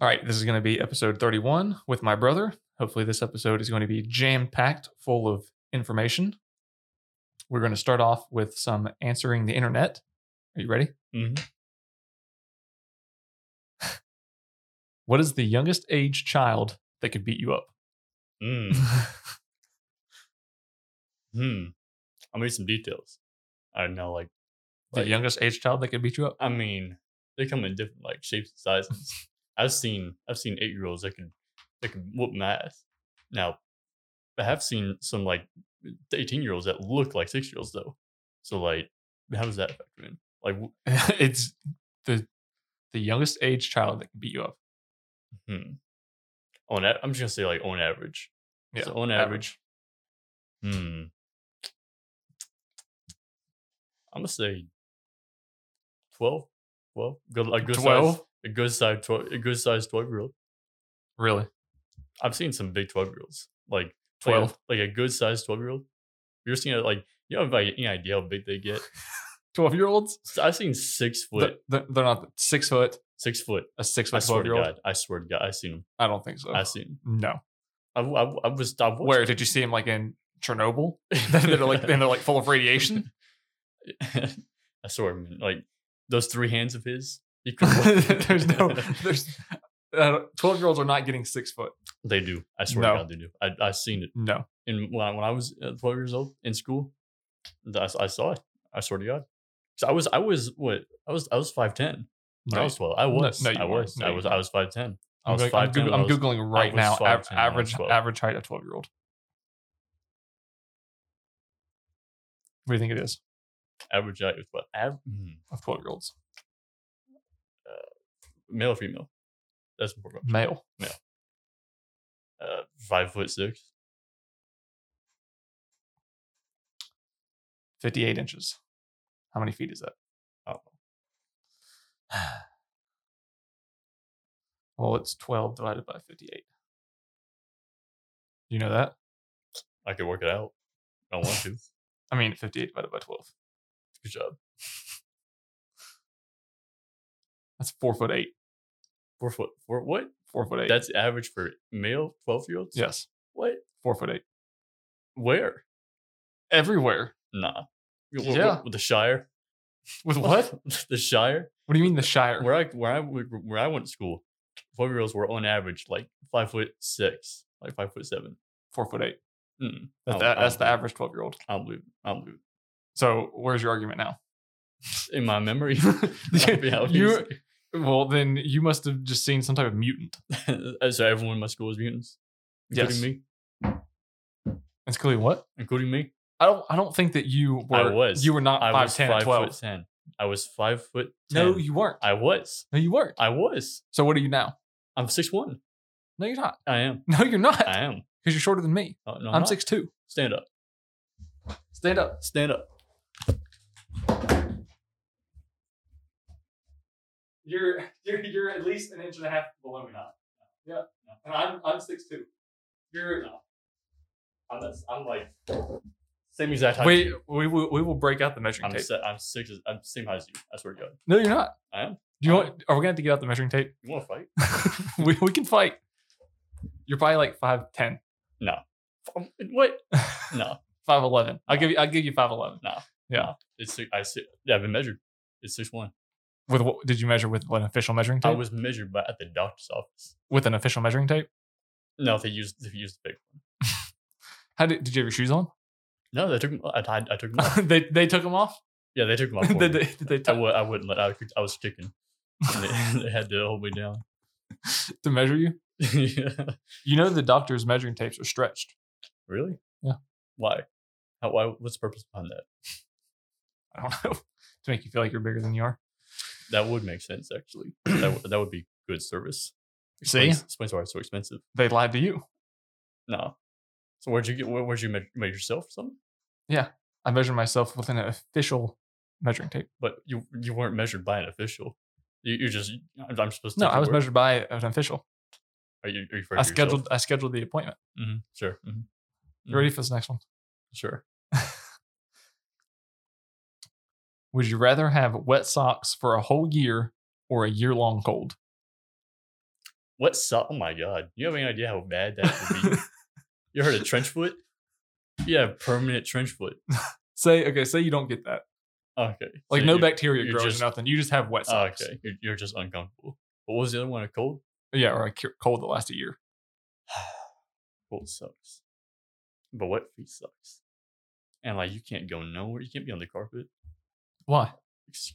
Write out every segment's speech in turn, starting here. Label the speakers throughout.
Speaker 1: All right, this is going to be episode 31 with my brother. Hopefully, this episode is going to be jam packed full of information. We're going to start off with some answering the internet. Are you ready?
Speaker 2: Mhm.
Speaker 1: What is the youngest age child that could beat you up?
Speaker 2: Mm. Hmm. I'll need some details. I don't know, like,
Speaker 1: the
Speaker 2: like,
Speaker 1: youngest age child that could beat you up?
Speaker 2: I mean, they come in different like shapes and sizes. I've seen I've seen eight year olds that can that can whoop my ass. Now, I have seen some like eighteen year olds that look like six year olds though. So like, how does that affect me? Like, wh-
Speaker 1: it's the the youngest age child that can beat you up.
Speaker 2: hmm. on a- I'm just gonna say like on average. So on Hmm. I'm gonna say 12. 12. Good, a good
Speaker 1: 12?
Speaker 2: size. A good size 12. A good size 12 year old. Oh,
Speaker 1: Really?
Speaker 2: I've seen some big 12 year olds. Like 12.
Speaker 1: 12.
Speaker 2: Like a, good size 12 year old. You're seeing it like, you have like, any idea how big they get?
Speaker 1: 12 year olds?
Speaker 2: So I've seen six foot,
Speaker 1: They're, they're not six foot,
Speaker 2: six foot.
Speaker 1: a six
Speaker 2: I
Speaker 1: foot,
Speaker 2: swear
Speaker 1: 12
Speaker 2: to
Speaker 1: year old.
Speaker 2: God. I swear to God. I've seen them.
Speaker 1: I don't think so.
Speaker 2: I've seen them.
Speaker 1: No.
Speaker 2: I, w- I, w- I was, I was.
Speaker 1: Where did you see him? Like in Chernobyl? they're like, and they're like full of radiation?
Speaker 2: I swear, man, like those three hands of his. You could-
Speaker 1: there's no, there's, 12 year olds are not getting six foot.
Speaker 2: They do. I swear
Speaker 1: No.
Speaker 2: to God, they do. I I seen it.
Speaker 1: No.
Speaker 2: And when I, when I was uh, twelve years old in school, th- I, s- I saw it. I swear to God. So I was I was what I was I was five ten.
Speaker 1: No.
Speaker 2: I was twelve. I was.
Speaker 1: no, you
Speaker 2: I
Speaker 1: weren't.
Speaker 2: was.
Speaker 1: No,
Speaker 2: I
Speaker 1: you
Speaker 2: was.
Speaker 1: weren't.
Speaker 2: I was five ten. I
Speaker 1: I'm,
Speaker 2: was
Speaker 1: Goog- I'm,
Speaker 2: five ten.
Speaker 1: Goog- I'm googling right
Speaker 2: was
Speaker 1: now. Av-
Speaker 2: 5'10", I was
Speaker 1: average
Speaker 2: 12.
Speaker 1: average height of 12 year old. What do you think it is
Speaker 2: average height of what? Av- hmm.
Speaker 1: of 12 year olds?
Speaker 2: male or female? That's important.
Speaker 1: Male.
Speaker 2: Uh, five foot six.
Speaker 1: 58 inches. How many feet is that? Oh.
Speaker 2: I don't
Speaker 1: Well, it's 12 divided by 58. You know that?
Speaker 2: I could work it out. I don't want to.
Speaker 1: I mean, 58 divided by 12.
Speaker 2: Good job.
Speaker 1: That's four foot eight.
Speaker 2: Four foot. Four what?
Speaker 1: Four foot eight.
Speaker 2: That's average for male twelve year olds.
Speaker 1: yes,
Speaker 2: What?
Speaker 1: four foot eight.
Speaker 2: Where?
Speaker 1: Everywhere.
Speaker 2: Nah. W- w-
Speaker 1: Yeah.
Speaker 2: w- the Shire.
Speaker 1: With what?
Speaker 2: the Shire.
Speaker 1: what do you mean the Shire?
Speaker 2: Where I where I w- where I went to school, twelve year olds were on average like five foot six, like five foot seven.
Speaker 1: Four foot eight.
Speaker 2: Mm-mm.
Speaker 1: That,
Speaker 2: I don't-
Speaker 1: that-
Speaker 2: I
Speaker 1: that's
Speaker 2: don't
Speaker 1: the
Speaker 2: believe-
Speaker 1: average 12 year old.
Speaker 2: I don't believe. I don't believe.
Speaker 1: So where's your argument now?
Speaker 2: it. In my memory,
Speaker 1: you, well, then you must have just seen some type of mutant.
Speaker 2: you uh, so everyone in my school was mutants, including
Speaker 1: Yes.
Speaker 2: me,
Speaker 1: That's clearly what?
Speaker 2: including me.
Speaker 1: I don't. I don't think that you were.
Speaker 2: I was.
Speaker 1: You were not
Speaker 2: I
Speaker 1: five
Speaker 2: was
Speaker 1: ten
Speaker 2: five
Speaker 1: twelve.
Speaker 2: foot ten. I was five foot. 10.
Speaker 1: No, you weren't.
Speaker 2: I was.
Speaker 1: no, you weren't.
Speaker 2: I was.
Speaker 1: So what are you now?
Speaker 2: I'm six one.
Speaker 1: No, you're not.
Speaker 2: I am.
Speaker 1: No, you're not.
Speaker 2: I am.
Speaker 1: Because you're shorter than me.
Speaker 2: No, no,
Speaker 1: I'm,
Speaker 2: not.
Speaker 1: six two.
Speaker 2: Stand up.
Speaker 1: Stand up.
Speaker 2: Stand up.
Speaker 1: You're you're you're at least an inch and a half below me now. Yeah. And I'm I'm six two. You're
Speaker 2: I'm, not, I'm like same exact height.
Speaker 1: Wait, we, we we will break out the measuring
Speaker 2: I'm
Speaker 1: tape.
Speaker 2: se- I'm six. as- I'm same height as you. I swear to God.
Speaker 1: No, you're not.
Speaker 2: I am.
Speaker 1: Do you want? Are we gonna have to get out the measuring tape?
Speaker 2: You want to fight?
Speaker 1: we we can fight. You're probably like five ten.
Speaker 2: No. Um, What? No.
Speaker 1: Five eleven. I'll give you. I'll give you five eleven.
Speaker 2: It's si- I si- yeah, I've been measured. It's six one.
Speaker 1: With what did you measure with an official measuring
Speaker 2: I
Speaker 1: tape?
Speaker 2: was measured by at the doctor's office.
Speaker 1: with an official measuring tape.
Speaker 2: No, they used they used the big one.
Speaker 1: How did did you have your shoes on?
Speaker 2: No, they took. 'em- I I, I took them off.
Speaker 1: they they took them off.
Speaker 2: Yeah, they took them off. For
Speaker 1: did
Speaker 2: me.
Speaker 1: they, did they
Speaker 2: I,
Speaker 1: t-
Speaker 2: w- I wouldn't let. I, could, I was kicking. And they, they had to hold me down.
Speaker 1: to measure you?
Speaker 2: yeah.
Speaker 1: You know the doctor's measuring tapes are stretched.
Speaker 2: Really?
Speaker 1: Yeah.
Speaker 2: Why? How, why? What's the purpose behind that?
Speaker 1: I don't know to make you feel like you're bigger than you are.
Speaker 2: That would make sense actually. that w- that would be good service.
Speaker 1: See?
Speaker 2: Explains- explains why it's so expensive.
Speaker 1: They lied to you.
Speaker 2: No. So where'd you get? Where, where'd you measure, measure yourself? or Something?
Speaker 1: I measured myself with an official measuring tape.
Speaker 2: But you you weren't measured by an official. You, you just I'm I'm supposed to.
Speaker 1: No,
Speaker 2: take
Speaker 1: I
Speaker 2: your
Speaker 1: was
Speaker 2: word?
Speaker 1: measured by an official.
Speaker 2: Are you, are you
Speaker 1: I scheduled I scheduled the appointment.
Speaker 2: Mm-hmm. Sure. hmm
Speaker 1: You ready for this next one?
Speaker 2: Sure.
Speaker 1: Would you rather have wet socks for a whole year or a year long cold?
Speaker 2: What so- Oh my god! You have any idea how bad that would be? you heard of trench foot? You have permanent trench foot.
Speaker 1: Say okay, say you don't get that.
Speaker 2: Okay.
Speaker 1: Like
Speaker 2: so
Speaker 1: no
Speaker 2: you-
Speaker 1: bacteria
Speaker 2: you're
Speaker 1: grows
Speaker 2: just-
Speaker 1: or nothing. You just have wet
Speaker 2: oh,
Speaker 1: socks.
Speaker 2: okay. You're, you're just uncomfortable. What was the other one? A cold?
Speaker 1: Yeah, or a cu- cold that lasts a year.
Speaker 2: Cold sucks. But wet feet sucks. And like you can't go nowhere. You can't be on the carpet.
Speaker 1: Why?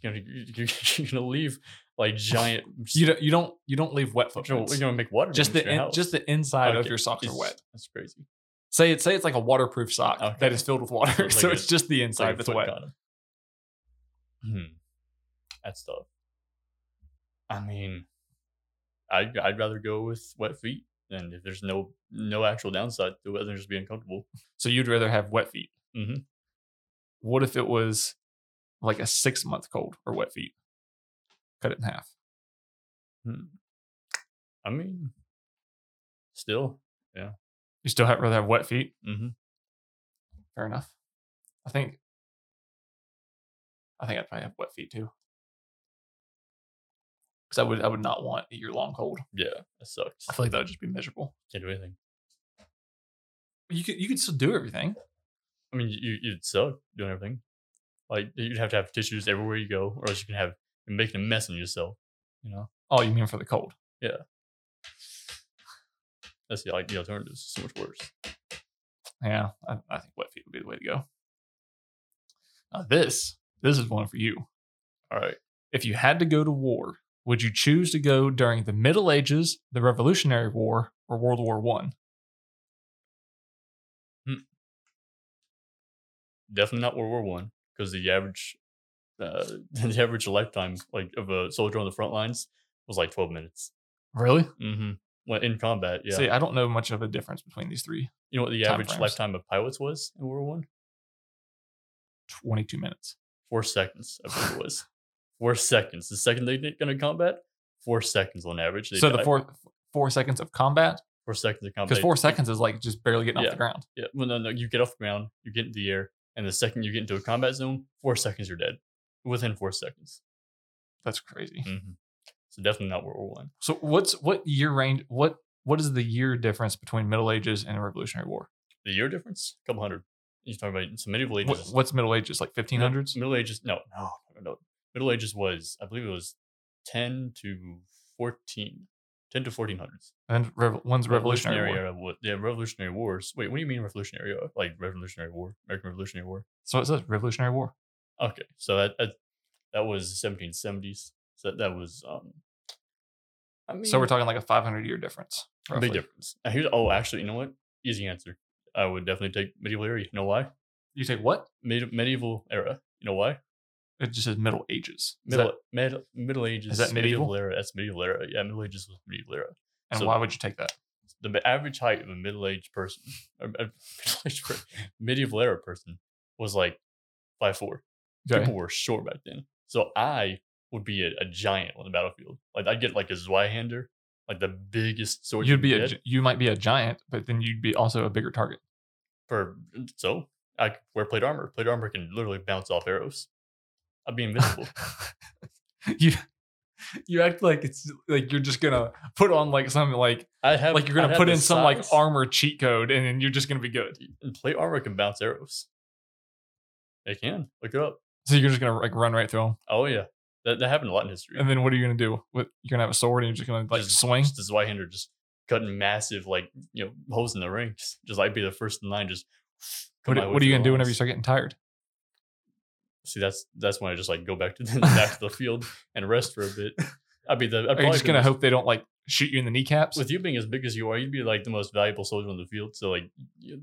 Speaker 2: You're gonna, you're, you're gonna leave like giant.
Speaker 1: You don't. You don't. You don't leave wet
Speaker 2: you're gonna,
Speaker 1: footprints.
Speaker 2: you're gonna make water.
Speaker 1: Just the
Speaker 2: your
Speaker 1: in,
Speaker 2: house.
Speaker 1: just the inside of
Speaker 2: Okay,
Speaker 1: your socks are
Speaker 2: Jesus,
Speaker 1: wet.
Speaker 2: That's crazy.
Speaker 1: Say it. Say it's like a waterproof sock
Speaker 2: Okay.
Speaker 1: that is filled with water.
Speaker 2: So it's like
Speaker 1: so
Speaker 2: a-
Speaker 1: it's just the
Speaker 2: It's like
Speaker 1: inside
Speaker 2: a
Speaker 1: that's
Speaker 2: foot
Speaker 1: wet.
Speaker 2: condom. Hmm. That's tough. I mean, I'd, I'd rather go with wet feet than if there's no no actual downside to it than just being comfortable.
Speaker 1: So you'd rather have wet feet.
Speaker 2: Mhm.
Speaker 1: What if it was like a six month cold or wet feet? Cut it in half.
Speaker 2: I mean, still.
Speaker 1: You still have rather have wet feet.
Speaker 2: Mm-hmm.
Speaker 1: Fair enough. I think. I think I'd probably have wet feet too. Because I would, I would not want a year long cold.
Speaker 2: Yeah, that sucks.
Speaker 1: I feel like that would just be miserable.
Speaker 2: Can't do anything.
Speaker 1: But You could, you could still do everything.
Speaker 2: I mean, you, you'd suck doing everything. Like you'd have to have tissues everywhere you go, or else you can have you're making a mess in yourself. You know,
Speaker 1: Oh, you mean for the cold?
Speaker 2: that's the like the alternative is so much worse.
Speaker 1: Yeah, I, I think wet feet would be the way to go. Now this, this is one for you.
Speaker 2: All right.
Speaker 1: If you had to go to war, would you choose to go during the Middle Ages, the Revolutionary War, or World War One?
Speaker 2: definitely not World War One because the average uh, the average lifetime like of a soldier on the front lines was like twelve minutes.
Speaker 1: Really?
Speaker 2: Mm-hmm. When in combat, yeah.
Speaker 1: See, I don't know much of a difference between these three.
Speaker 2: you know what the
Speaker 1: time
Speaker 2: average
Speaker 1: frames.
Speaker 2: lifetime of pilots was in World War One?
Speaker 1: Twenty-two minutes.
Speaker 2: Four seconds. I believe it was four seconds. The second they get into combat, four seconds on average. They
Speaker 1: so the
Speaker 2: died.
Speaker 1: four four seconds of combat,
Speaker 2: four seconds of combat.
Speaker 1: because four seconds is like just barely getting off
Speaker 2: Yeah.
Speaker 1: the ground.
Speaker 2: Yeah. Well, no, no. You get off the ground. You get into the air, and the second you get into a combat zone, four seconds you're dead. Within four seconds.
Speaker 1: That's crazy.
Speaker 2: Mm-hmm. So definitely not World War One.
Speaker 1: So what's what year range? What what is the year difference between Middle Ages and the Revolutionary War?
Speaker 2: the year difference, a couple hundred. You're talking about some medieval
Speaker 1: What, Oh.
Speaker 2: ages. Mm.
Speaker 1: what's Middle Ages like? Fifteen hundreds?
Speaker 2: Middle Ages. No, no, no, no. Middle Ages was, I believe it was 10 to 14. 10 to 1400s.
Speaker 1: And rev- one's Revolutionary, War.
Speaker 2: Era wa- yeah, Revolutionary Wars. Wait, what do you mean Revolutionary Era? Like Revolutionary War? American Revolutionary War?
Speaker 1: So it says Revolutionary War.
Speaker 2: Okay, so that that, that was 1770s. So that, that was, um, I mean,
Speaker 1: So we're talking like a 500 year difference.
Speaker 2: a
Speaker 1: roughly.
Speaker 2: big difference. Now here's, oh, actually, you know what? Easy answer. I would definitely take medieval era. You know why?
Speaker 1: You take what?
Speaker 2: Medi- medieval era. You know why?
Speaker 1: It just says Middle Ages. Is
Speaker 2: Middle,
Speaker 1: that-
Speaker 2: middle, middle Ages.
Speaker 1: that medieval?
Speaker 2: era. That's medieval era. Yeah, Middle Ages was medieval era.
Speaker 1: and
Speaker 2: so-
Speaker 1: why would you take that?
Speaker 2: The ma- average height of a middle aged person, a, middle-aged per- medieval era person, was like five four. People were short back then, so I would be a, a giant on the battlefield. Like I'd get like a Zweihander, like the biggest sword. you
Speaker 1: You'd
Speaker 2: could
Speaker 1: be a,
Speaker 2: get
Speaker 1: gi- you might be a giant, but then you'd be also a bigger target.
Speaker 2: for so I could wear plate armor. Plate armor can literally bounce off arrows. I'd be invisible.
Speaker 1: you you act like it's like you're just gonna put on like some like
Speaker 2: I have
Speaker 1: like you're
Speaker 2: I'd
Speaker 1: gonna
Speaker 2: have
Speaker 1: put
Speaker 2: the
Speaker 1: in some like
Speaker 2: size-
Speaker 1: armor cheat code and then you're just gonna be good.
Speaker 2: And plate armor can bounce arrows. It can. Look it up.
Speaker 1: So you're just gonna like run right through them.
Speaker 2: Oh yeah, that, that happened a lot in history.
Speaker 1: And then what are you gonna do? With you're gonna have a sword and you're just gonna like
Speaker 2: Just-
Speaker 1: swing.
Speaker 2: Just this Whitehander just cutting massive like you know holes in the ranks. Just like be the first in line. Just
Speaker 1: What,
Speaker 2: cut my way
Speaker 1: what are you
Speaker 2: through
Speaker 1: gonna
Speaker 2: the
Speaker 1: do whenever you
Speaker 2: lines.
Speaker 1: start getting tired?
Speaker 2: See, that's that's when I just like go back to the back to the field and rest for a bit. I'd be the. I'd
Speaker 1: Are you
Speaker 2: probably
Speaker 1: just
Speaker 2: be
Speaker 1: gonna
Speaker 2: the-
Speaker 1: hope they don't like shoot you in the kneecaps?
Speaker 2: with you being as big as you are, you'd be like the most valuable soldier on the field. So like, you,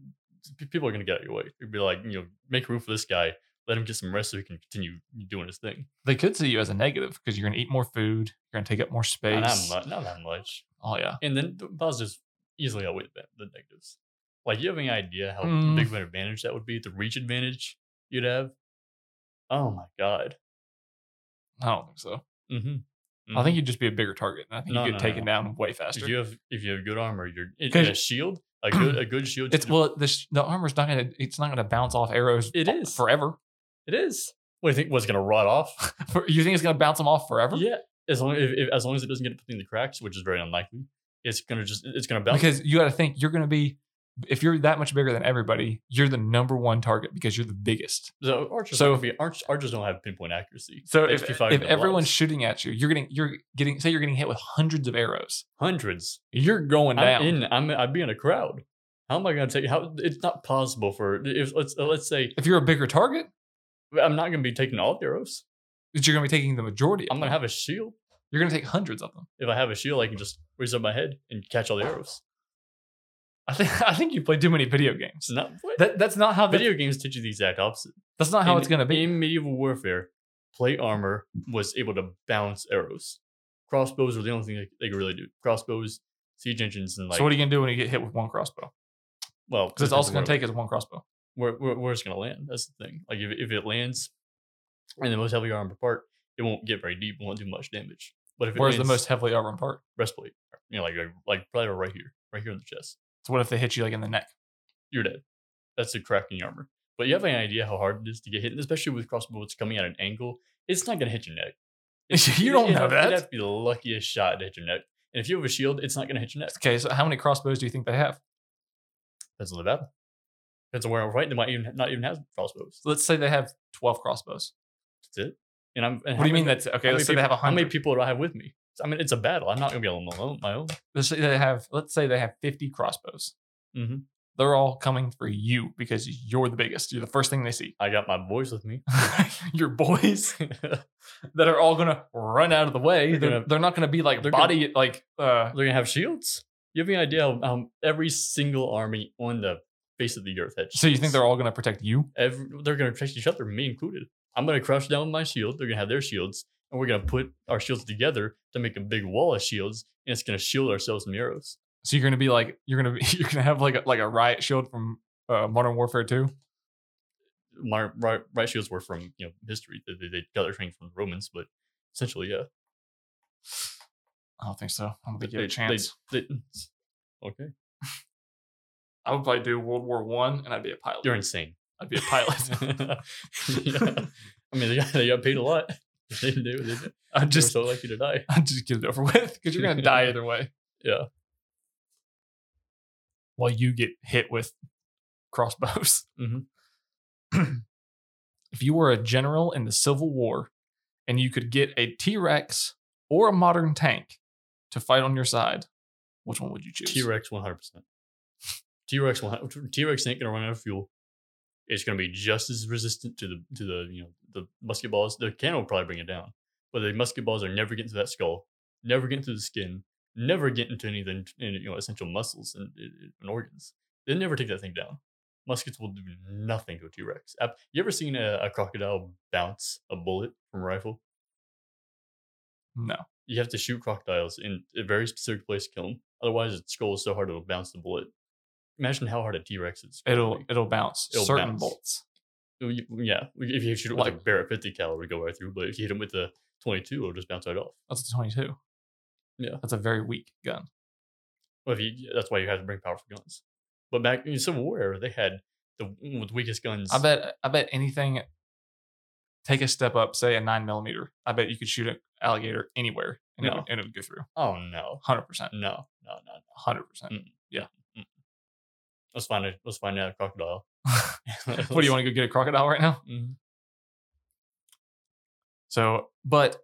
Speaker 2: p- people are gonna get out of your way. You'd be like, you know, make room for this guy. Let him get some rest so he can continue doing his thing.
Speaker 1: they could see you as a negative because you're going to eat more food, you're going to take up more space.
Speaker 2: Not that much. Not that much.
Speaker 1: oh yeah,
Speaker 2: And then the positives easily outweigh the ban- the negatives. Like, you have any idea how
Speaker 1: Mm.
Speaker 2: big of an advantage that would be? The reach advantage you'd have? Oh my God.
Speaker 1: I don't think so.
Speaker 2: Mm-hmm.
Speaker 1: I think you'd just be a bigger target, and I think
Speaker 2: No,
Speaker 1: you
Speaker 2: no,
Speaker 1: get
Speaker 2: no,
Speaker 1: taken
Speaker 2: no.
Speaker 1: down way faster.
Speaker 2: if you have if you have good armor, you're it,
Speaker 1: 'Cause-
Speaker 2: a shield, a good a good shield.
Speaker 1: it's well, the sh- the armor's not going to it's not going to bounce off arrows.
Speaker 2: It
Speaker 1: fo-
Speaker 2: is.
Speaker 1: forever.
Speaker 2: it is. What do you think was gonna rot off?
Speaker 1: For- you think it's going to bounce them off forever?
Speaker 2: yeah, as long if, if, as long as it doesn't get put in the cracks, which is very unlikely. it's gonna just it's gonna bounce.
Speaker 1: because you got to think you're going to be if you're that much bigger than everybody, you're the number one target because you're the biggest.
Speaker 2: so archers
Speaker 1: so-
Speaker 2: so if archers, archers don't have pinpoint accuracy.
Speaker 1: So
Speaker 2: They
Speaker 1: if,
Speaker 2: just
Speaker 1: if
Speaker 2: keep firing their
Speaker 1: everyone's
Speaker 2: lobs.
Speaker 1: shooting at you, you're getting you're getting say you're getting hit with hundreds of arrows.
Speaker 2: hundreds,
Speaker 1: You're going down.
Speaker 2: I'm in. I'm I'd be in a crowd. How am I gonna take? How it's not possible for if let's let's say
Speaker 1: If you're a bigger target,
Speaker 2: I'm not gonna be taking all the arrows.
Speaker 1: you're going to be taking the majority. Of
Speaker 2: I'm gonna
Speaker 1: them.
Speaker 2: have a shield.
Speaker 1: You're going to take hundreds of them.
Speaker 2: If I have a shield, I can just raise up my head and catch all the arrows.
Speaker 1: I think I think you play too many video games.
Speaker 2: It's not what?
Speaker 1: That that's not how video.
Speaker 2: video games teach you the exact opposite.
Speaker 1: That's not how
Speaker 2: In-
Speaker 1: it's going to be.
Speaker 2: In medieval warfare, plate armor was able to bounce arrows. Crossbows were the only thing they, they could really do. Crossbows, siege engines, and like
Speaker 1: so what are you going to do when you get hit with one crossbow?
Speaker 2: well,
Speaker 1: Because it's also going
Speaker 2: to
Speaker 1: to take is one crossbow.
Speaker 2: where, where, where it's going to land. That's the thing. Like if, if it lands in the most heavily armored part, it won't get very deep. It won't do much damage. But if it
Speaker 1: Where's the
Speaker 2: lands
Speaker 1: most heavily armored part?
Speaker 2: breastplate, you know, like like- like probably right here, right here in the chest,
Speaker 1: So what if they hit you like in the neck?
Speaker 2: you're dead. That's the crack in the armor. But you have any idea how hard it is to get hit, and especially with crossbows coming at an angle, it's not going to hit your neck. It's-
Speaker 1: You don't
Speaker 2: it'd
Speaker 1: know
Speaker 2: have-
Speaker 1: that.
Speaker 2: It'd have to be the luckiest shot to hit your neck. And if you have a shield, it's not going to hit your neck.
Speaker 1: Okay, so how many crossbows do you think they have?
Speaker 2: Depends on the battle. Depends on where I'm fighting. They might even not even have crossbows.
Speaker 1: So let's say they have twelve crossbows.
Speaker 2: That's it. And I'm.
Speaker 1: What
Speaker 2: and
Speaker 1: do you
Speaker 2: how
Speaker 1: mean
Speaker 2: many-
Speaker 1: that's okay?
Speaker 2: how
Speaker 1: Let's say
Speaker 2: many
Speaker 1: they have a
Speaker 2: How many
Speaker 1: hundred.
Speaker 2: people do I have with me? I mean, it's a battle. I'm not going to be on my own. My own.
Speaker 1: Let's say they have. Let's say they have fifty crossbows.
Speaker 2: Mm-hmm.
Speaker 1: They're all coming for you because you're the biggest. You're the first thing they see.
Speaker 2: I got my boys with me.
Speaker 1: Your boys that are all gonna run out of the way. They're,
Speaker 2: They're
Speaker 1: they're,
Speaker 2: gonna-
Speaker 1: not gonna be like
Speaker 2: they're gonna-
Speaker 1: body like uh
Speaker 2: They're going to have shields. You have any idea how um, every single army on the face of the earth had shields?
Speaker 1: so you think they're all gonna protect you?
Speaker 2: Every, they're going to protect each other, me included. I'm going to crouch down with my shield. They're going to have their shields. And we're going to put our shields together to make a big wall of shields. And it's going to shield ourselves from arrows.
Speaker 1: So you're gonna be like you're gonna be, you're gonna have like a, like a riot shield from uh, Modern Warfare 2.
Speaker 2: My right, right shields were from you know history. They, they, they got their training from the Romans, but essentially, yeah.
Speaker 1: I don't think so. I don't think you
Speaker 2: They-
Speaker 1: have a chance.
Speaker 2: they- they- okay.
Speaker 1: I would probably do World War One and I'd be a pilot.
Speaker 2: You're insane.
Speaker 1: I'd be a pilot.
Speaker 2: Yeah. I mean, they got, they got paid a lot. they, they, they, they
Speaker 1: I'd just
Speaker 2: just so lucky to die.
Speaker 1: I'd just get it over with because you're gonna die either way.
Speaker 2: Yeah.
Speaker 1: While you get hit with crossbows.
Speaker 2: Mhm.
Speaker 1: if you were a general in the Civil War and you could get a T Rex or a modern tank to fight on your side, which one would you choose?
Speaker 2: T Rex 100%. T Rex 100. T Rex ain't gonna run out of fuel. It's gonna be just as resistant to the to the you know the musket balls. The cannon will probably bring it down, but the musket balls are never getting through that skull, never getting through the skin, never getting to anything you know essential muscles and, and organs. They never take that thing down. Muskets will do nothing to a T Rex. You ever seen a, a crocodile bounce a bullet from a rifle?
Speaker 1: No.
Speaker 2: you have to shoot crocodiles in a very specific place to kill them. Otherwise, its skull is so hard it'll bounce the bullet. Imagine how hard a T Rex is.
Speaker 1: It'll it'll bounce
Speaker 2: It'll
Speaker 1: certain
Speaker 2: bounce.
Speaker 1: bolts.
Speaker 2: yeah, if you shoot it with a
Speaker 1: Like-
Speaker 2: bear at 50 caliber, it'll go right through. But if you hit him with a 22, it'll just bounce right off.
Speaker 1: That's a twenty two.
Speaker 2: Yeah.
Speaker 1: That's a very weak gun.
Speaker 2: Well, if you, that's why you have to bring powerful guns. But back in Civil War era, they had the, mm, with weakest guns.
Speaker 1: I bet I bet anything take a step up, say a nine millimeter. I bet you could shoot an alligator anywhere and it,
Speaker 2: No.
Speaker 1: would, and it would go through.
Speaker 2: Oh no,
Speaker 1: Hundred percent.
Speaker 2: no, no, no, no.
Speaker 1: Hundred percent.
Speaker 2: Mm.
Speaker 1: Yeah.
Speaker 2: Mm. Let's find a let's find out a crocodile. Mm. Mm-hmm.
Speaker 1: What do you want to go get a crocodile right now? So, but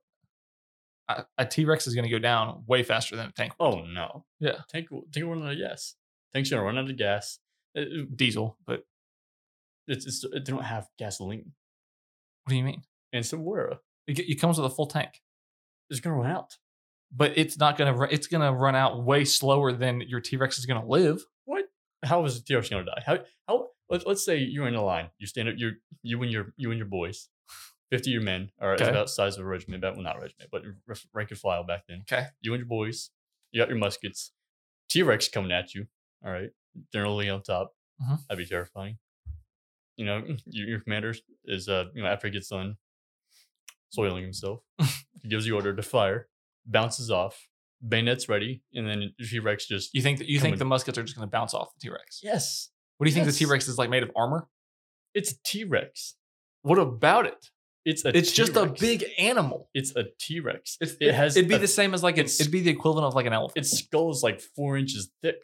Speaker 1: a, a T Rex is going to go down way faster than a tank.
Speaker 2: Oh no.
Speaker 1: Yeah.
Speaker 2: Tank will- tank will run out of gas. Tank's gonna run out of gas. It- it-
Speaker 1: Diesel, but
Speaker 2: it's, it's they don't have gasoline.
Speaker 1: what do you mean?
Speaker 2: And so where
Speaker 1: It, ge- it comes with a full tank,
Speaker 2: it's gonna run out.
Speaker 1: but it's not going to. It's going to run out way slower than your T Rex is going to live.
Speaker 2: How is the T-Rex gonna die? How how let's, let's say you're in a line. You stand up. You you and your you and your boys, fifty of your men. All right, it's
Speaker 1: Okay.
Speaker 2: about the size of a regiment. About well, not regiment, but r- rank and file back then.
Speaker 1: Okay.
Speaker 2: You and your boys. You got your muskets. T-Rex coming at you. All right, generally on top.
Speaker 1: Mhm.
Speaker 2: That'd be terrifying. You know, mm, your, your commander is uh you know after he gets done soiling himself, he gives the order to fire, bounces off, bayonets ready, and then T-Rex just
Speaker 1: You think that you
Speaker 2: Come
Speaker 1: think
Speaker 2: on.
Speaker 1: the muskets are just going to bounce off the T Rex?
Speaker 2: yes.
Speaker 1: What do you think
Speaker 2: Yes.
Speaker 1: the T Rex is like made of armor?
Speaker 2: It's a T Rex.
Speaker 1: What about it?
Speaker 2: It's a
Speaker 1: It's just a
Speaker 2: T-Rex.
Speaker 1: big animal.
Speaker 2: It's a T Rex.
Speaker 1: It's,
Speaker 2: It has
Speaker 1: It'd be
Speaker 2: a-
Speaker 1: the same as like an.
Speaker 2: it's-
Speaker 1: It'd be the equivalent of like an elephant.
Speaker 2: Its skull is like four inches thick.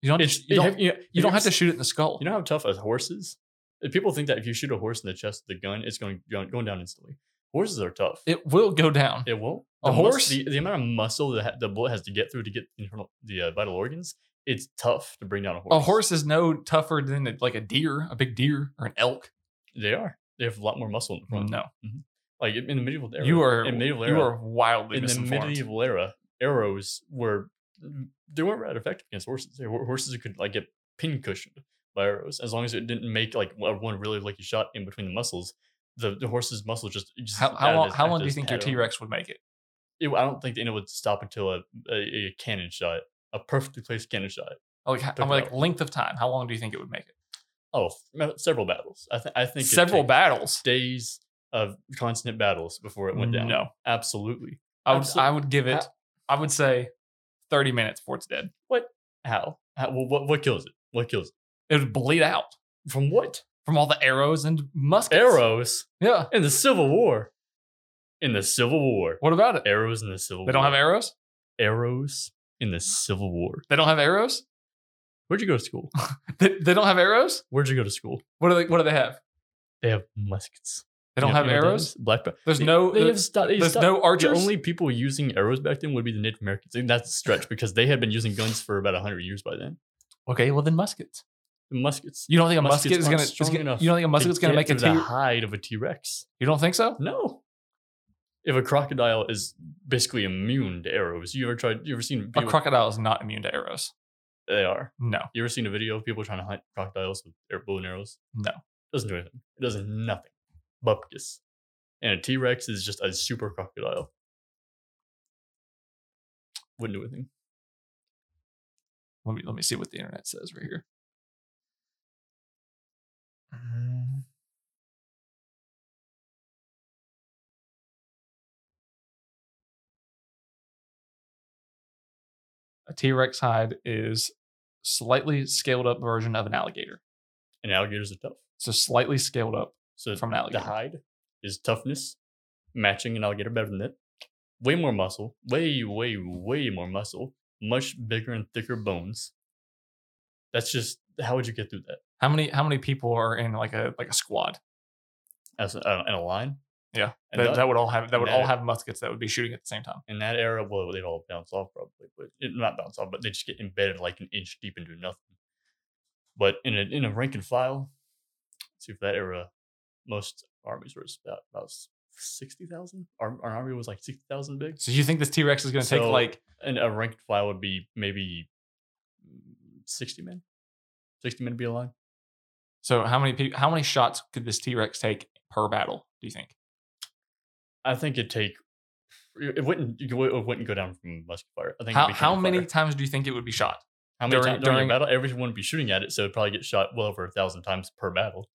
Speaker 1: You don't.
Speaker 2: It's,
Speaker 1: you don't,
Speaker 2: have- you,
Speaker 1: you don't
Speaker 2: ever
Speaker 1: have to
Speaker 2: s-
Speaker 1: shoot it in the skull.
Speaker 2: You know how tough a horse is. If People think that if you shoot a horse in the chest with a gun, it's going going going down instantly. Horses are tough.
Speaker 1: it will go down.
Speaker 2: It won't.
Speaker 1: A
Speaker 2: The mus-
Speaker 1: horse?
Speaker 2: the, the amount of muscle that ha- the bullet has to get through to get internal the uh, vital organs, it's tough to bring down a horse.
Speaker 1: a horse is no tougher than a, like a deer, a big deer, or an elk.
Speaker 2: They are. They have a lot more muscle in the front.
Speaker 1: No,
Speaker 2: Like in in the medieval era.
Speaker 1: Mm. you are
Speaker 2: in medieval era.
Speaker 1: you are wildly
Speaker 2: in the
Speaker 1: misinformed.
Speaker 2: medieval era, arrows were they weren't that effective against horses. They were, horses could like get pincushioned by arrows as long as it didn't make like one one really lucky shot in between the muscles. The, the horse's muscle just, it just
Speaker 1: how how
Speaker 2: added
Speaker 1: long,
Speaker 2: as-
Speaker 1: how
Speaker 2: acted
Speaker 1: long do you
Speaker 2: as
Speaker 1: think your
Speaker 2: add-on.
Speaker 1: T Rex would make it?
Speaker 2: It- I don't think the end would stop until a, a, a cannon shot, a perfectly placed cannon shot.
Speaker 1: Oh, Like h-
Speaker 2: Took
Speaker 1: I'm like
Speaker 2: about-
Speaker 1: length of time. How long do you think it would make it?
Speaker 2: Oh, f- several battles. I, th- I think it
Speaker 1: Several
Speaker 2: took
Speaker 1: battles.
Speaker 2: days of constant battles before it went down.
Speaker 1: No,
Speaker 2: absolutely.
Speaker 1: I would
Speaker 2: Absolute-
Speaker 1: I would give it.
Speaker 2: How-
Speaker 1: I would say thirty minutes before it's dead.
Speaker 2: How? How well, what what kills it? What kills
Speaker 1: It would bleed out
Speaker 2: it? From what
Speaker 1: from all the arrows and muskets.
Speaker 2: arrows?
Speaker 1: Yeah.
Speaker 2: In the Civil War. In the Civil War.
Speaker 1: What about it?
Speaker 2: Arrows in the Civil
Speaker 1: They
Speaker 2: War.
Speaker 1: don't have arrows.
Speaker 2: arrows in the Civil War.
Speaker 1: They don't have arrows.
Speaker 2: Where'd you go to school?
Speaker 1: They, they don't have arrows.
Speaker 2: Where'd you go to school?
Speaker 1: What do they? What do they have?
Speaker 2: They have muskets.
Speaker 1: They don't
Speaker 2: You know-
Speaker 1: have
Speaker 2: you know what that
Speaker 1: arrows.
Speaker 2: is? Black. pe-
Speaker 1: There's
Speaker 2: They-
Speaker 1: no-
Speaker 2: They
Speaker 1: there-
Speaker 2: have sto- they
Speaker 1: There's
Speaker 2: sto-
Speaker 1: no
Speaker 2: The
Speaker 1: archers.
Speaker 2: only people using arrows back then would be the Native Americans, and that's a stretch because they had been using guns for about hundred years by then.
Speaker 1: okay, well then muskets.
Speaker 2: The muskets.
Speaker 1: You don't think a
Speaker 2: Muskets
Speaker 1: musket is
Speaker 2: aren't
Speaker 1: gonna? is
Speaker 2: strong
Speaker 1: gonna-
Speaker 2: enough
Speaker 1: you don't think a
Speaker 2: to
Speaker 1: musket's gonna
Speaker 2: get
Speaker 1: make a
Speaker 2: through the
Speaker 1: T?
Speaker 2: hide of a T Rex.
Speaker 1: You don't think so?
Speaker 2: No. If a crocodile is basically immune to arrows, you ever tried? You ever seen?
Speaker 1: A
Speaker 2: video-
Speaker 1: crocodile is not immune to arrows.
Speaker 2: they are.
Speaker 1: No,
Speaker 2: You ever seen a video of people trying to hunt crocodiles with air bow and arrows?
Speaker 1: no.
Speaker 2: doesn't do anything. It does nothing. Bupkis. And a T Rex is just a super crocodile. Wouldn't do anything.
Speaker 1: Let me let me see what the internet says right here. A T Rex hide is slightly scaled up version of an alligator.
Speaker 2: And alligators are tough.
Speaker 1: So slightly scaled up.
Speaker 2: So
Speaker 1: From an alligator.
Speaker 2: the hide is toughness, matching an alligator better than it. Way more muscle, way, way, way more muscle, much bigger and thicker bones. That's just how would you get through that?
Speaker 1: How many how many people are in like a like a squad?
Speaker 2: As a, uh, in a line?
Speaker 1: Yeah,
Speaker 2: And
Speaker 1: that,
Speaker 2: that-
Speaker 1: that would all have that would all
Speaker 2: that-
Speaker 1: have muskets that would be shooting at the same time.
Speaker 2: In that era, well, they'd all bounce off probably, but it, not bounce off, but they just get embedded like an inch deep into nothing. But in a in a rank and file, let's see for that era, most armies were about, about sixty thousand. Our, our army was like sixty thousand big,
Speaker 1: So you think this T Rex is going to take
Speaker 2: So-
Speaker 1: like
Speaker 2: and a rank and file would be maybe mm, sixty men. Sixty men would be a line.
Speaker 1: so how many people how many shots could this T Rex take per battle? Do you think?
Speaker 2: I think it'd take. It wouldn't. It wou- it wouldn't go down from musket fire. I think. it'd
Speaker 1: How
Speaker 2: be
Speaker 1: how
Speaker 2: cannon
Speaker 1: many
Speaker 2: fire.
Speaker 1: times do you think it would be shot?
Speaker 2: How many
Speaker 1: during-
Speaker 2: times during,
Speaker 1: during-
Speaker 2: a battle? Everyone would be shooting at it, so it'd probably get shot well over a thousand times per battle.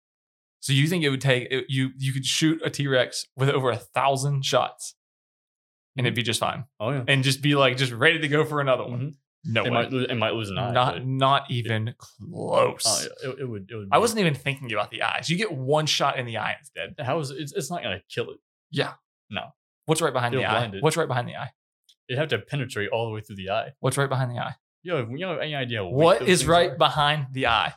Speaker 1: So you think it would take it, you you could shoot a T Rex with over a thousand shots, and it'd be just fine,
Speaker 2: Oh yeah.
Speaker 1: and just be like just ready to go for another one.
Speaker 2: Mhm.
Speaker 1: No
Speaker 2: It
Speaker 1: way,
Speaker 2: might, lose, it might lose an eye.
Speaker 1: not
Speaker 2: but-
Speaker 1: not even close.
Speaker 2: oh, yeah, it, it would. It would
Speaker 1: I
Speaker 2: be-
Speaker 1: wasn't even thinking about the eyes. You get one shot in the eye, and it's dead.
Speaker 2: How is it's, it's not gonna kill it?
Speaker 1: What's right behind
Speaker 2: You'll
Speaker 1: the eye?
Speaker 2: blind it.
Speaker 1: What's right behind the eye?
Speaker 2: It'd have to penetrate all the way through the eye.
Speaker 1: What's right behind the eye?
Speaker 2: You know, you have any idea what,
Speaker 1: What
Speaker 2: those
Speaker 1: is
Speaker 2: things
Speaker 1: right
Speaker 2: Are?
Speaker 1: behind the eye?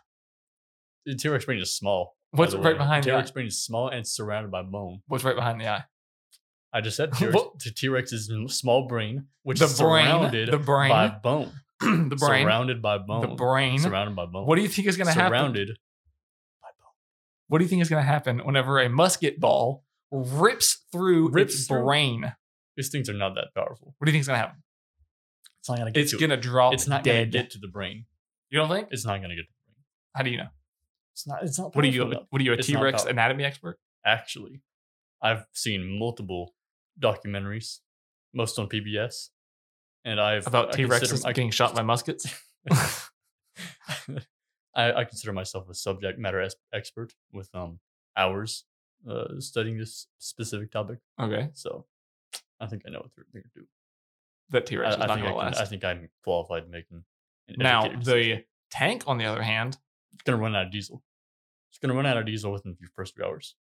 Speaker 2: The T-Rex brain is small. by
Speaker 1: What's
Speaker 2: the
Speaker 1: right
Speaker 2: way.
Speaker 1: behind the
Speaker 2: T-Rex
Speaker 1: eye?
Speaker 2: brain is small and it's surrounded by bone.
Speaker 1: What's right behind the eye?
Speaker 2: I just said T-Rex,
Speaker 1: What?
Speaker 2: the T-Rex is m- small brain, which
Speaker 1: the
Speaker 2: is
Speaker 1: brain,
Speaker 2: surrounded
Speaker 1: the brain,
Speaker 2: by bone.
Speaker 1: the brain,
Speaker 2: Surrounded by bone.
Speaker 1: the brain.
Speaker 2: Surrounded by bone.
Speaker 1: What do you think is going to happen?
Speaker 2: Surrounded.
Speaker 1: What do you think is going to happen whenever a musket ball rips through
Speaker 2: Rips
Speaker 1: its
Speaker 2: through?
Speaker 1: brain? What
Speaker 2: These things are not that powerful.
Speaker 1: do you think is going to happen?
Speaker 2: It's not gonna. Get
Speaker 1: It's
Speaker 2: to it.
Speaker 1: going to drop
Speaker 2: It's not
Speaker 1: dead.
Speaker 2: gonna get to the brain.
Speaker 1: you don't think?
Speaker 2: It's not gonna get to the brain.
Speaker 1: How do you know?
Speaker 2: It's not. It's not.
Speaker 1: What are you?
Speaker 2: powerful enough.
Speaker 1: What are you a
Speaker 2: It's
Speaker 1: T
Speaker 2: not
Speaker 1: Rex
Speaker 2: powerful.
Speaker 1: anatomy expert?
Speaker 2: actually. I've seen multiple documentaries, most on PBS, and I've
Speaker 1: About
Speaker 2: I
Speaker 1: T Rexes
Speaker 2: consider- I-
Speaker 1: getting shot by muskets?
Speaker 2: I, I consider myself a subject matter es- expert with um hours uh, studying this specific topic,
Speaker 1: okay,
Speaker 2: so I think I know what they're going to do.
Speaker 1: that T Rex is
Speaker 2: I, I
Speaker 1: not
Speaker 2: think I,
Speaker 1: going to
Speaker 2: can, I
Speaker 1: last.
Speaker 2: think I'm qualified in making. an
Speaker 1: Now
Speaker 2: educated
Speaker 1: the tank, on the other hand,
Speaker 2: it's going to run out of diesel. It's going to run out of diesel within the first few hours.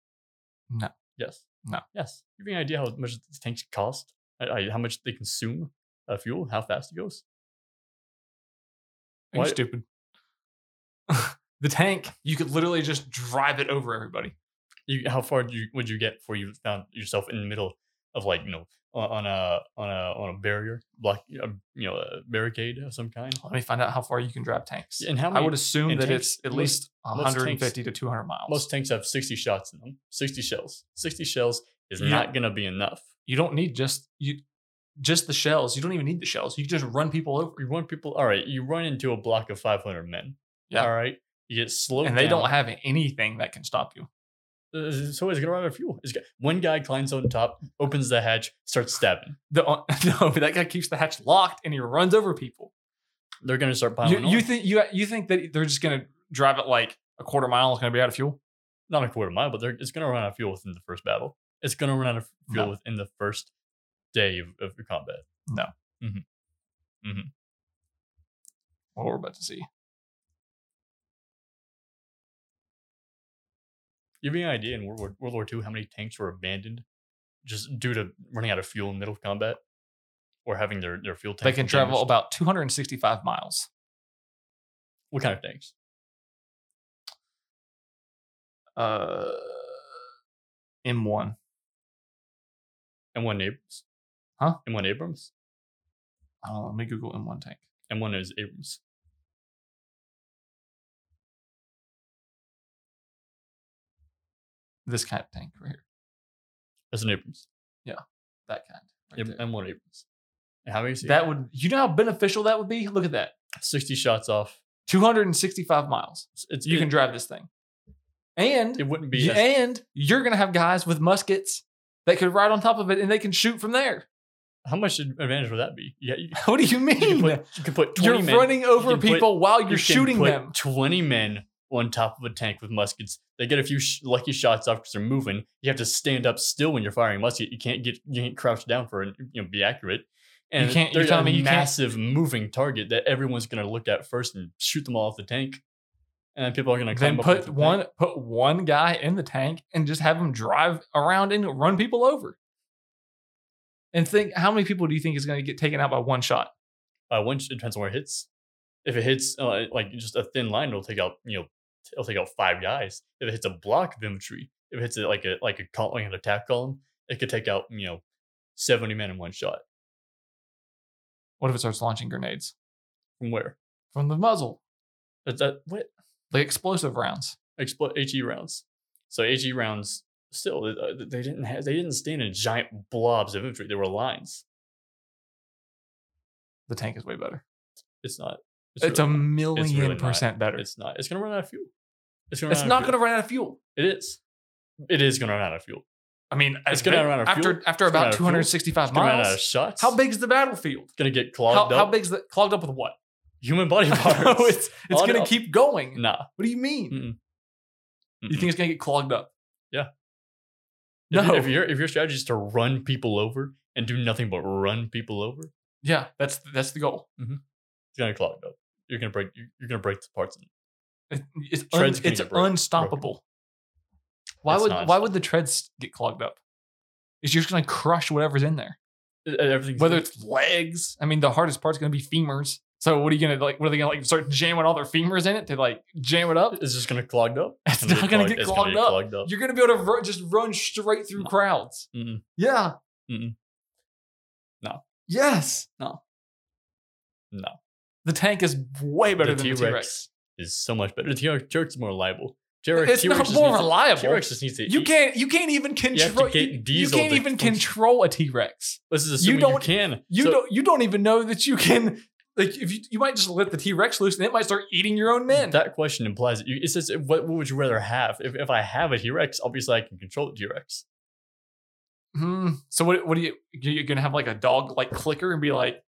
Speaker 1: No.
Speaker 2: Yes.
Speaker 1: No.
Speaker 2: Yes. You have any idea how much these tanks cost? Uh, uh, how much they consume uh, fuel? How fast it goes?
Speaker 1: Are you
Speaker 2: Why-
Speaker 1: stupid? the tank, you could literally just drive it over everybody.
Speaker 2: You, how far do you, would you get before you found yourself in the middle of like you know on, on a on a on a barrier block uh, you know a barricade of some kind?
Speaker 1: Let me find out how far you can drive tanks.
Speaker 2: And how
Speaker 1: I
Speaker 2: many?
Speaker 1: would assume
Speaker 2: and
Speaker 1: that
Speaker 2: tanks-
Speaker 1: it's at
Speaker 2: most-
Speaker 1: least
Speaker 2: most
Speaker 1: 150 to 200 miles.
Speaker 2: most tanks have sixty shots in them. Sixty shells. Sixty shells is
Speaker 1: Yeah.
Speaker 2: not gonna be enough.
Speaker 1: you don't need just you just the shells. You don't even need the shells. You can just run people over.
Speaker 2: You run people. All right. You run into a block of five hundred men.
Speaker 1: Yeah.
Speaker 2: All right. You get slowed
Speaker 1: And they
Speaker 2: down.
Speaker 1: don't have anything that can stop you.
Speaker 2: Uh, so it's gonna run out of fuel. It's got, one guy climbs on top, opens the hatch, starts stabbing.
Speaker 1: The, no, that guy keeps the hatch locked and he runs over people.
Speaker 2: They're gonna start
Speaker 1: You,
Speaker 2: piling
Speaker 1: you
Speaker 2: on.
Speaker 1: think you you think that they're just gonna drive it like a quarter mile is gonna be out of fuel?
Speaker 2: Not a quarter mile, but they're, it's gonna run out of fuel within the first battle. It's gonna run out of fuel
Speaker 1: No.
Speaker 2: within the first day of, of your combat.
Speaker 1: Well, we're about to see.
Speaker 2: You have any idea in World War, World War II how many tanks were abandoned just due to running out of fuel in the middle of combat, or having their, their fuel tanks?
Speaker 1: They can
Speaker 2: damaged?
Speaker 1: travel about 265 miles.
Speaker 2: What kind of tanks?
Speaker 1: Uh, M1.
Speaker 2: M1 Abrams.
Speaker 1: Huh?
Speaker 2: M1 Abrams.
Speaker 1: I don't know, let me Google M1 tank.
Speaker 2: M1 is Abrams.
Speaker 1: This kind of tank right here.
Speaker 2: That's an Abrams.
Speaker 1: That kind. right
Speaker 2: M-
Speaker 1: there.
Speaker 2: M1 Abrams. And how many? is he-
Speaker 1: That would you know how beneficial that would be? Look at that.
Speaker 2: 60 shots off.
Speaker 1: 265 miles.
Speaker 2: It's,
Speaker 1: You
Speaker 2: it,
Speaker 1: can drive this thing. And
Speaker 2: It wouldn't be.
Speaker 1: y-
Speaker 2: as-
Speaker 1: and you're gonna have guys with muskets that could ride on top of it and they can shoot from there.
Speaker 2: how much advantage would that be? Yeah, you,
Speaker 1: What do you
Speaker 2: you can
Speaker 1: mean?
Speaker 2: put, you can put 20
Speaker 1: You're
Speaker 2: men.
Speaker 1: running over
Speaker 2: can put-
Speaker 1: people while you're
Speaker 2: you can
Speaker 1: shooting
Speaker 2: put
Speaker 1: them.
Speaker 2: 20 men on top of a tank with muskets. They get a few sh- lucky shots off because they're moving. You have to stand up still when you're firing a musket. You can't get you can't crouch down for it. You know, be accurate. And
Speaker 1: can't- you're
Speaker 2: there's
Speaker 1: telling
Speaker 2: a
Speaker 1: me you can't-
Speaker 2: massive moving target that everyone's going to look at first and shoot them all off the tank. And then people are going to
Speaker 1: Then put one put one guy in the tank and just have him drive around and run people over. And think how many people do you think is going to get taken out by one shot?
Speaker 2: by one. uh, It depends on where it hits. If it hits uh, like just a thin line, it'll take out you know it'll take out five guys. If it hits a block of infantry, if it hits a, like a like a col- like an attack column, it could take out you know seventy men in one shot.
Speaker 1: What if it starts launching grenades
Speaker 2: From where?
Speaker 1: from the muzzle,
Speaker 2: But that what
Speaker 1: the explosive rounds?
Speaker 2: Explo- HE rounds. So HE rounds still uh, they didn't have, they didn't stand in giant blobs of infantry. They were lines.
Speaker 1: The tank is way better.
Speaker 2: It's not.
Speaker 1: It's, a
Speaker 2: really
Speaker 1: million
Speaker 2: It's really not.
Speaker 1: percent
Speaker 2: not.
Speaker 1: better. It's,
Speaker 2: It's not. It's gonna run out of fuel. It's gonna. Run
Speaker 1: not
Speaker 2: out
Speaker 1: going
Speaker 2: of
Speaker 1: to run out of fuel.
Speaker 2: fuel. It is. It is gonna run out of fuel.
Speaker 1: I mean,
Speaker 2: It's
Speaker 1: I
Speaker 2: gonna
Speaker 1: bet
Speaker 2: run out of
Speaker 1: after
Speaker 2: fuel.
Speaker 1: after
Speaker 2: It's gonna run out
Speaker 1: about
Speaker 2: of fuel.
Speaker 1: 265
Speaker 2: It's gonna run out of
Speaker 1: miles.
Speaker 2: shots.
Speaker 1: How big's the battlefield?
Speaker 2: It's gonna get
Speaker 1: How,
Speaker 2: clogged
Speaker 1: how
Speaker 2: up.
Speaker 1: big's the clogged up with what?
Speaker 2: Human body parts.
Speaker 1: No, it's it's
Speaker 2: All
Speaker 1: going to
Speaker 2: up.
Speaker 1: keep going.
Speaker 2: nah.
Speaker 1: What do you mean?
Speaker 2: Mm-mm.
Speaker 1: You think it's going to get clogged up?
Speaker 2: Yeah.
Speaker 1: No.
Speaker 2: If, if your if your strategy is to run people over and do nothing but run people over, it's
Speaker 1: yeah, that's that's the goal.
Speaker 2: gonna clog up. You're gonna break. You're, you're gonna break the parts. In.
Speaker 1: It- it's un-
Speaker 2: Treads can
Speaker 1: it's
Speaker 2: get bro-
Speaker 1: unstoppable. Why
Speaker 2: It's
Speaker 1: would
Speaker 2: not
Speaker 1: why would the treads get clogged up? It's just going to crush whatever's in there.
Speaker 2: E- Everything's
Speaker 1: Whether it's legs, I mean, the hardest part's going to be femurs. So what are you going to like? What are they going to like? Start jamming all their femurs in it to like jam it up?
Speaker 2: it's just gonna clog up.
Speaker 1: It's
Speaker 2: gonna
Speaker 1: not gonna get
Speaker 2: it's
Speaker 1: clogged up.
Speaker 2: clogged up.
Speaker 1: You're going to be able to ru- just run straight through
Speaker 2: No.
Speaker 1: crowds.
Speaker 2: Mm-mm.
Speaker 1: Yeah.
Speaker 2: Mm-mm. No.
Speaker 1: Yes.
Speaker 2: No. No.
Speaker 1: The tank is way better
Speaker 2: The
Speaker 1: than the T-Rex.
Speaker 2: T-Rex It's so much better. The T-Rex T-Rex is more reliable. T-Rex,
Speaker 1: It's
Speaker 2: T-Rex
Speaker 1: not
Speaker 2: just
Speaker 1: more
Speaker 2: needs to-
Speaker 1: reliable.
Speaker 2: T-Rex just needs to.
Speaker 1: You
Speaker 2: eat.
Speaker 1: can't. You can't even
Speaker 2: You have to
Speaker 1: control.
Speaker 2: get
Speaker 1: You, you
Speaker 2: diesel
Speaker 1: can't
Speaker 2: to
Speaker 1: even
Speaker 2: function.
Speaker 1: control a T Rex.
Speaker 2: This is assuming you,
Speaker 1: don't-
Speaker 2: can.
Speaker 1: You
Speaker 2: So-
Speaker 1: don't. You don't even know that you can. Like, if you, you might just let the T Rex loose and it might start eating your own men.
Speaker 2: That question implies that you, it says, what, what would you rather have? If, if I have a T Rex, obviously I can control the T Rex.
Speaker 1: Hmm. So what? What do you? You're gonna have like a dog like clicker and be like,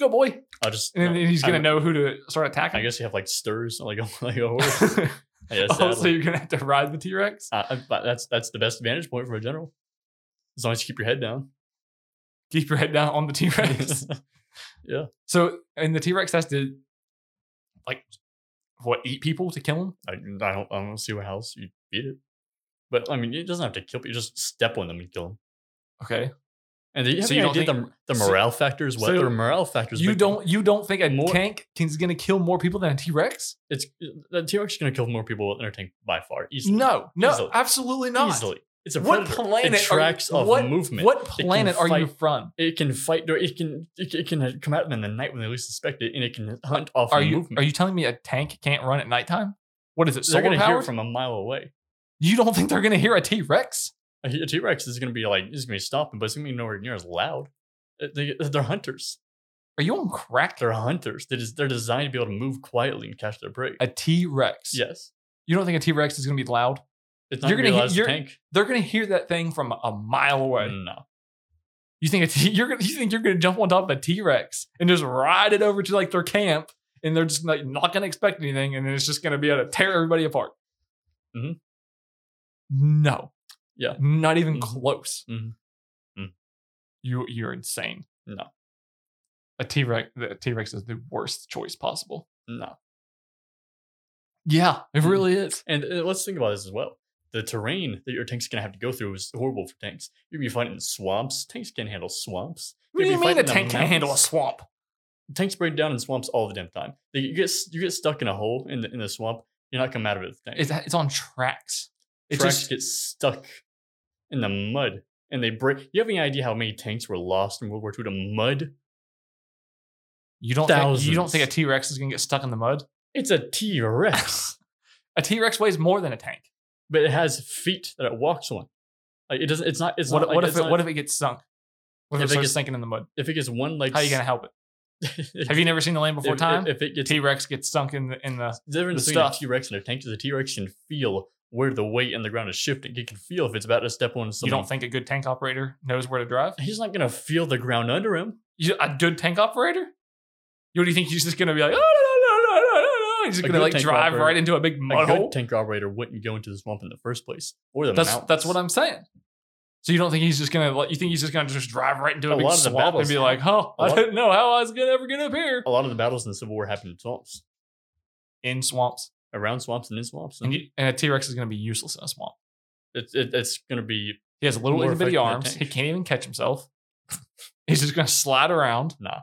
Speaker 1: "Go boy," and
Speaker 2: I'll just.
Speaker 1: then
Speaker 2: no,
Speaker 1: he's gonna
Speaker 2: I'm-
Speaker 1: know who to start attacking.
Speaker 2: I guess you have like stirs, like a, like a horse. I guess
Speaker 1: oh, so
Speaker 2: sadly.
Speaker 1: you're gonna have to ride the T Rex.
Speaker 2: Uh, I- but that's, that's the best vantage point for a general. As long as you keep your head down.
Speaker 1: Keep your head down on the T Rex. so and the T Rex has to like what eat people to kill them.
Speaker 2: I, I don't I don't see what else you beat it. But I mean, it doesn't have to kill. You just step on them and kill them.
Speaker 1: Okay.
Speaker 2: And do you have
Speaker 1: So you
Speaker 2: any
Speaker 1: don't
Speaker 2: idea the, the
Speaker 1: so-
Speaker 2: morale factors? What
Speaker 1: so
Speaker 2: their morale factors?
Speaker 1: You
Speaker 2: make them-
Speaker 1: don't you don't think a
Speaker 2: More-
Speaker 1: tank is gonna kill more people than a T Rex?
Speaker 2: It's the T Rex is going to kill more people than a tank by far. Easily.
Speaker 1: No, no,
Speaker 2: Easily.
Speaker 1: absolutely not.
Speaker 2: Easily. It's a
Speaker 1: What
Speaker 2: predator.
Speaker 1: planet
Speaker 2: it tracks
Speaker 1: are,
Speaker 2: off
Speaker 1: what,
Speaker 2: movement.
Speaker 1: What planet are you
Speaker 2: fight-
Speaker 1: from?
Speaker 2: It can fight. Or it can it, can- it can come at them in the night when they least suspect it, and it can hunt off
Speaker 1: Are
Speaker 2: of
Speaker 1: you
Speaker 2: movement.
Speaker 1: are you telling me a tank can't run at nighttime? What is it?
Speaker 2: They're
Speaker 1: Solar
Speaker 2: going to hear
Speaker 1: powered?
Speaker 2: it from a mile away.
Speaker 1: you don't think they're gonna hear a T Rex?
Speaker 2: A T Rex is going to be like it's going to be stopping, but it's going to be nowhere near as loud. Uh, They, they're hunters.
Speaker 1: Are you on crack?
Speaker 2: They're hunters. They just, they're designed to be able to move quietly and catch their prey.
Speaker 1: A T Rex.
Speaker 2: yes,
Speaker 1: You don't think a T Rex is gonna be loud?
Speaker 2: it's not
Speaker 1: You're
Speaker 2: going to be
Speaker 1: gonna
Speaker 2: as
Speaker 1: hear-
Speaker 2: a tank.
Speaker 1: They're gonna hear that thing from a mile away.
Speaker 2: No,
Speaker 1: You think a T, you're gonna you think you're gonna jump on top of a T Rex and just ride it over to like their camp, and they're just like not gonna expect anything, and then it's just gonna be able to tear everybody apart.
Speaker 2: Mhm.
Speaker 1: No.
Speaker 2: Yeah.
Speaker 1: Not even
Speaker 2: Mhm.
Speaker 1: close.
Speaker 2: Mhm. Mhm.
Speaker 1: You you're insane.
Speaker 2: No.
Speaker 1: A T Rex the T Rex is the worst choice possible.
Speaker 2: no.
Speaker 1: Yeah, it
Speaker 2: Mhm.
Speaker 1: really is.
Speaker 2: And uh, let's think about this as well. The terrain that your tank's going to have to go through is horrible for tanks. You're going to be fighting in swamps. Tanks can't handle swamps.
Speaker 1: What do
Speaker 2: They'd
Speaker 1: you
Speaker 2: be
Speaker 1: mean a
Speaker 2: fighting in the
Speaker 1: tank can handle a
Speaker 2: mountains.
Speaker 1: swamp?
Speaker 2: Tanks break down in swamps all the damn time. They, you get s- you get stuck in a hole in the in the swamp. You're not coming out of it. with a tank.
Speaker 1: It's, it's on tracks. It
Speaker 2: It tracks
Speaker 1: just
Speaker 2: get stuck in the mud and they break. You have any idea how many tanks were lost in World War II to mud?
Speaker 1: you don't think, you don't
Speaker 2: thousands.
Speaker 1: think a T Rex is gonna get stuck in the mud?
Speaker 2: It's a T Rex,
Speaker 1: A T Rex weighs more than a tank.
Speaker 2: but it has feet that it walks on. Like it doesn't. It's not. It's
Speaker 1: What,
Speaker 2: not. like,
Speaker 1: what if
Speaker 2: it's
Speaker 1: it,
Speaker 2: not-
Speaker 1: what if it gets sunk? What if,
Speaker 2: If
Speaker 1: it
Speaker 2: it
Speaker 1: starts
Speaker 2: gets-
Speaker 1: sinking in the mud?
Speaker 2: if it gets one like?
Speaker 1: How are you gonna help it? Have you never seen the Land Before
Speaker 2: if,
Speaker 1: Time?
Speaker 2: If, if it gets
Speaker 1: T Rex gets sunk in the in the.
Speaker 2: the difference
Speaker 1: the
Speaker 2: between a
Speaker 1: stuff.
Speaker 2: T Rex and a tank is a T Rex can feel where the weight in the ground is shifting. It can feel if it's about to step on
Speaker 1: You
Speaker 2: something.
Speaker 1: don't think a good tank operator knows where to drive?
Speaker 2: he's not gonna feel the ground under him?
Speaker 1: You, a good tank operator? You what do you think he's just gonna be like? Oh no no no no no no! He's just
Speaker 2: A
Speaker 1: gonna
Speaker 2: good
Speaker 1: like
Speaker 2: tank
Speaker 1: drive
Speaker 2: operator-
Speaker 1: right into a big
Speaker 2: A
Speaker 1: mud hole.
Speaker 2: good tank operator wouldn't go into the swamp in the first place, or the
Speaker 1: That's
Speaker 2: mountains.
Speaker 1: that's what I'm saying. So you don't think he's just gonna let you think he's just gonna just drive right into a,
Speaker 2: A
Speaker 1: big
Speaker 2: lot of the
Speaker 1: swamp and
Speaker 2: battles
Speaker 1: be like, oh,
Speaker 2: a
Speaker 1: I
Speaker 2: lot-
Speaker 1: didn't know how I was gonna ever get up here
Speaker 2: a lot of the battles in the Civil War happened in swamps,
Speaker 1: in swamps.
Speaker 2: around swamps, and in swamps.
Speaker 1: And,
Speaker 2: And
Speaker 1: you, and a T Rex is gonna be useless in a swamp. Mm-hmm.
Speaker 2: it's it, it's going to be
Speaker 1: He has little
Speaker 2: More
Speaker 1: itty bitty
Speaker 2: effective than
Speaker 1: arms. He
Speaker 2: tanks.
Speaker 1: can't even catch himself. He's just gonna slide around.
Speaker 2: nah,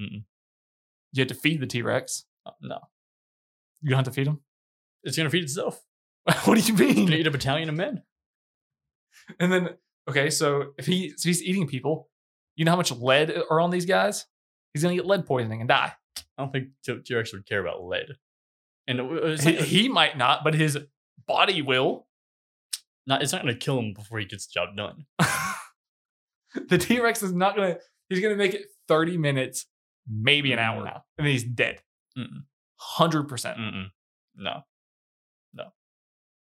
Speaker 2: Mm-mm.
Speaker 1: You have to feed the T Rex.
Speaker 2: Uh, no.
Speaker 1: You don't have to feed him.
Speaker 2: It's going to feed itself.
Speaker 1: what do you
Speaker 2: It's going
Speaker 1: mean?
Speaker 2: to eat a battalion of men.
Speaker 1: And then okay, so if he so he's eating people, you know how much lead are on these guys? He's gonna get lead poisoning and die.
Speaker 2: I don't think T T Rex would care about lead. And it- it's
Speaker 1: He,
Speaker 2: not,
Speaker 1: he might not, but his body will.
Speaker 2: not, it's not going to kill him before he gets the job done.
Speaker 1: the T Rex is not gonna. He's gonna make it thirty minutes, maybe an hour,
Speaker 2: No.
Speaker 1: and then he's dead.
Speaker 2: Mm. Mm-mm.
Speaker 1: Hundred percent.
Speaker 2: Mm-mm. No,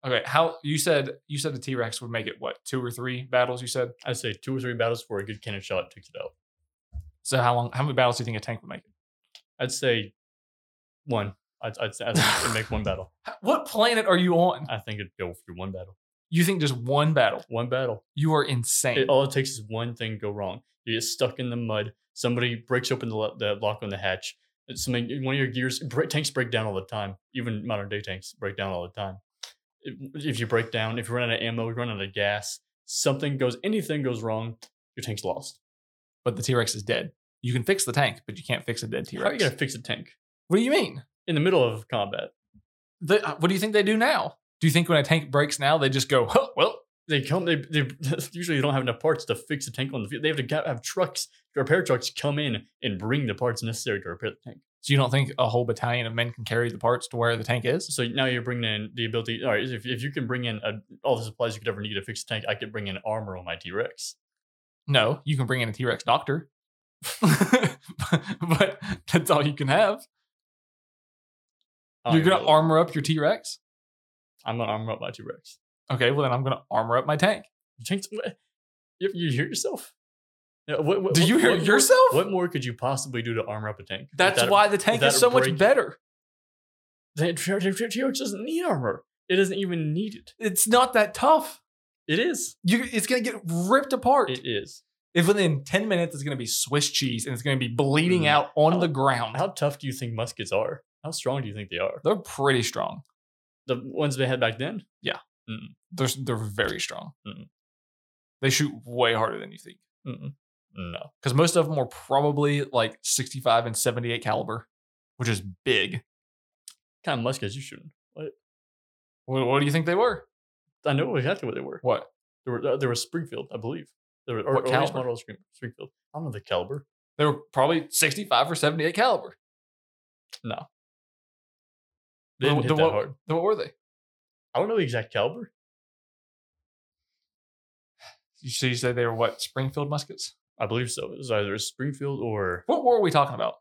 Speaker 1: Okay, how you said you said the T Rex would make it what two or three battles? You said
Speaker 2: I'd say two or three battles for a good cannon shot takes it out.
Speaker 1: so. How long? How many battles do you think a tank would make it?
Speaker 2: I'd say one. I'd, I'd say I'd think it'd make one battle.
Speaker 1: H- What planet are you on?
Speaker 2: I think it'd go through one battle.
Speaker 1: You think just one battle?
Speaker 2: One battle.
Speaker 1: You are insane.
Speaker 2: It, all it takes is one thing go wrong. You get stuck in the mud. Somebody breaks open the, lo- the lock on the hatch. It's something. One of your gears. Bre- tanks break down all the time. Even modern day tanks break down all the time. If if you break down, if you run out of ammo, you run out of gas, something goes, anything goes wrong, your tank's lost.
Speaker 1: but the T Rex is dead. You can fix the tank, but you can't fix a dead T
Speaker 2: How are you
Speaker 1: Rex.
Speaker 2: gonna fix a tank
Speaker 1: What do you mean?
Speaker 2: in the middle of combat?
Speaker 1: The- uh, what do you think they do now? Do you think when a tank breaks now they just go, huh, well,
Speaker 2: They come. They, they usually don't have enough parts to fix a tank on the field. They have to ga- have trucks, repair trucks, come in and bring the parts necessary to repair the tank.
Speaker 1: So you don't think a whole battalion of men can carry the parts to where the tank is?
Speaker 2: So now you're bringing in the ability. All right, if, if you can bring in a, all the supplies you could ever need to fix a tank, I could bring in armor on my T Rex.
Speaker 1: No, you can bring in a T Rex doctor, but that's all you can have.
Speaker 2: Oh,
Speaker 1: You're gonna armor up your T Rex.
Speaker 2: Um, I'm gonna armor up my T Rex.
Speaker 1: Okay, well then I'm gonna armor up my tank.
Speaker 2: Tanks. What? You, you hear yourself? Yeah, What, what-
Speaker 1: Do
Speaker 2: what-
Speaker 1: you hear
Speaker 2: what more-
Speaker 1: yourself?
Speaker 2: What more could you possibly do to armor up a tank?
Speaker 1: that's
Speaker 2: Without-
Speaker 1: why the tank
Speaker 2: without
Speaker 1: is so much
Speaker 2: breaking-
Speaker 1: better.
Speaker 2: the T Rex doesn't need armor. It doesn't even need it.
Speaker 1: It's not that tough.
Speaker 2: It is.
Speaker 1: You, it's gonna get ripped apart.
Speaker 2: It is.
Speaker 1: if within ten minutes it's gonna be Swiss cheese and it's gonna be bleeding
Speaker 2: Mm.
Speaker 1: out on
Speaker 2: How-
Speaker 1: the ground.
Speaker 2: How tough do you think muskets are? How strong do you think they are?
Speaker 1: They're pretty strong.
Speaker 2: The ones they had back then.
Speaker 1: Yeah.
Speaker 2: Mm-mm.
Speaker 1: They're s- they're very strong.
Speaker 2: Mm-mm.
Speaker 1: They shoot way harder than you think
Speaker 2: Mm-mm. No.
Speaker 1: because most of them were probably like 65 and 78 caliber, which is big.
Speaker 2: kind of muskets you shooting?
Speaker 1: What, what do you think they were?
Speaker 2: I know exactly what they were.
Speaker 1: What?
Speaker 2: They were they were Springfield, I believe. They were or,
Speaker 1: What
Speaker 2: or at least
Speaker 1: caliber?
Speaker 2: model Spring- Springfield. I don't know the caliber.
Speaker 1: They were probably 65 or 78 caliber.
Speaker 2: No. They
Speaker 1: The-
Speaker 2: didn't hit
Speaker 1: the
Speaker 2: that
Speaker 1: what-
Speaker 2: hard.
Speaker 1: Then What were they?
Speaker 2: I don't know the exact caliber.
Speaker 1: You, so you say they were what? Springfield muskets?
Speaker 2: I believe so. It was either Springfield or
Speaker 1: What war are we talking about?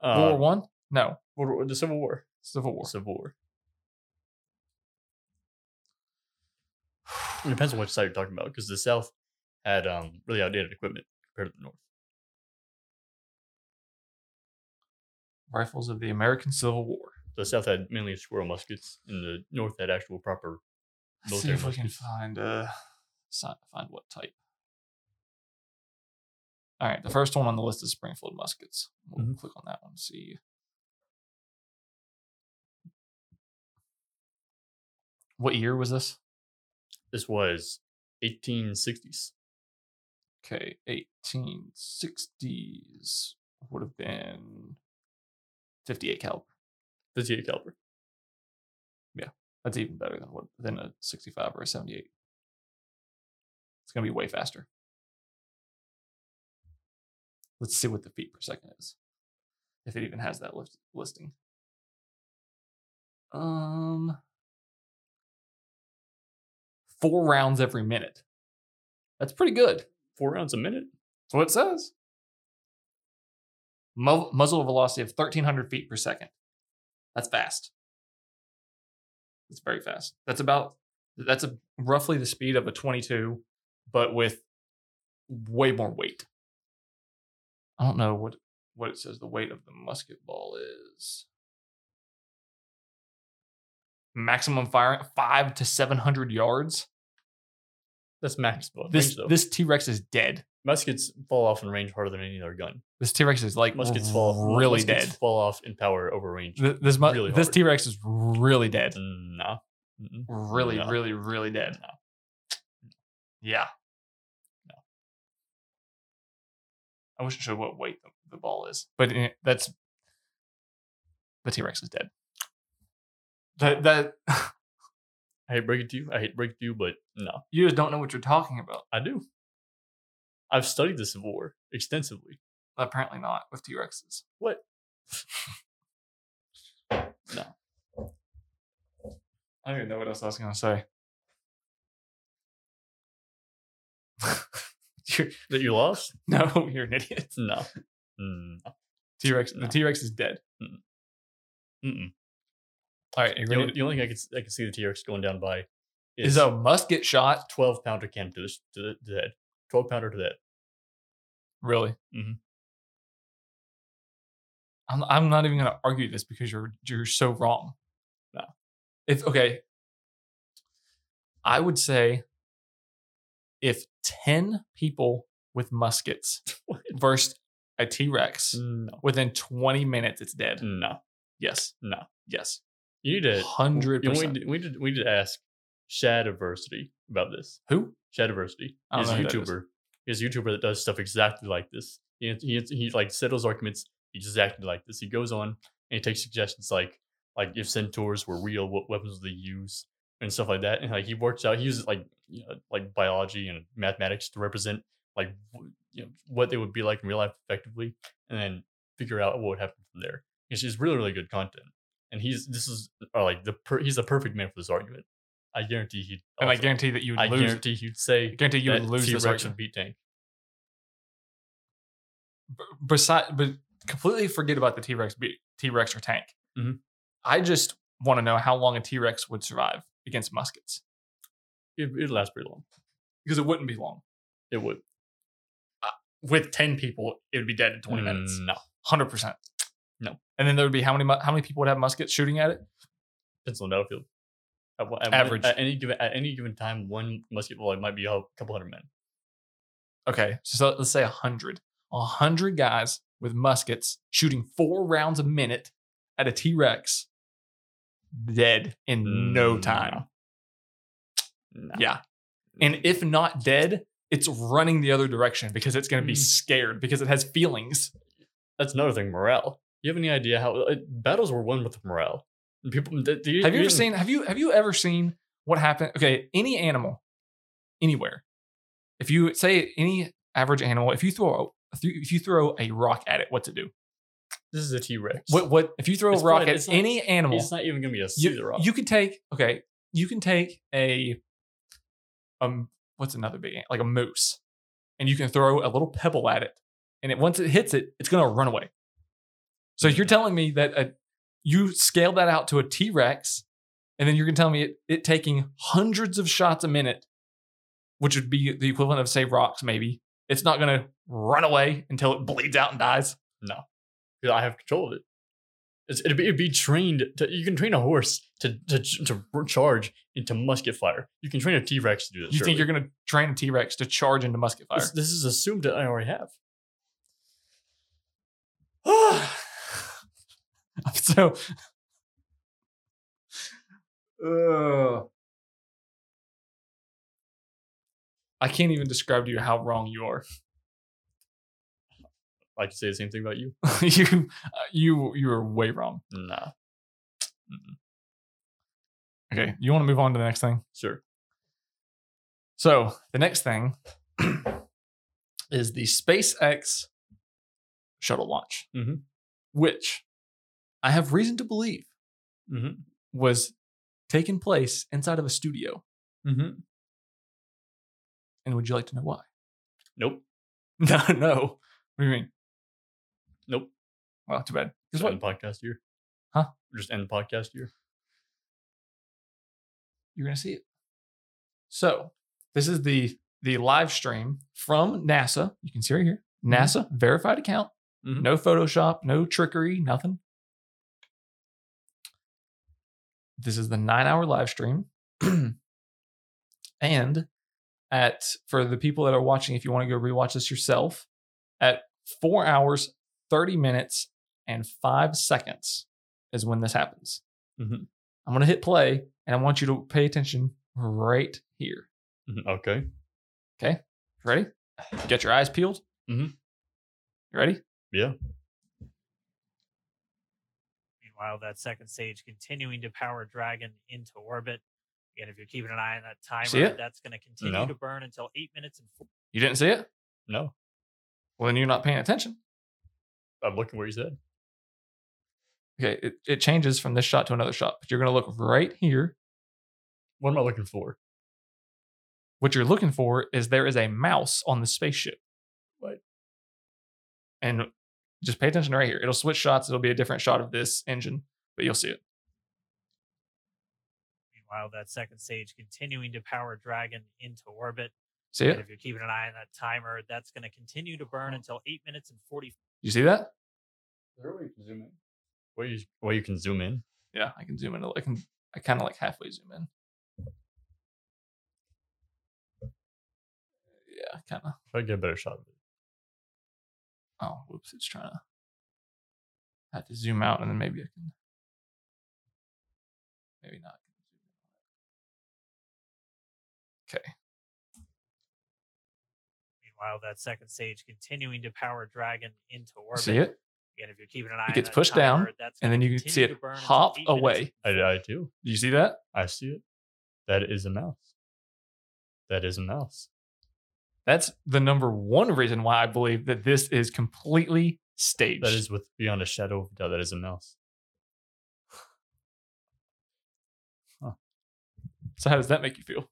Speaker 2: uh,
Speaker 1: World War One? No,
Speaker 2: World War- the Civil War.
Speaker 1: Civil War.
Speaker 2: Civil War. It depends on which side you're talking about, because the South had um, really outdated equipment compared to the North.
Speaker 1: Rifles of the American Civil War.
Speaker 2: The South had mainly squirrel muskets, and the North had actual proper
Speaker 1: Let's see
Speaker 2: military
Speaker 1: if we can
Speaker 2: muskets.
Speaker 1: find uh si- find what type. All right, the first one on the list is Springfield muskets. We'll
Speaker 2: Mhm.
Speaker 1: click on that one. See what year was this?
Speaker 2: This was 1860s.
Speaker 1: Okay, 1860s would have been 58 caliber.
Speaker 2: 58 caliber.
Speaker 1: That's even better than what than a 65 or a 78. It's gonna be way faster. Let's see what the feet per second is, if it even has that list, listing. Um, four rounds every minute. That's pretty good.
Speaker 2: Four rounds a minute?
Speaker 1: That's what it says. Mu- muzzle velocity of 1,300 feet per second. That's fast. That's very fast. That's about that's a, roughly the speed of a 22, but with way more weight. I don't know what what it says the weight of the musket ball is. Maximum firing five to 700 yards.
Speaker 2: That's maximum.
Speaker 1: This
Speaker 2: range, though.
Speaker 1: this T Rex is dead.
Speaker 2: muskets fall off in range harder than any other gun.
Speaker 1: This T Rex is like
Speaker 2: Muskets fall
Speaker 1: Oh, really
Speaker 2: muskets
Speaker 1: dead.
Speaker 2: Fall off in power over range.
Speaker 1: Th- this mu-
Speaker 2: really
Speaker 1: this
Speaker 2: hard.
Speaker 1: T Rex is really dead.
Speaker 2: Nah. Mm-mm.
Speaker 1: Really,
Speaker 2: No.
Speaker 1: really, really dead.
Speaker 2: No.
Speaker 1: Yeah. No. I wish it showed what weight the, the ball is, but eh, that's the T Rex is dead. That that
Speaker 2: I hate to break it to you. I hate to break it to you, but no,
Speaker 1: you just don't know what you're talking about.
Speaker 2: I do. I've studied the Civil War extensively.
Speaker 1: Apparently not with T Rexes.
Speaker 2: What?
Speaker 1: I don't even know what else I was gonna say. You're-
Speaker 2: That you lost?
Speaker 1: no, you're an idiot.
Speaker 2: No. No.
Speaker 1: T Rex, the
Speaker 2: No.
Speaker 1: T Rex is dead.
Speaker 2: Mm-mm.
Speaker 1: All right, you
Speaker 2: The, only, the only thing I could s- I could see the T Rex going down by
Speaker 1: is
Speaker 2: is
Speaker 1: a musket shot.
Speaker 2: twelve pounder cannon to, this, to, the, to the head. Twelve pounder to the head.
Speaker 1: Really?
Speaker 2: Mhm.
Speaker 1: I'm I'm not even going to argue this because you're you're so wrong.
Speaker 2: No.
Speaker 1: If okay, I would say if ten people with muskets
Speaker 2: What? Mm.
Speaker 1: versus a T Rex
Speaker 2: No.
Speaker 1: within 20 minutes, it's dead.
Speaker 2: No.
Speaker 1: Yes.
Speaker 2: No.
Speaker 1: Yes.
Speaker 2: Mm. You need to
Speaker 1: Hundred
Speaker 2: You know, we
Speaker 1: percent.
Speaker 2: need- We need, we need to ask Shadiversity about this.
Speaker 1: Who?
Speaker 2: Shadiversity
Speaker 1: I don't
Speaker 2: is a
Speaker 1: know who that is.
Speaker 2: YouTuber. He's a YouTuber that does stuff exactly like this. He, he, he like settles arguments exactly like this. He goes on and he takes suggestions like like if centaurs were real, what weapons would they use and stuff like that. And like he works out, he uses like you know, like biology and mathematics to represent like w- you know, what they would be like in real life effectively, and then figure out what would happen from there. It's just really really good content. And he's this is or like the per, he's the perfect man for this argument. I guarantee he'd
Speaker 1: And I
Speaker 2: also-
Speaker 1: guarantee that you would
Speaker 2: I
Speaker 1: lose.
Speaker 2: guarantee he'd say
Speaker 1: I guarantee you would
Speaker 2: that
Speaker 1: lose this
Speaker 2: T-Rex
Speaker 1: argument.
Speaker 2: would beat Tank.
Speaker 1: beside but completely forget about the T-Rex be- T-Rex or tank.
Speaker 2: Mhm.
Speaker 1: I just want to know how long a T-Rex would survive against muskets
Speaker 2: It, it'd last pretty long.
Speaker 1: because it wouldn't be long.
Speaker 2: It would.
Speaker 1: With 10 people, it would be dead in 20 minutes.
Speaker 2: Mm, No,
Speaker 1: 100%.
Speaker 2: No.
Speaker 1: And then there would be how many mu- how many people would have muskets shooting at it?
Speaker 2: depends on the battlefield. At, one- at
Speaker 1: Average.
Speaker 2: One, at any given at any given time, one musket ball might be a couple hundred men.
Speaker 1: Okay. So let's say 100. 100 guys with muskets shooting 4 rounds a minute at a T-Rex dead in no
Speaker 2: Mm,
Speaker 1: time.
Speaker 2: No.
Speaker 1: Yeah. And if not dead, it's running the other direction because it's going to be
Speaker 2: Mm.
Speaker 1: scared because it has feelings.
Speaker 2: That's another thing. Morale. You have any idea how uh, battles were won with morale? And People. th- th-
Speaker 1: Have you ever
Speaker 2: even-
Speaker 1: seen have you have you ever seen what happened? Okay, any animal anywhere. If you say any average animal, if you throw a, if you throw a rock at it, what to do?
Speaker 2: This is a T Rex.
Speaker 1: What what if you throw
Speaker 2: It's
Speaker 1: a rock
Speaker 2: fine,
Speaker 1: at
Speaker 2: it's not-
Speaker 1: any animal?
Speaker 2: It's not even gonna be a see the
Speaker 1: you,
Speaker 2: rock.
Speaker 1: you can take okay you can take a um what's another big ant? like a moose and you can throw a little pebble at it and it once it hits it it's going to run away so you're telling me that a, you scale that out to a t-rex and then you're going to tell me it, it taking hundreds of shots a minute which would be the equivalent of say rocks maybe it's not going to run away until it bleeds out and dies
Speaker 2: No, 'Cause I have control of it. It's, it'd, be, it'd be trained. To, you can train a horse to to to charge into musket fire. You can train a T Rex to do this.
Speaker 1: you think you're going to train a t-rex to charge into musket fire
Speaker 2: This, this is assumed that I already have.
Speaker 1: so Ugh. I can't even describe to you how wrong you are.
Speaker 2: I could say the same thing about you.
Speaker 1: you uh, you you are way wrong.
Speaker 2: Nah,
Speaker 1: Okay, you want to move on to the next thing?
Speaker 2: sure.
Speaker 1: So, the next thing is the SpaceX shuttle launch,
Speaker 2: Mhm.
Speaker 1: which I have reason to believe
Speaker 2: Mhm.
Speaker 1: was taking place inside of a studio.
Speaker 2: Mm-hmm.
Speaker 1: And would you like to know why?
Speaker 2: Nope.
Speaker 1: No, no. What do you mean?
Speaker 2: Nope.
Speaker 1: Well, too bad. Because
Speaker 2: Just
Speaker 1: what?
Speaker 2: end podcast year.
Speaker 1: Huh?
Speaker 2: Just end podcast year.
Speaker 1: You're gonna see it. So this is the the live stream from NASA. You can see right here. NASA verified account.
Speaker 2: Mhm.
Speaker 1: No Photoshop, no trickery, nothing. This is the nine hour live stream. and at for the people that are watching, if you want to go rewatch this yourself, at four hours, 30 minutes, and five seconds is when this happens.
Speaker 2: Mhm.
Speaker 1: I'm going to hit play and I want you to pay attention right here.
Speaker 2: Mhm.
Speaker 1: Mm-hmm.
Speaker 2: Okay.
Speaker 1: Ready? Get your eyes peeled.
Speaker 2: Mhm.
Speaker 1: You ready?
Speaker 3: Meanwhile, that second stage continuing to power Dragon into orbit. Again, if you're keeping an eye on that
Speaker 1: See
Speaker 3: timer,
Speaker 1: it?
Speaker 3: that's going to continue
Speaker 2: No.
Speaker 3: to burn until eight minutes and four.
Speaker 1: You didn't see it?
Speaker 2: No,
Speaker 1: Well, then you're not paying attention.
Speaker 2: I'm looking where you said.
Speaker 1: Okay, it, it changes from this shot to another shot, but you're going to look right here.
Speaker 2: What am I looking for?
Speaker 1: What you're looking for is there is a mouse on the spaceship.
Speaker 2: What?
Speaker 1: And just pay attention right here. It'll switch shots. It'll be a different shot of this engine, but you'll see it.
Speaker 3: Meanwhile, that second stage continuing to power Dragon into orbit.
Speaker 1: See
Speaker 3: Again,
Speaker 1: it? Mm.
Speaker 3: if you're keeping an eye on that timer, that's going to continue to burn until eight minutes and 40.
Speaker 1: You see that?
Speaker 2: Is there a way you can zoom in? Where you where you can zoom in?
Speaker 1: Yeah, I can zoom in. a- I can. I kind of like halfway zoom in. Yeah, kind of.
Speaker 2: Try to get a better shot of it.
Speaker 1: Oh, whoops! It's trying to. I have to zoom out, and then maybe I can. Maybe not.
Speaker 3: Meanwhile, that second stage continuing to power Dragon into orbit.
Speaker 1: See it?
Speaker 3: Again, if you're keeping an eye on
Speaker 1: gets
Speaker 3: that
Speaker 1: pushed down,
Speaker 3: timer, that's
Speaker 1: and
Speaker 3: gonna
Speaker 1: then you can see
Speaker 3: continue
Speaker 1: it
Speaker 3: to burn until
Speaker 1: hop
Speaker 3: eight minutes and
Speaker 1: away.
Speaker 2: I I do.
Speaker 1: Do you see that?
Speaker 2: I see it. That is a mouse. That is a mouse.
Speaker 1: That's the number one reason why I believe that this is completely staged.
Speaker 2: That is with beyond a shadow of a doubt. That is a mouse.
Speaker 1: so. How does that make you feel?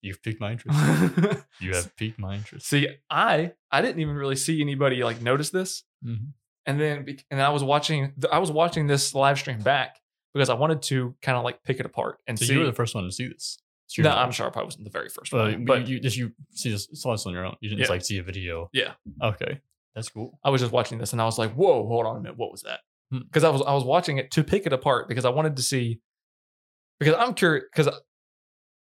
Speaker 2: You've piqued my interest. You have piqued my interest.
Speaker 1: see, I I didn't even really see anybody like notice this,
Speaker 2: Mm-hmm.
Speaker 1: and then bec- and I was watching th- I was watching this live stream back because I wanted to kind of like pick it apart and
Speaker 2: So
Speaker 1: see.
Speaker 2: you were the first one to see this. It's your
Speaker 1: no,
Speaker 2: knowledge.
Speaker 1: I'm sure I probably wasn't the very first
Speaker 2: Well,
Speaker 1: one,
Speaker 2: you-
Speaker 1: Uh, but
Speaker 2: Um, you just you see this saw this on your own. You didn't just,
Speaker 1: Yeah.
Speaker 2: like see a video.
Speaker 1: Yeah.
Speaker 2: Okay. That's cool.
Speaker 1: I was just watching this and I was like, "Whoa, hold on a minute, what was that?"
Speaker 2: Hmm.
Speaker 1: Because I was I was watching it to pick it apart because I wanted to see because I'm curious because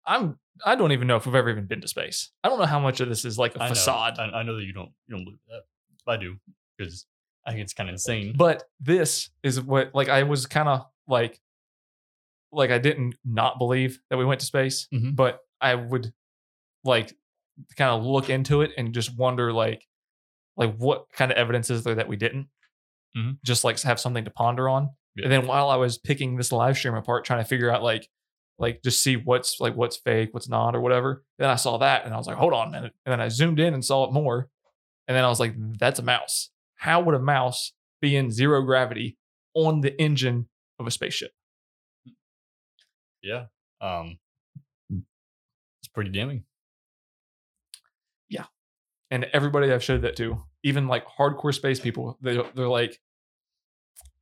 Speaker 1: I'm I don't even know if we've ever even been to space. I don't know how much of this is like a
Speaker 2: I know-
Speaker 1: facade,
Speaker 2: I, I know that you don't you don't believe that. I do because I think it's kind of insane.
Speaker 1: but this is what like I was kind of like like I didn't not believe that we went to space,
Speaker 2: Mhm.
Speaker 1: but I would like kind of look into it and just wonder like like what kind of evidence is there that we didn't
Speaker 2: Mhm.
Speaker 1: just like have something to ponder on
Speaker 2: Yeah.
Speaker 1: and then while i was picking this live stream apart trying to figure out like like just see what's like what's fake what's not or whatever then i saw that and i was like hold on a minute and then i zoomed in and saw it more and then i was like that's a mouse how would a mouse be in zero gravity on the engine of a spaceship
Speaker 2: Yeah. Um, it's pretty damning.
Speaker 1: and everybody I've showed that to, even like hardcore space people, they they're like,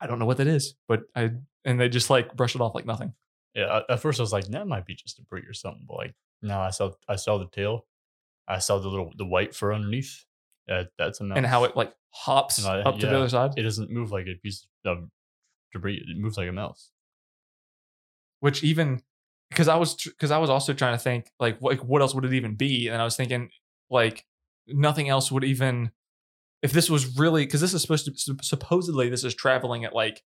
Speaker 1: I don't know what that is, but I and they just like brush it off like nothing.
Speaker 2: Yeah. At, at first, I was like, that might be just debris or something. But like, no, I saw I saw the tail. I saw the little the white fur underneath. Uh, that's a mouse.
Speaker 1: And how it like hops
Speaker 2: No,
Speaker 1: up to
Speaker 2: yeah.
Speaker 1: the other side,
Speaker 2: it doesn't move like a piece of debris. It moves like a mouse.
Speaker 1: which even because I was because I was also trying to think like what, like what else would it even be, and I was thinking like nothing else would even if this was really because this is supposed to sup- supposedly this is traveling at like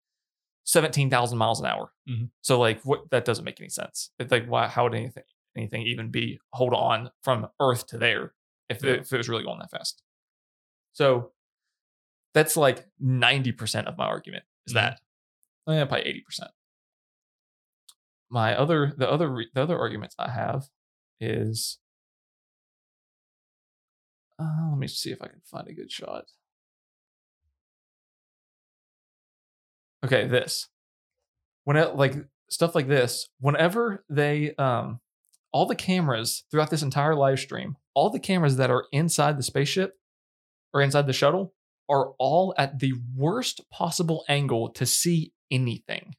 Speaker 1: seventeen thousand miles an hour,
Speaker 2: Mhm.
Speaker 1: so like what that doesn't make any sense. It's like why how would anything anything even be hold on from Earth to there if
Speaker 2: Yeah.
Speaker 1: it, if it was really going that fast? So that's like ninety percent of my argument is
Speaker 2: Mhm.
Speaker 1: that eh, probably eighty percent. My other the other re- the other arguments I have is uh, let me see if I can find a good shot. Okay, this. When it, like stuff like this, whenever they um all the cameras throughout this entire live stream, all the cameras that are inside the spaceship or inside the shuttle are all at the worst possible angle to see anything.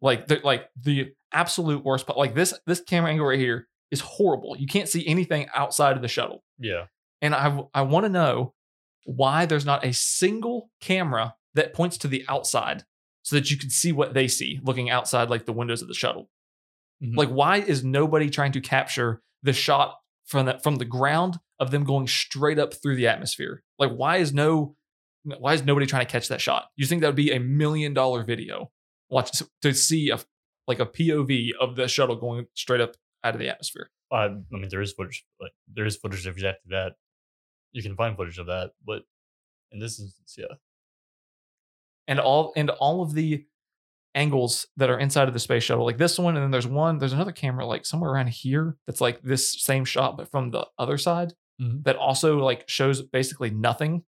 Speaker 1: Like the like the absolute worst po- like this this camera angle right here is horrible. You can't see anything outside of the shuttle
Speaker 2: Yeah.
Speaker 1: and I I want to know why there's not a single camera that points to the outside so that you can see what they see looking outside like the windows of the shuttle.
Speaker 2: Mhm.
Speaker 1: Like why is nobody trying to capture the shot from the, from the ground of them going straight up through the atmosphere? Like why is no why is nobody trying to catch that shot? You think that would be a million dollar video watch to see a like a POV of the shuttle going straight up out of the atmosphere.
Speaker 2: I, I mean, there is footage. Like, there is footage of exactly that. You can find footage of that, but in this instance, yeah,
Speaker 1: and all and all of the angles that are inside of the space shuttle like this one and then there's one there's another camera like somewhere around here that's like this same shot but from the other side
Speaker 2: Mhm.
Speaker 1: that also like shows basically nothing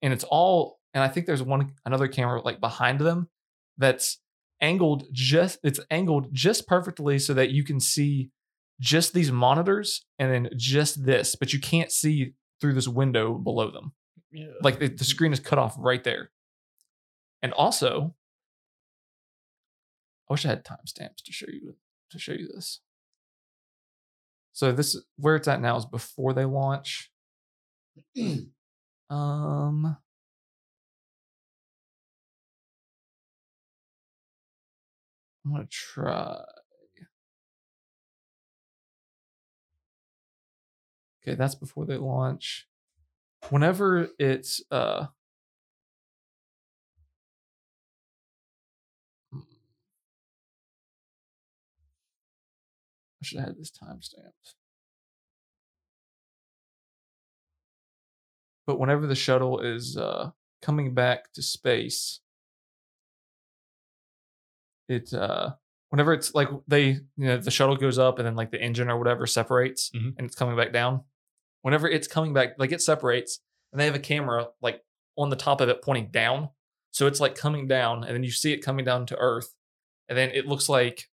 Speaker 1: and it's all and i think there's one another camera like behind them that's angled just it's angled just perfectly so that you can see just these monitors and then just this but you can't see through this window below them
Speaker 2: yeah.
Speaker 1: like the, the screen is cut off right there. And also, I wish I had timestamps to show you to show you this. So this where it's at now is before they launch. um I'm gonna try. Okay, that's before they launch whenever it's uh hmm. I should have had this timestamped. But whenever the shuttle is uh coming back to space, it uh whenever it's like they you know the shuttle goes up and then like the engine or whatever separates
Speaker 2: Mhm.
Speaker 1: and it's coming back down whenever it's coming back, like it separates, and they have a camera like on the top of it pointing down. So it's like coming down, and then you see it coming down to Earth, and then it looks like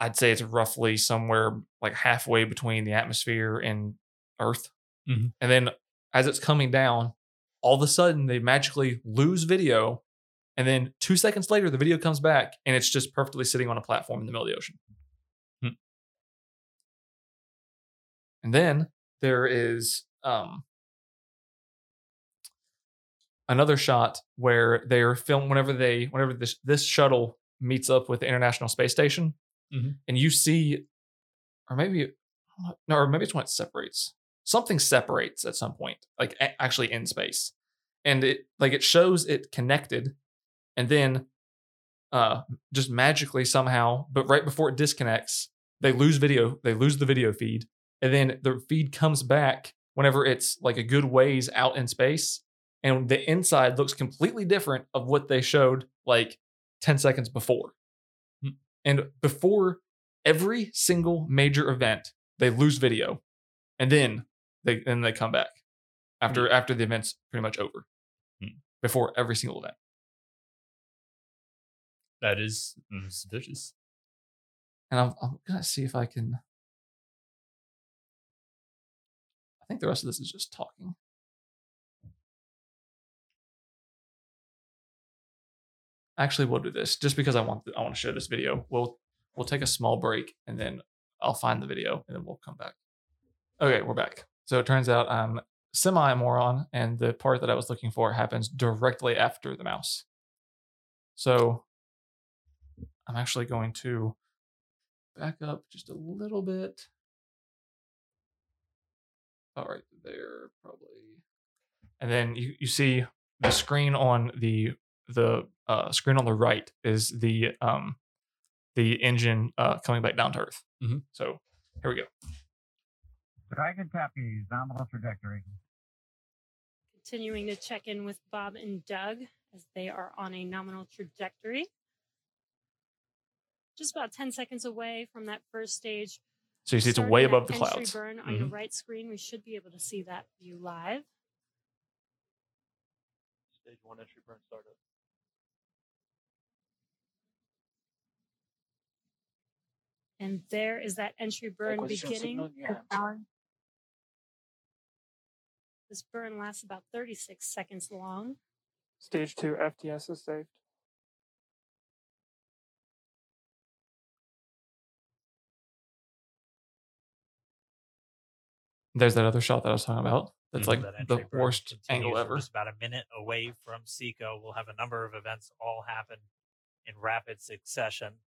Speaker 1: I'd say it's roughly somewhere like halfway between the atmosphere and Earth.
Speaker 2: Mhm.
Speaker 1: And then as it's coming down, all of a sudden they magically lose video. And then two seconds later, the video comes back and it's just perfectly sitting on a platform in the middle of the ocean.
Speaker 2: Hmm.
Speaker 1: And then there is um, another shot where they're filmed whenever they whenever this this shuttle meets up with the International Space Station,
Speaker 2: Mhm.
Speaker 1: and you see, or maybe no, or maybe it's when it separates. Something separates at some point, like a- actually in space, and it like it shows it connected, and then uh, just magically somehow. But right before it disconnects, they lose video. They lose the video feed, and then the feed comes back whenever it's like a good ways out in space, and the inside looks completely different of what they showed like ten seconds before. And before every single major event, they lose video, and then they then they come back after after the event's pretty much over.
Speaker 2: Hmm.
Speaker 1: Before every single event.
Speaker 2: That is mm, it's vicious.
Speaker 1: And I'm, I'm gonna see if I can. I think the rest of this is just talking. Actually, we'll do this just because I want I want to show this video. We'll we'll take a small break and then I'll find the video and then we'll come back. Okay, we're back. So it turns out I'm semi moron, and the part that I was looking for happens directly after the mouse. So I'm actually going to back up just a little bit. All right, there probably. And then you, you see the screen on the the uh, screen on the right is the um the engine uh, coming back down to Earth.
Speaker 2: Mhm.
Speaker 1: So here we go.
Speaker 4: Dragon copies, nominal trajectory.
Speaker 5: Continuing to check in with Bob and Doug as they are on a nominal trajectory. Just about 10 seconds away from that first stage.
Speaker 1: So you see it's
Speaker 5: Starting
Speaker 1: way
Speaker 5: at
Speaker 1: above the
Speaker 5: entry
Speaker 1: clouds. Mm-hmm.
Speaker 5: Burn on your
Speaker 2: Mhm.
Speaker 5: right screen, we should be able to see that view live.
Speaker 6: Stage one entry burn startup.
Speaker 5: And there is that entry burn beginning. This burn lasts about 36 seconds long.
Speaker 7: Stage two FTS is saved.
Speaker 1: There's that other shot that I was talking about. That's
Speaker 2: Mhm.
Speaker 1: like
Speaker 3: Mm-hmm. that
Speaker 1: the
Speaker 3: entry burn
Speaker 1: worst
Speaker 3: continues.
Speaker 1: angle
Speaker 3: We're
Speaker 1: ever.
Speaker 3: Just about a minute away from Seco, we'll have a number of events all happen in rapid succession.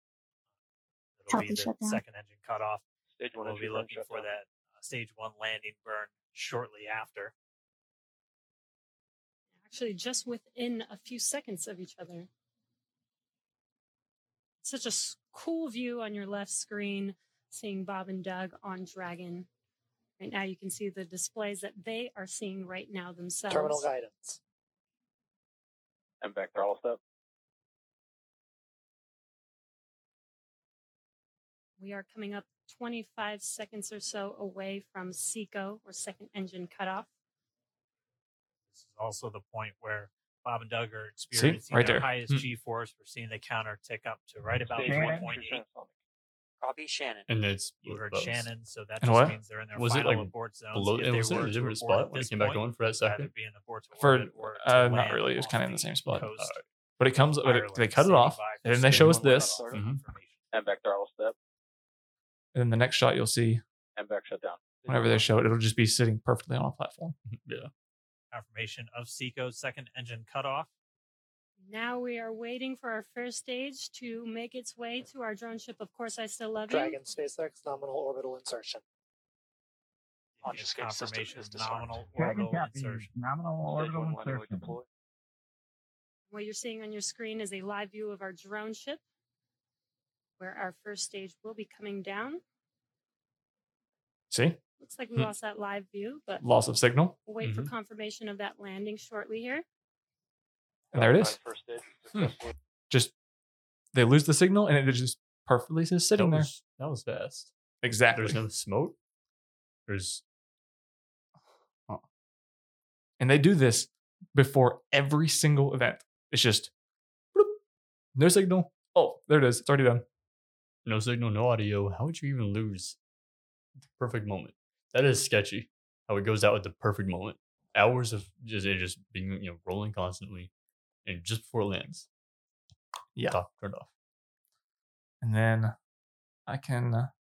Speaker 3: It'll
Speaker 8: Healthy
Speaker 3: be the
Speaker 8: shutdown.
Speaker 3: second engine cutoff.
Speaker 6: Stage one
Speaker 3: We'll
Speaker 6: entry
Speaker 3: be
Speaker 6: burn
Speaker 3: looking for
Speaker 6: shutdown.
Speaker 3: that uh, stage one landing burn shortly after.
Speaker 5: actually just within a few seconds of each other. Such a s- cool view on your left screen, seeing Bob and Doug on Dragon. Right now, you can see the displays that they are seeing right now themselves.
Speaker 9: Terminal guidance.
Speaker 6: And back throttle step.
Speaker 5: We are coming up 25 seconds or so away from SECO, or second engine cutoff.
Speaker 3: This is also the point where Bob and Doug are experiencing
Speaker 1: Right
Speaker 3: their
Speaker 1: there.
Speaker 3: highest
Speaker 1: Hmm.
Speaker 3: G-force. We're seeing the counter tick up to right about
Speaker 6: Stage one
Speaker 3: 1.8.
Speaker 6: entry transonic.
Speaker 9: Copy Shannon.
Speaker 2: And it's
Speaker 3: You heard
Speaker 2: above us.
Speaker 3: Shannon, so that
Speaker 1: And
Speaker 3: just
Speaker 1: what?
Speaker 3: means they're in their
Speaker 2: Was it,
Speaker 3: final
Speaker 2: like,
Speaker 3: abort zones.
Speaker 2: Below,
Speaker 3: if
Speaker 2: and
Speaker 3: they
Speaker 2: was it
Speaker 3: were
Speaker 2: in a
Speaker 3: to
Speaker 2: different
Speaker 3: abort at
Speaker 2: spot when
Speaker 3: this
Speaker 2: it came back
Speaker 3: point,
Speaker 2: on for that
Speaker 3: rather
Speaker 2: second?
Speaker 3: be an abort to
Speaker 1: For-
Speaker 3: orbit or to
Speaker 1: uh, not
Speaker 3: land
Speaker 1: really, it's
Speaker 3: off
Speaker 1: kinda in the same spot.
Speaker 3: coast
Speaker 2: Alright.
Speaker 1: But it comes, but it,
Speaker 3: Ireland,
Speaker 1: they cut it off,
Speaker 3: 75
Speaker 1: and then they
Speaker 3: percent
Speaker 1: show us
Speaker 6: Stage one
Speaker 1: this, Mm-hmm.
Speaker 6: cutoff.
Speaker 2: Mhm.
Speaker 3: information.
Speaker 6: And back throttle step.
Speaker 1: and then the next shot you'll see
Speaker 6: And back shutdown.
Speaker 1: whenever they show it, it'll just be sitting perfectly on a platform.
Speaker 2: Yeah.
Speaker 3: Confirmation of Seiko's second engine cutoff.
Speaker 5: Now we are waiting for our first stage to make its way to our drone ship. Of course, I still love you.
Speaker 9: Dragon SpaceX nominal orbital insertion.
Speaker 3: It
Speaker 6: Launch
Speaker 3: gives
Speaker 6: escape system
Speaker 3: confirmation
Speaker 6: is
Speaker 3: of
Speaker 6: disarmed.
Speaker 3: nominal
Speaker 4: Dragon
Speaker 3: orbital
Speaker 4: copies,
Speaker 3: insertion.
Speaker 4: nominal
Speaker 6: Stage
Speaker 4: orbital
Speaker 6: one landing leg
Speaker 4: insertion.
Speaker 6: deploy.
Speaker 5: What you're seeing on your screen is a live view of our drone ship, where our first stage will be coming down.
Speaker 1: See,
Speaker 5: Looks like we
Speaker 1: Hmm.
Speaker 5: lost that live view, but
Speaker 1: loss of signal,
Speaker 5: we'll wait
Speaker 2: Mhm.
Speaker 5: for confirmation of that landing shortly here.
Speaker 1: and there it is.
Speaker 6: Outside First stage.
Speaker 1: Hmm.
Speaker 6: successfully.
Speaker 1: Just they lose the signal, and it is just perfectly just sitting
Speaker 2: that
Speaker 1: there.
Speaker 2: was, That was fast.
Speaker 1: Exactly.
Speaker 2: There's no smoke. There's
Speaker 1: and they do this before every single event. It's just bloop, no signal. Oh, there it is. It's already done.
Speaker 2: no signal, no audio. How would you even lose the perfect moment? That is sketchy. How it goes out at the perfect moment. Hours of just it just being you know rolling constantly, and just before it lands.
Speaker 1: Yeah.
Speaker 2: Top, turned off.
Speaker 1: and then I can. uh,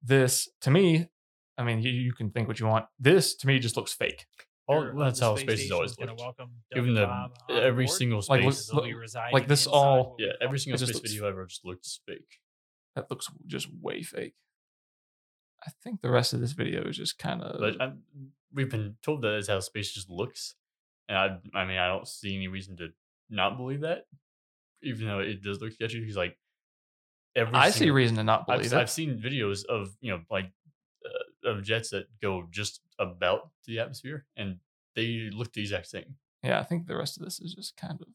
Speaker 1: This to me, I mean, you, you can think what you want. This to me just looks fake.
Speaker 2: Oh,
Speaker 3: Here,
Speaker 2: well, that's
Speaker 3: the
Speaker 2: how space is
Speaker 3: station's
Speaker 2: always
Speaker 3: gonna
Speaker 2: looked.
Speaker 3: welcome Doug
Speaker 2: Given
Speaker 3: and
Speaker 2: the
Speaker 3: Bob on
Speaker 2: every
Speaker 3: board.
Speaker 2: single
Speaker 1: Like,
Speaker 2: space,
Speaker 1: what's-
Speaker 3: They'll be
Speaker 1: look-
Speaker 3: residing
Speaker 1: like this
Speaker 3: inside
Speaker 1: all-
Speaker 3: what we uh,
Speaker 2: yeah,
Speaker 3: call
Speaker 2: every single
Speaker 1: It just
Speaker 2: space
Speaker 1: looks-
Speaker 2: video I've ever just looked fake.
Speaker 1: That looks just way fake. I think the rest of this video is just kind
Speaker 2: But
Speaker 1: of.
Speaker 2: i we've been told that is how space just looks, and I, I mean, I don't see any reason to not believe that. even though it does look sketchy, he's like every.
Speaker 1: I see
Speaker 2: single-
Speaker 1: reason to not
Speaker 2: I've,
Speaker 1: believe
Speaker 2: I've
Speaker 1: it.
Speaker 2: seen videos of you know like uh, of jets that go just about to the atmosphere, and they look the exact same.
Speaker 1: yeah, I think the rest of this is just kind of.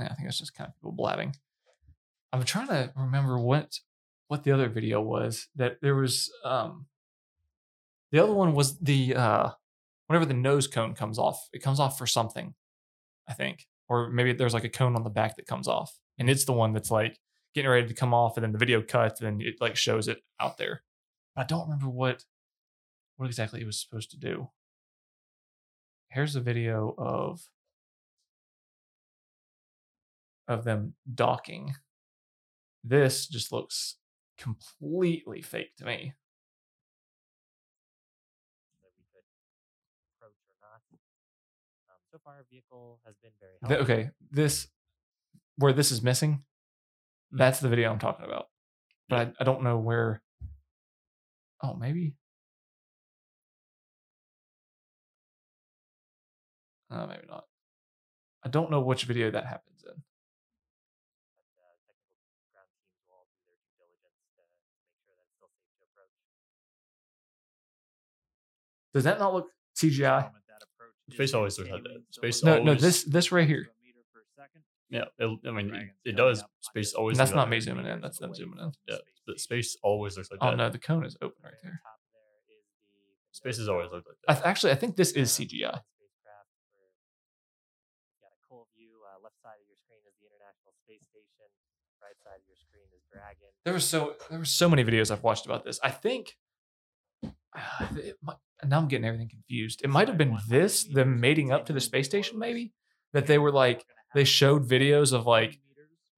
Speaker 1: Yeah, I think it's just kind of people blabbing. I'm trying to remember what what the other video was that there was um the other one was the uh whenever the nose cone comes off, it comes off for something, I think. Or maybe there's like a cone on the back that comes off. And it's the one that's like getting ready to come off and then the video cuts and it like shows it out there. I don't remember what what exactly it was supposed to do here's a video of of them docking this just looks completely fake to me
Speaker 8: that we could approach or not. Um, so far, our vehicle has been very
Speaker 1: Th-
Speaker 10: Oh.
Speaker 8: helpful.
Speaker 1: okay this where this is missing that's the video i'm talking about but I, I don't know where oh maybe uh, maybe not i don't know which video that happens in
Speaker 8: But, uh, technical ground teams will all do their due diligence to make sure that it's still safe to approach.
Speaker 1: does that not look cgi
Speaker 3: That approach
Speaker 2: Space
Speaker 3: is
Speaker 2: always looks like
Speaker 3: continuing
Speaker 2: that.
Speaker 3: to
Speaker 2: Space
Speaker 3: look
Speaker 1: no no
Speaker 2: always-
Speaker 1: this this right here
Speaker 3: to a meter per second.
Speaker 2: Yeah, it, I mean
Speaker 3: Dragons
Speaker 2: it, it
Speaker 3: coming
Speaker 2: does.
Speaker 3: up on
Speaker 2: Space
Speaker 3: this
Speaker 2: always.
Speaker 1: That's
Speaker 2: looks like
Speaker 1: not me
Speaker 2: that.
Speaker 1: zooming in,
Speaker 3: meters
Speaker 1: that's them
Speaker 3: away
Speaker 1: zooming in.
Speaker 3: from the
Speaker 2: Yeah,
Speaker 3: space
Speaker 2: but
Speaker 3: station.
Speaker 2: space always looks like
Speaker 1: Oh
Speaker 2: that.
Speaker 1: no, the cone is open right
Speaker 8: Right
Speaker 1: there.
Speaker 8: Top there is the
Speaker 2: Space
Speaker 8: nose
Speaker 2: has always
Speaker 8: cone
Speaker 2: looked like
Speaker 1: I
Speaker 2: that.
Speaker 1: th- actually, I think this is
Speaker 8: uh,
Speaker 1: CGI.
Speaker 8: spacecraft where you got a cool view. Uh, left side of your screen is the International Space Station. Right side of your screen is Dragon.
Speaker 1: There was so there were so many videos I've watched about this. I think Ah, it might, now I'm getting everything confused. It might have been this, them mating up to the space station, maybe that they were like they showed videos of like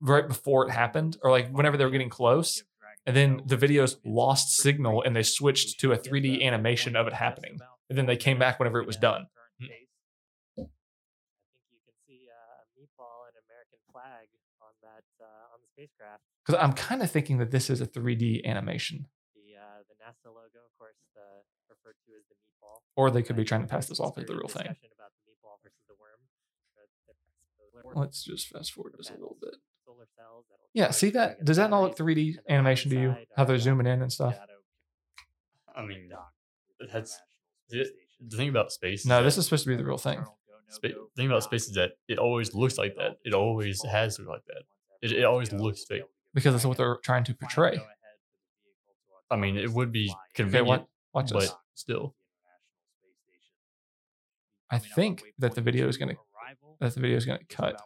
Speaker 1: right before it happened, or like whenever they were getting close, and then the videos lost signal and they switched to a 3D animation of it happening, and then they came back whenever it was done. Hmm.
Speaker 8: I think you can see uh, a meatball and American flag on that uh, on the spacecraft.
Speaker 1: Because I'm kind of thinking that this is a 3D animation,
Speaker 8: The uh, the NASA logo, of course, the, referred to as the meatball.
Speaker 1: or they could be
Speaker 8: Like,
Speaker 1: trying to
Speaker 8: there
Speaker 1: pass
Speaker 8: was
Speaker 1: this off as the
Speaker 8: spirited
Speaker 1: real thing.
Speaker 8: discussion about the meatball versus the worm, but the- the
Speaker 1: Let's just fast forward this a
Speaker 8: that
Speaker 1: little bit.
Speaker 8: solar cells that'll
Speaker 1: Yeah,
Speaker 8: charge
Speaker 1: see that?
Speaker 8: during its
Speaker 1: Does that not look
Speaker 8: size,
Speaker 1: 3D
Speaker 8: and the
Speaker 1: animation to you?
Speaker 8: outside
Speaker 1: How
Speaker 8: are
Speaker 1: they're
Speaker 8: the
Speaker 1: zooming in and stuff?
Speaker 8: shadow
Speaker 2: I mean,
Speaker 8: dock with the
Speaker 2: that's-
Speaker 8: International
Speaker 2: the-
Speaker 8: Space
Speaker 2: the
Speaker 8: Station.
Speaker 2: thing about space.
Speaker 1: No,
Speaker 2: that-
Speaker 1: this is supposed to be the real thing.
Speaker 2: Spa- the thing about space is that it always looks like that. It always has looked like that. It, it always looks fake.
Speaker 1: Because that's what they're trying to portray.
Speaker 2: I mean, it would be
Speaker 1: Okay,
Speaker 2: convenient,
Speaker 1: what? Watch this.
Speaker 2: but still,
Speaker 1: I think that the video is gonna that the video is gonna cut,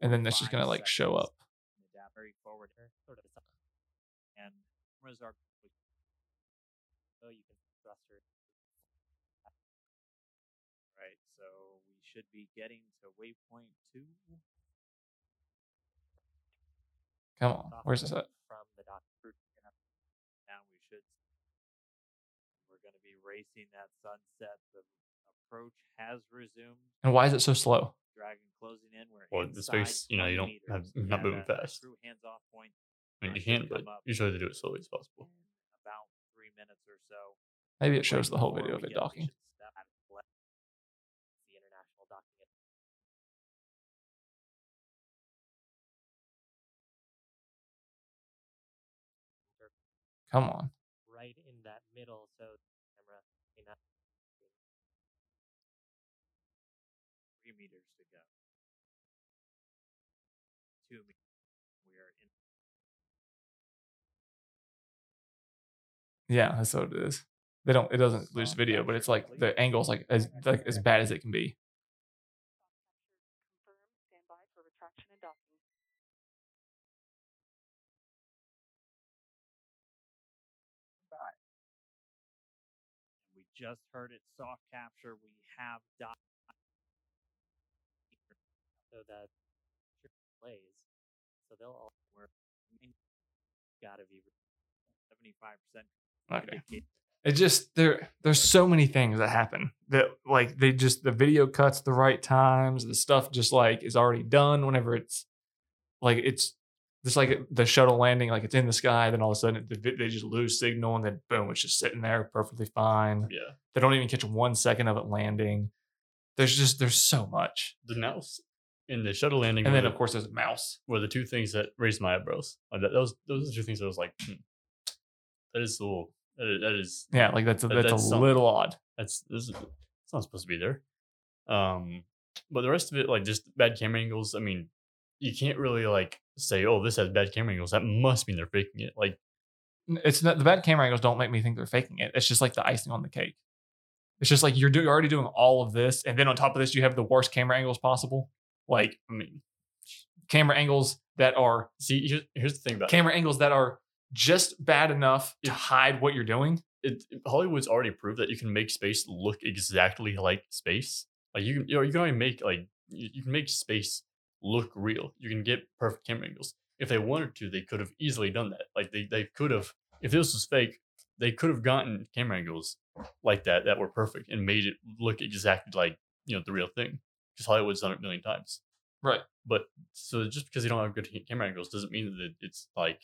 Speaker 1: and then that's just gonna like show up.
Speaker 3: Very forward here, sort of. And cameras are
Speaker 8: So you can thruster.
Speaker 3: right, so we should be getting to waypoint two.
Speaker 1: Come on, Oh, where's this at?
Speaker 8: From the dock.
Speaker 3: Now we should. We're going to be racing that sunset. The approach has resumed.
Speaker 1: And why is it so slow?
Speaker 3: Dragon closing in. We're
Speaker 2: Well, the space,
Speaker 3: inside
Speaker 2: you know, you
Speaker 3: 20
Speaker 2: don't have-
Speaker 3: meters.
Speaker 2: you're
Speaker 3: We
Speaker 2: not
Speaker 3: have
Speaker 2: moving
Speaker 3: a- a
Speaker 2: fast.
Speaker 3: True hands off point
Speaker 2: I mean, you
Speaker 3: Should
Speaker 2: can, but
Speaker 3: come up
Speaker 2: you try to do it slowly as
Speaker 3: in
Speaker 2: possible.
Speaker 3: about three minutes or so.
Speaker 1: Maybe it shows
Speaker 3: Right
Speaker 1: the whole
Speaker 3: before
Speaker 1: video
Speaker 3: we
Speaker 1: of it
Speaker 3: get- we
Speaker 1: docking.
Speaker 3: should step out of the way.
Speaker 8: The international docking. at-
Speaker 1: Come on.
Speaker 8: Right in that middle, so the camera may not
Speaker 3: Three meters to go. Two meters. We are in.
Speaker 1: Yeah, that's what it is. They don't. It doesn't lose video, but it's like the angle's like as like as bad as it can be.
Speaker 3: We just heard it. Soft capture. We have docked.
Speaker 8: so that plays. So they'll all work. Gotta be.
Speaker 3: Seventy-five percent.
Speaker 1: Okay. It just there. There's so many things that happen that like they just the video cuts the right times. The stuff just like is already done whenever it's like it's just like the shuttle landing, like it's in the sky. Then all of a sudden the vi- they just lose signal, and then boom, it's just sitting there perfectly fine.
Speaker 2: Yeah.
Speaker 1: They don't even catch one second of it landing. There's just there's so much.
Speaker 2: The now s- in the shuttle landing.
Speaker 1: And
Speaker 2: were
Speaker 1: then,
Speaker 2: the-
Speaker 1: of course, there's mouse.
Speaker 2: were the two things that raised my eyebrows. Uh, that, those those are the two things that I was like, hmm, that is a little that is, that is
Speaker 1: Yeah, like that's a,
Speaker 2: That-
Speaker 1: that's,
Speaker 2: that's
Speaker 1: a
Speaker 2: some-
Speaker 1: little odd.
Speaker 2: that's this is it's not supposed to be there. Um, but the rest of it, like just bad camera angles. I mean, you can't really like say, oh, this has bad camera angles. That must mean they're faking it. Like,
Speaker 1: N- It's not the bad camera angles don't make me think they're faking it. It's just like the icing on the cake. It's just like you're, do, you're already doing all of this, and then on top of this, you have the worst camera angles possible. Like
Speaker 2: I mean,
Speaker 1: camera angles that are
Speaker 2: see, here's, here's the thing about
Speaker 1: camera angles that are just bad enough to hide what you're doing.
Speaker 2: it, it- Hollywood's already proved that you can make space look exactly like space. Like you, can- you know, you can already make like you, you can make space look real. You can get perfect camera angles. If they wanted to, they could have easily done that. Like they, they could have. If this was fake, they could have gotten camera angles like that that were perfect and made it look exactly like you know the real thing. Because Hollywood's done it a million times.
Speaker 1: Right.
Speaker 2: But so just because they don't have good ca- camera angles doesn't mean that it's like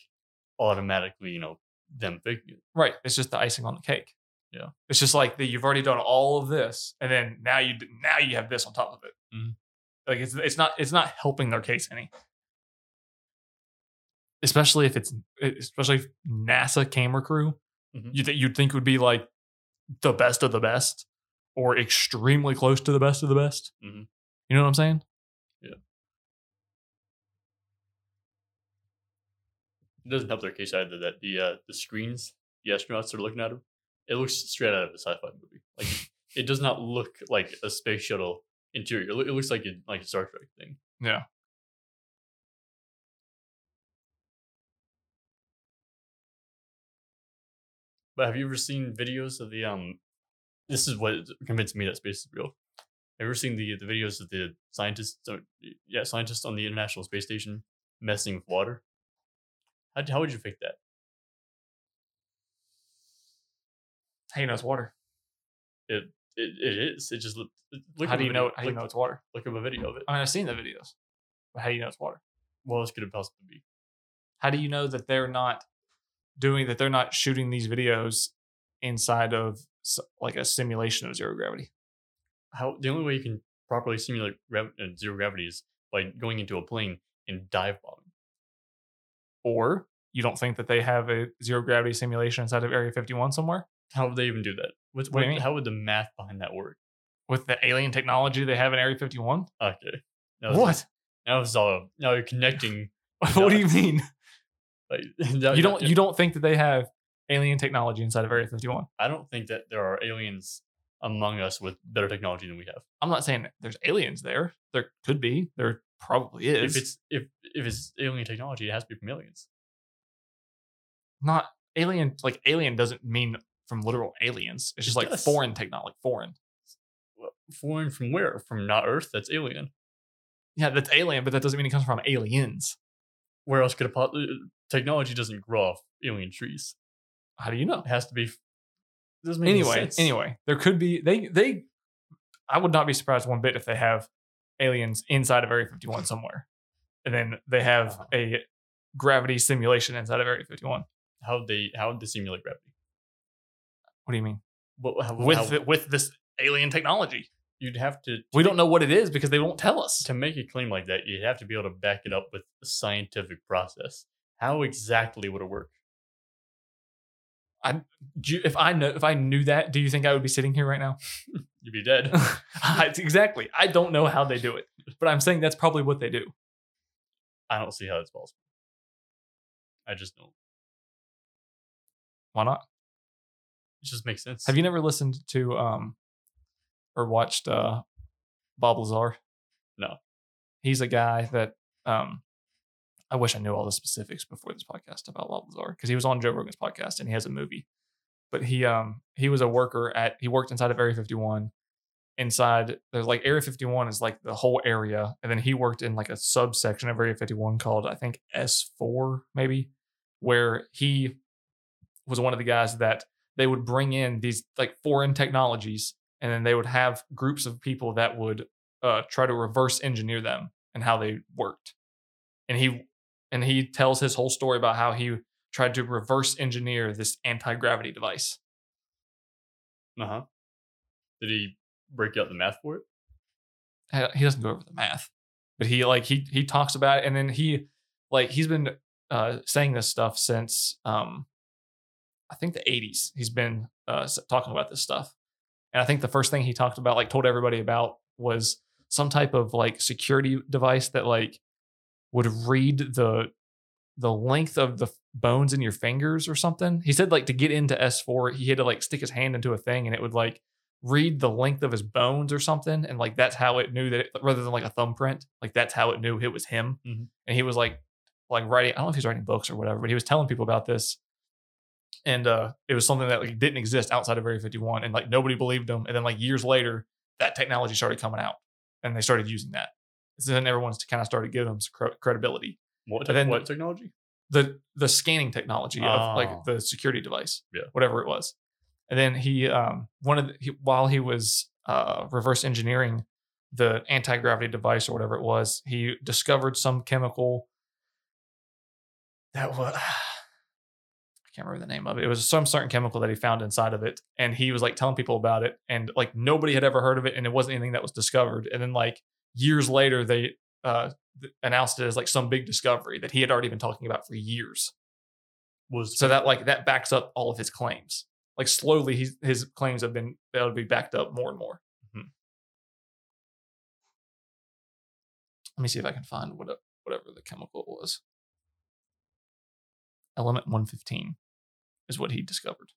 Speaker 2: automatically you know them faking it.
Speaker 1: Right. It's just the icing on the cake.
Speaker 2: Yeah.
Speaker 1: It's just like that you've already done all of this, and then now you d- now you have this on top of it.
Speaker 2: Mhm.
Speaker 1: Like it's it's not it's not helping their case any. Especially if it's e, especially if NASA camera crew,
Speaker 2: Mhm.
Speaker 1: you th- you'd think would be like the best of the best, or extremely close to the best of the best.
Speaker 2: Mhm.
Speaker 1: You know what I'm saying?
Speaker 2: it doesn't help their case either that the uh, the screens the astronauts are looking at them, it looks straight out of a sci-fi movie. Like it does not look like a space shuttle interior. It loo- it looks like a, like a Star Trek thing.
Speaker 1: Yeah.
Speaker 2: But have you ever seen videos of the um? This is what convinced me that space is real. Have you ever seen the the videos of the scientists? uh, Yeah, scientists on the International Space Station messing with water. How how would you fake that?
Speaker 1: How you know it's water?
Speaker 2: It, it is. It just look. look
Speaker 1: how
Speaker 2: up
Speaker 1: do
Speaker 2: a
Speaker 1: you
Speaker 2: video-
Speaker 1: know it? How do you
Speaker 2: look-
Speaker 1: know it's water?
Speaker 2: Look up a video of it.
Speaker 1: I mean, I've seen the videos, but how do you know it's water?
Speaker 2: What else could it possibly be?
Speaker 1: how do you know that they're not doing that they're not shooting these videos inside of s- like a simulation of zero gravity
Speaker 2: How the only way you can properly simulate grav- uh, zero gravity is by going into a plane and dive bombing.
Speaker 1: or you don't think that they have a zero gravity simulation inside of area 51 somewhere
Speaker 2: How would they even do that? What's,
Speaker 1: What do
Speaker 2: what,
Speaker 1: you mean?
Speaker 2: how would the math behind that work?
Speaker 1: with the alien technology they have in area 51
Speaker 2: Okay. Now it's-
Speaker 1: what
Speaker 2: Now it's all now you're connecting.
Speaker 1: what do you mean
Speaker 2: Like,
Speaker 1: you don't you don't think that they have alien technology inside of area 51
Speaker 2: I don't think that there are aliens among us with better technology than we have.
Speaker 1: i'm not saying that there's aliens there there could be there probably is
Speaker 2: If it's if if it's alien technology, it has to be from aliens.
Speaker 1: not alien like alien doesn't mean from literal aliens it's
Speaker 2: It
Speaker 1: just like
Speaker 2: does.
Speaker 1: foreign technology foreign
Speaker 2: Well, Foreign from where? From not Earth? That's alien.
Speaker 1: Yeah, that's alien, but that doesn't mean it comes from aliens.
Speaker 2: where else could it po- uh, technology doesn't grow off alien trees
Speaker 1: How do you know?
Speaker 2: it has to be doesn't make any
Speaker 1: Anyway,
Speaker 2: sense.
Speaker 1: anyway, there could be they they. I would not be surprised one bit if they have aliens inside of Area 51 somewhere, and then they have a gravity simulation inside of Area 51.
Speaker 2: how they how they simulate gravity
Speaker 1: What do you mean
Speaker 2: what, how,
Speaker 1: with
Speaker 2: how-
Speaker 1: the- with this alien technology?
Speaker 2: you'd have to
Speaker 1: We don't know what it is because they won't tell us.
Speaker 2: to make a claim like that you'd have to be able to back it up with a scientific process how exactly would it work
Speaker 1: Do you, if I know if I knew that, do you think I would be sitting here right now?
Speaker 2: you'd be dead
Speaker 1: I- exactly. I don't know how they do it, but I'm saying that's probably what they do.
Speaker 2: i don't see how that's possible i just don't
Speaker 1: Why not?
Speaker 2: it just makes sense
Speaker 1: Have you never listened to um or watched uh Bob Lazar?
Speaker 2: No.
Speaker 1: He's a guy that um I wish I knew all the specifics before this podcast about Bob Lazar because he was on Joe Rogan's podcast and he has a movie. But he um he was a worker at he worked inside of Area 51. Inside there's like Area 51 is like the whole area, and then he worked in like a subsection of Area 51 called I think S4 maybe, where he was one of the guys that they would bring in these like foreign technologies and then they would have groups of people that would uh, try to reverse engineer them and how they worked and he and he tells his whole story about how he tried to reverse engineer this anti-gravity device
Speaker 2: uh-huh did he break out the math for it
Speaker 1: Uh, he doesn't go over the math but he like he he talks about it and then he like he's been uh saying this stuff since um i think the 80s he's been uh s- talking about this stuff and i think the first thing he talked about like told everybody about was some type of like security device that like would read the the length of the f- bones in your fingers or something he said like to get into s4 he had to like stick his hand into a thing and it would like read the length of his bones or something and like that's how it knew that it, rather than like a thumbprint like that's how it knew it was him
Speaker 2: Mhm.
Speaker 1: and he was like like writing i don't know if he's writing books or whatever but he was telling people about this and uh it was something that like didn't exist outside of area 51 and like nobody believed him and then like years later that technology started coming out and they started using that so then everyone's kind of started giving them some cre- credibility
Speaker 2: What,
Speaker 1: But then-
Speaker 2: what technology?
Speaker 1: the the scanning technology of
Speaker 2: Oh.
Speaker 1: like the security device,
Speaker 2: Yeah.
Speaker 1: whatever it was. And then he um one of the, he, while he was uh reverse engineering the anti gravity device or whatever it was, he discovered some chemical that was I can't remember the name of it. It was some certain chemical that he found inside of it, and he was like telling people about it, and like nobody had ever heard of it, and it wasn't anything that was discovered. And then like years later, they uh th- announced it as like some big discovery that he had already been talking about for years.
Speaker 2: Was
Speaker 1: So that like that backs up all of his claims. Like slowly, his his claims have been that'll be backed up more and more. Let me see if I can find what whatever the chemical was. Element one fifteen is what he discovered.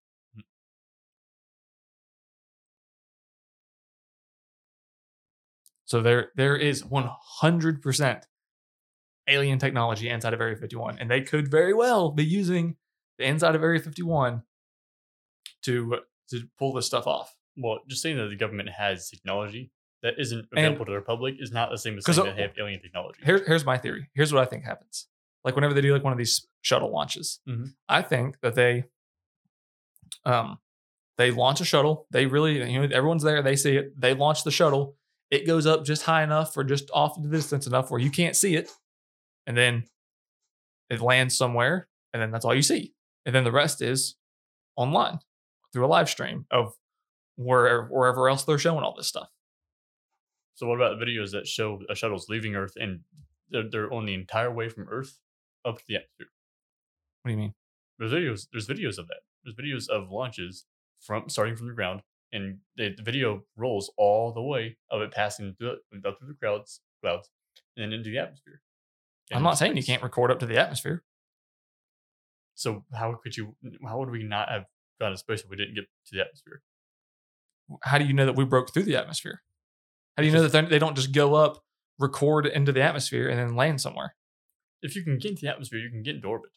Speaker 1: So there there is one hundred percent alien technology inside of Area 51. And they could very well be using the inside of Area 51 to to pull this stuff off.
Speaker 2: well, just saying that the government has technology that isn't
Speaker 1: And-
Speaker 2: available to the public is not the same as
Speaker 1: 'Cause,
Speaker 2: saying
Speaker 1: uh,
Speaker 2: that they have alien technology.
Speaker 1: Here's here's my theory. Here's what I think happens. Like whenever they do like one of these shuttle launches,
Speaker 2: Mhm.
Speaker 1: I think that they um they launch a shuttle. They really you know everyone's there. They see it. They launch the shuttle. It goes up just high enough or just off in the distance enough where you can't see it, and then it lands somewhere, and then that's all you see. And then the rest is online through a live stream of where wherever else they're showing all this stuff.
Speaker 2: So what about the videos that show a shuttle's leaving Earth and they're, they're on the entire way from Earth up to the atmosphere?
Speaker 1: What do you mean?
Speaker 2: There's videos. There's videos of that. There's videos of launches from starting from the ground, and the, the video rolls all the way of it passing through, the- up through the clouds, clouds, and then into the atmosphere.
Speaker 1: I'm
Speaker 2: And
Speaker 1: not saying you
Speaker 2: space.
Speaker 1: can't record up to the atmosphere.
Speaker 2: So how could you? How would we not have gone to space if we didn't get to the atmosphere?
Speaker 1: how do you know that we broke through the atmosphere? How do you know that they're- they don't just go up, record into the atmosphere, and then land somewhere?
Speaker 2: If you can get into the atmosphere, you can get into orbit.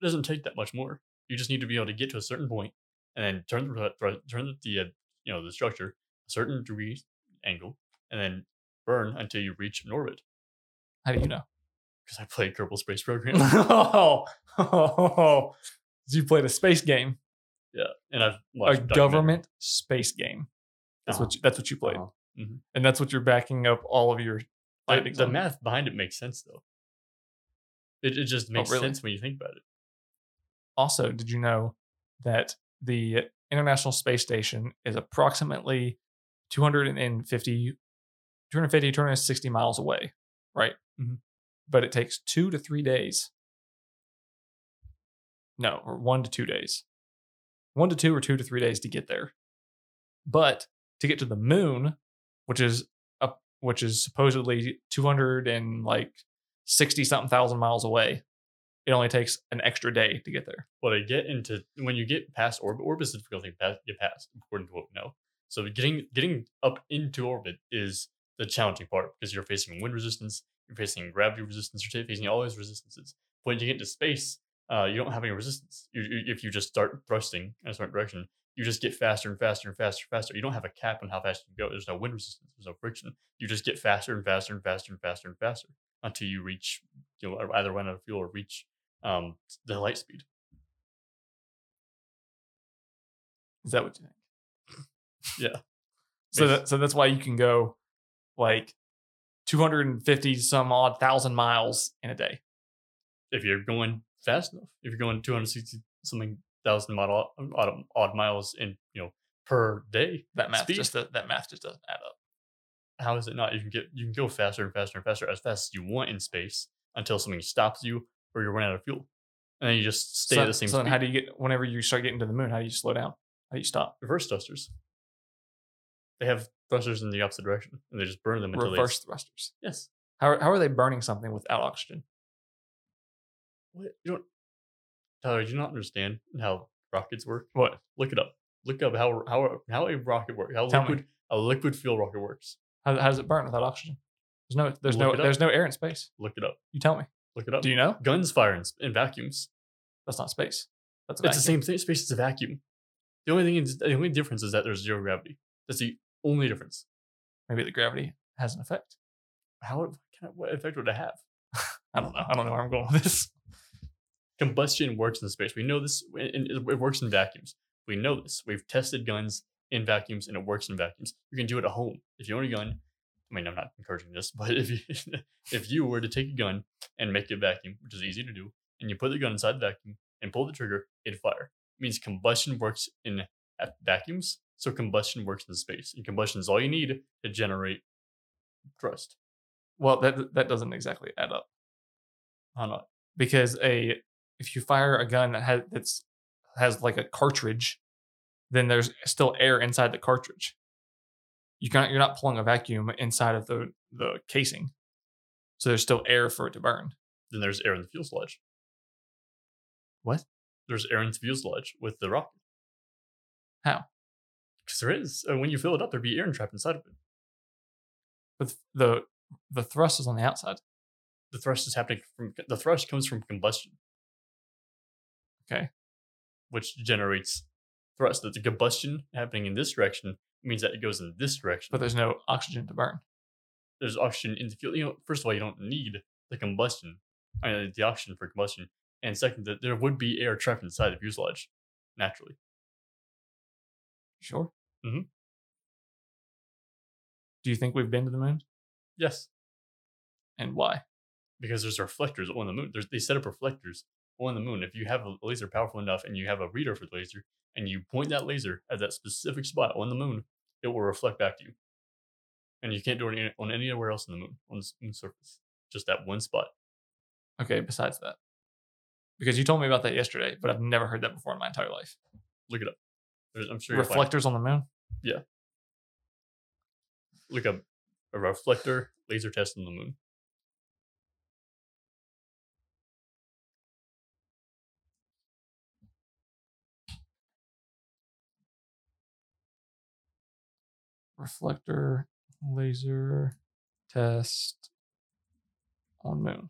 Speaker 2: It doesn't take that much more. You just need to be able to get to a certain point and then turn the thru- thru- turn the- the uh, you know the structure a certain degree angle and then burn until you reach an orbit.
Speaker 1: How do you know?
Speaker 2: Because I played Kerbal Space Program.
Speaker 1: oh, you played a space game,
Speaker 2: Yeah, and I've
Speaker 1: a
Speaker 2: watched
Speaker 1: government space game. That's what you, that's what you played,
Speaker 2: Uh-huh. Mhm.
Speaker 1: and that's what you're backing up all of your
Speaker 2: Like,
Speaker 1: findings
Speaker 2: the
Speaker 1: on.
Speaker 2: math behind it makes sense though. It, it just makes
Speaker 1: Oh, really?
Speaker 2: sense when you think about it.
Speaker 1: Also, did you know that the International Space Station is approximately 250, 250 260 miles away, right? But it takes two to three days. No, or one to two days. One to two or two to three days to get there. But to get to the moon, which is up, which is supposedly 200 and like 60 something thousand miles away, it only takes an extra day to get there.
Speaker 2: What I get into when you get past orbit, orbit is difficult to pass, get past, according to what we know. So getting getting up into orbit is the challenging part because you're facing wind resistance, you're facing gravity resistance, you're facing all these resistances. When you get into space, uh, you don't have any resistance. You, you, if you just start thrusting in a certain direction, you just get faster and faster and faster and faster. You don't have a cap on how fast you can go. There's no wind resistance. There's no friction. You just get faster and faster and faster and faster and faster until you reach, you know, either run out of fuel or reach um, the light speed.
Speaker 1: Is that what you think?
Speaker 2: Yeah.
Speaker 1: So
Speaker 2: Basi-
Speaker 1: that, so that's why you can go like 250 some odd thousand miles in a day.
Speaker 2: if you're going fast enough, if you're going 260 something thousand model, um, odd, odd miles in, you know, per day,
Speaker 1: That math
Speaker 2: Speed.
Speaker 1: just that math just doesn't add up.
Speaker 2: how is it not? You can get you can go faster and faster and faster as fast as you want in space until something stops you or you run out of fuel, and then you just stay
Speaker 1: so,
Speaker 2: at the same
Speaker 1: so then
Speaker 2: speed.
Speaker 1: how do you get whenever you start getting to the moon? How do you slow down? How do you stop?
Speaker 2: reverse thrusters? They have thrusters in the opposite direction, and they just burn them until
Speaker 1: Reverse
Speaker 2: they
Speaker 1: thrusters.
Speaker 2: yes.
Speaker 1: How, are- how are they burning something without oxygen?
Speaker 2: What you don't, Tyler? Do you not understand how rockets work?
Speaker 1: What?
Speaker 2: Look it up. Look up how how how a rocket works. How
Speaker 1: Tell me.
Speaker 2: liquid a liquid fuel rocket works.
Speaker 1: How, how does it burn without oxygen? There's no there's
Speaker 2: Look
Speaker 1: no
Speaker 2: it up.
Speaker 1: there's no air in space.
Speaker 2: Look it up.
Speaker 1: You tell me.
Speaker 2: Look it up.
Speaker 1: Do you know?
Speaker 2: Guns fire in, s- in vacuums.
Speaker 1: That's not space. That's a
Speaker 2: It's the same thing. Space is a vacuum. The only thing, is, the only difference is that there's zero gravity. That's the only difference.
Speaker 1: Maybe the gravity has an effect.
Speaker 2: How it- can it- what effect would it have?
Speaker 1: I don't know. I don't know where I'm going with this.
Speaker 2: Combustion works in space. We know this. And it it works in vacuums. We know this. We've tested guns in vacuums, and it works in vacuums. You can do it at home if you own a gun. I mean, I'm not encouraging this, but if you if you were to take a gun and make it vacuum, which is easy to do, and you put the gun inside the vacuum and pull the trigger, it'd fire. It means combustion works in at vacuums, so combustion works in space. And combustion is all you need to generate thrust.
Speaker 1: Well, that that doesn't exactly add up.
Speaker 2: How not?
Speaker 1: because a if you fire a gun that has that's has like a cartridge, then there's still air inside the cartridge. You can't you're not pulling a vacuum inside of the the casing, so there's still air for it to burn.
Speaker 2: Then there's air in the fuselage.
Speaker 1: What?
Speaker 2: There's air in the fuselage with the rocket.
Speaker 1: How?
Speaker 2: Because there is. And when you fill it up, there'd be air trapped inside of it.
Speaker 1: But the the thrust is on the outside.
Speaker 2: The thrust is happening from the thrust comes from combustion.
Speaker 1: Okay.
Speaker 2: Which generates thrust. That the combustion happening in this direction means that it goes in this direction.
Speaker 1: But there's no oxygen to burn.
Speaker 2: there's oxygen in the fuel. You know, first of all, you don't need the combustion, uh, the oxygen for combustion, and second, that there would be air trapped inside the fuselage naturally.
Speaker 1: Sure.
Speaker 2: Mhm.
Speaker 1: Do you think we've been to the moon
Speaker 2: Yes,
Speaker 1: and why?
Speaker 2: because there's reflectors on the moon. There's, they set up reflectors on the moon. If you have a laser powerful enough and you have a reader for the laser, and you point that laser at that specific spot on the moon, it will reflect back to you. And you can't do it any- on anywhere else on the moon, on the s- moon's surface. Just that one spot.
Speaker 1: Okay. Besides that, because you told me about that yesterday, but I've never heard that before in my entire life.
Speaker 2: Look it up. There's, I'm sure you'll find it.
Speaker 1: Reflectors on the moon.
Speaker 2: Look up a reflector laser test on the moon.
Speaker 1: reflector laser test on moon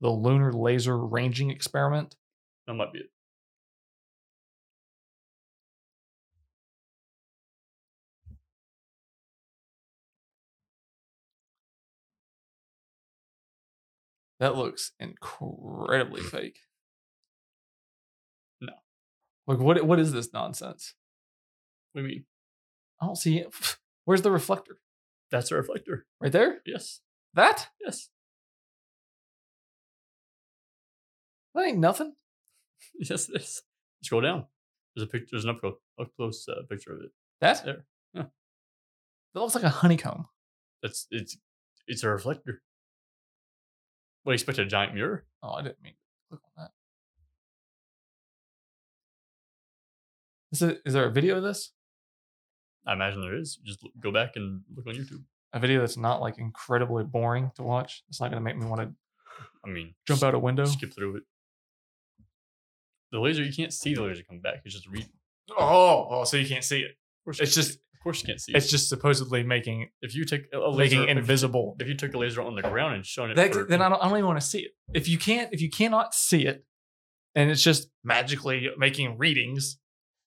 Speaker 1: the lunar laser ranging experiment
Speaker 2: That might be it.
Speaker 1: that looks incredibly fake
Speaker 2: No.
Speaker 1: like what what is this nonsense
Speaker 2: What do you mean?
Speaker 1: i don't see it where's the reflector
Speaker 2: That's a reflector.
Speaker 1: right there
Speaker 2: Yes.
Speaker 1: that
Speaker 2: Yes.
Speaker 1: that ain't nothing
Speaker 2: Yes, it is. Scroll down. There's a picture. There's an up close, up close uh, picture of it.
Speaker 1: that
Speaker 2: There. Yeah.
Speaker 1: that looks like a honeycomb
Speaker 2: That's it's it's a reflector. What do you expect? A giant mirror?
Speaker 1: oh i didn't mean to click on that is, it, is there a video of this
Speaker 2: I imagine there is. Just look, go back and look on YouTube.
Speaker 1: a video that's not like incredibly boring to watch. It's not going to make me want to
Speaker 2: I mean,
Speaker 1: jump
Speaker 2: s-
Speaker 1: out a window.
Speaker 2: Skip through it. The laser. You can't see the laser come back. It's just read.
Speaker 1: Oh, oh, so you can't see it.
Speaker 2: Of course, you
Speaker 1: It's
Speaker 2: can't-
Speaker 1: just
Speaker 2: Of course, you can't see.
Speaker 1: it's
Speaker 2: it.
Speaker 1: just supposedly making
Speaker 2: if you take a- a laser,
Speaker 1: making
Speaker 2: if you-
Speaker 1: invisible.
Speaker 2: If you took a laser on the ground and shone it, for-
Speaker 1: That, then I don't, I don't even want to see it. If you can't, if you cannot see it, and it's just magically making readings.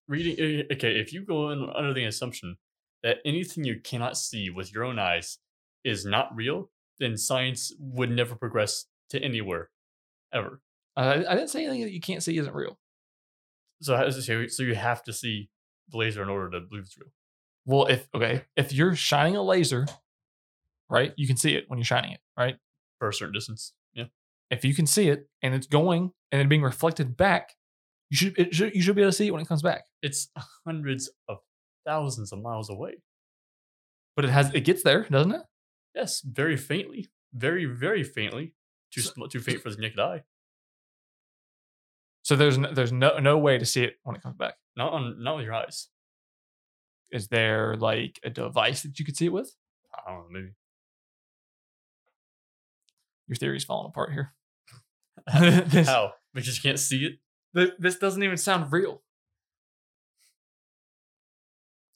Speaker 2: reading eh, okay if you go in under the assumption that anything you cannot see with your own eyes is not real then science would never progress to anywhere ever
Speaker 1: Uh, I didn't say anything that you can't see isn't real.
Speaker 2: so how does it say- so you have to see the laser in order to believe it's real
Speaker 1: Well, if okay, if you're shining a laser, right, you can see it when you're shining it, right?
Speaker 2: for a certain distance yeah
Speaker 1: If you can see it and it's going and it being reflected back, you should, it should you should be able to see it when it comes back.
Speaker 2: it's hundreds of thousands of miles away.
Speaker 1: But it has it gets there, doesn't it?
Speaker 2: Yes, very faintly, very very faintly, too
Speaker 1: So-
Speaker 2: sm- too faint for the naked eye.
Speaker 1: So there's no, there's no no way to see it when it comes back.
Speaker 2: Not on not with your eyes.
Speaker 1: Is there like a device that you could see it with?
Speaker 2: I don't know, maybe.
Speaker 1: Your theory's falling apart here. this,
Speaker 2: How? Because you can't see it.
Speaker 1: th- this doesn't even sound real.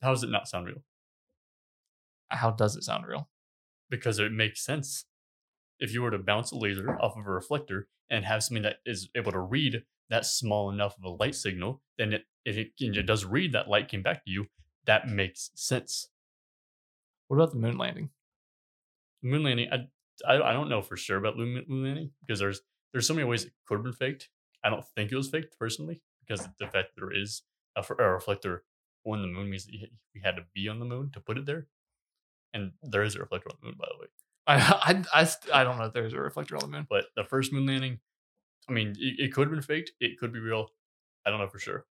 Speaker 2: How does it not sound real?
Speaker 1: How does it sound real?
Speaker 2: Because it makes sense. If you were to bounce a laser off of a reflector and have something that is able to read that small enough of a light signal, then it if it, can- it does read that light came back to you, that makes sense.
Speaker 1: What about the moon landing?
Speaker 2: Moon landing, I, I I don't know for sure about moon, moon landing because there's there's so many ways it could have been faked. I don't think it was faked personally because the fact that there is a, f- a reflector on the moon means that you- we had to be on the moon to put it there, and there is a reflector on the moon, by the way.
Speaker 1: I I I, st- I don't know if there's a reflector on the moon.
Speaker 2: But the first moon landing, I mean, it, it could have been faked. It could be real. I don't know for sure.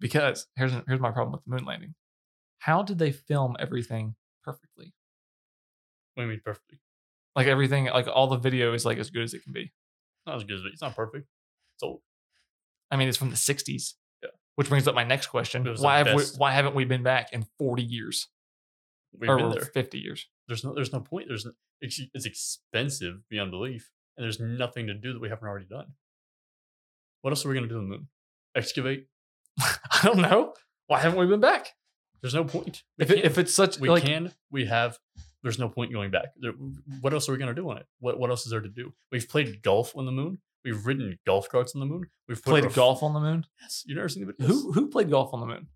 Speaker 1: because here's here's my problem with the moon landing. How did they film everything perfectly?
Speaker 2: What do you mean perfectly?
Speaker 1: Like everything, like all the video is like as good as it can be.
Speaker 2: Not as good as it's not perfect. It's old.
Speaker 1: I mean, it's from the '60s,
Speaker 2: Yeah.
Speaker 1: which brings up my next question:
Speaker 2: It was the
Speaker 1: Why have we,
Speaker 2: best.
Speaker 1: why haven't we been back in 40 years
Speaker 2: We've
Speaker 1: or
Speaker 2: been there.
Speaker 1: 50 years?
Speaker 2: There's no. There's no point. There's. n- It's, it's expensive beyond belief, and there's nothing to do that we haven't already done. What else are we gonna do on the moon? Excavate?
Speaker 1: I don't know. Why haven't we been back?
Speaker 2: There's no point. We
Speaker 1: If, it,
Speaker 2: can't.
Speaker 1: if it's such
Speaker 2: we
Speaker 1: like
Speaker 2: can, we have. There's no point going back. There, what else are we gonna do on it? What What else is there to do? We've played golf on the moon. We've ridden golf carts on the moon. We've put
Speaker 1: played
Speaker 2: ref-
Speaker 1: golf on the moon,
Speaker 2: Yes, you've never seen the videos.
Speaker 1: who who played golf on the moon?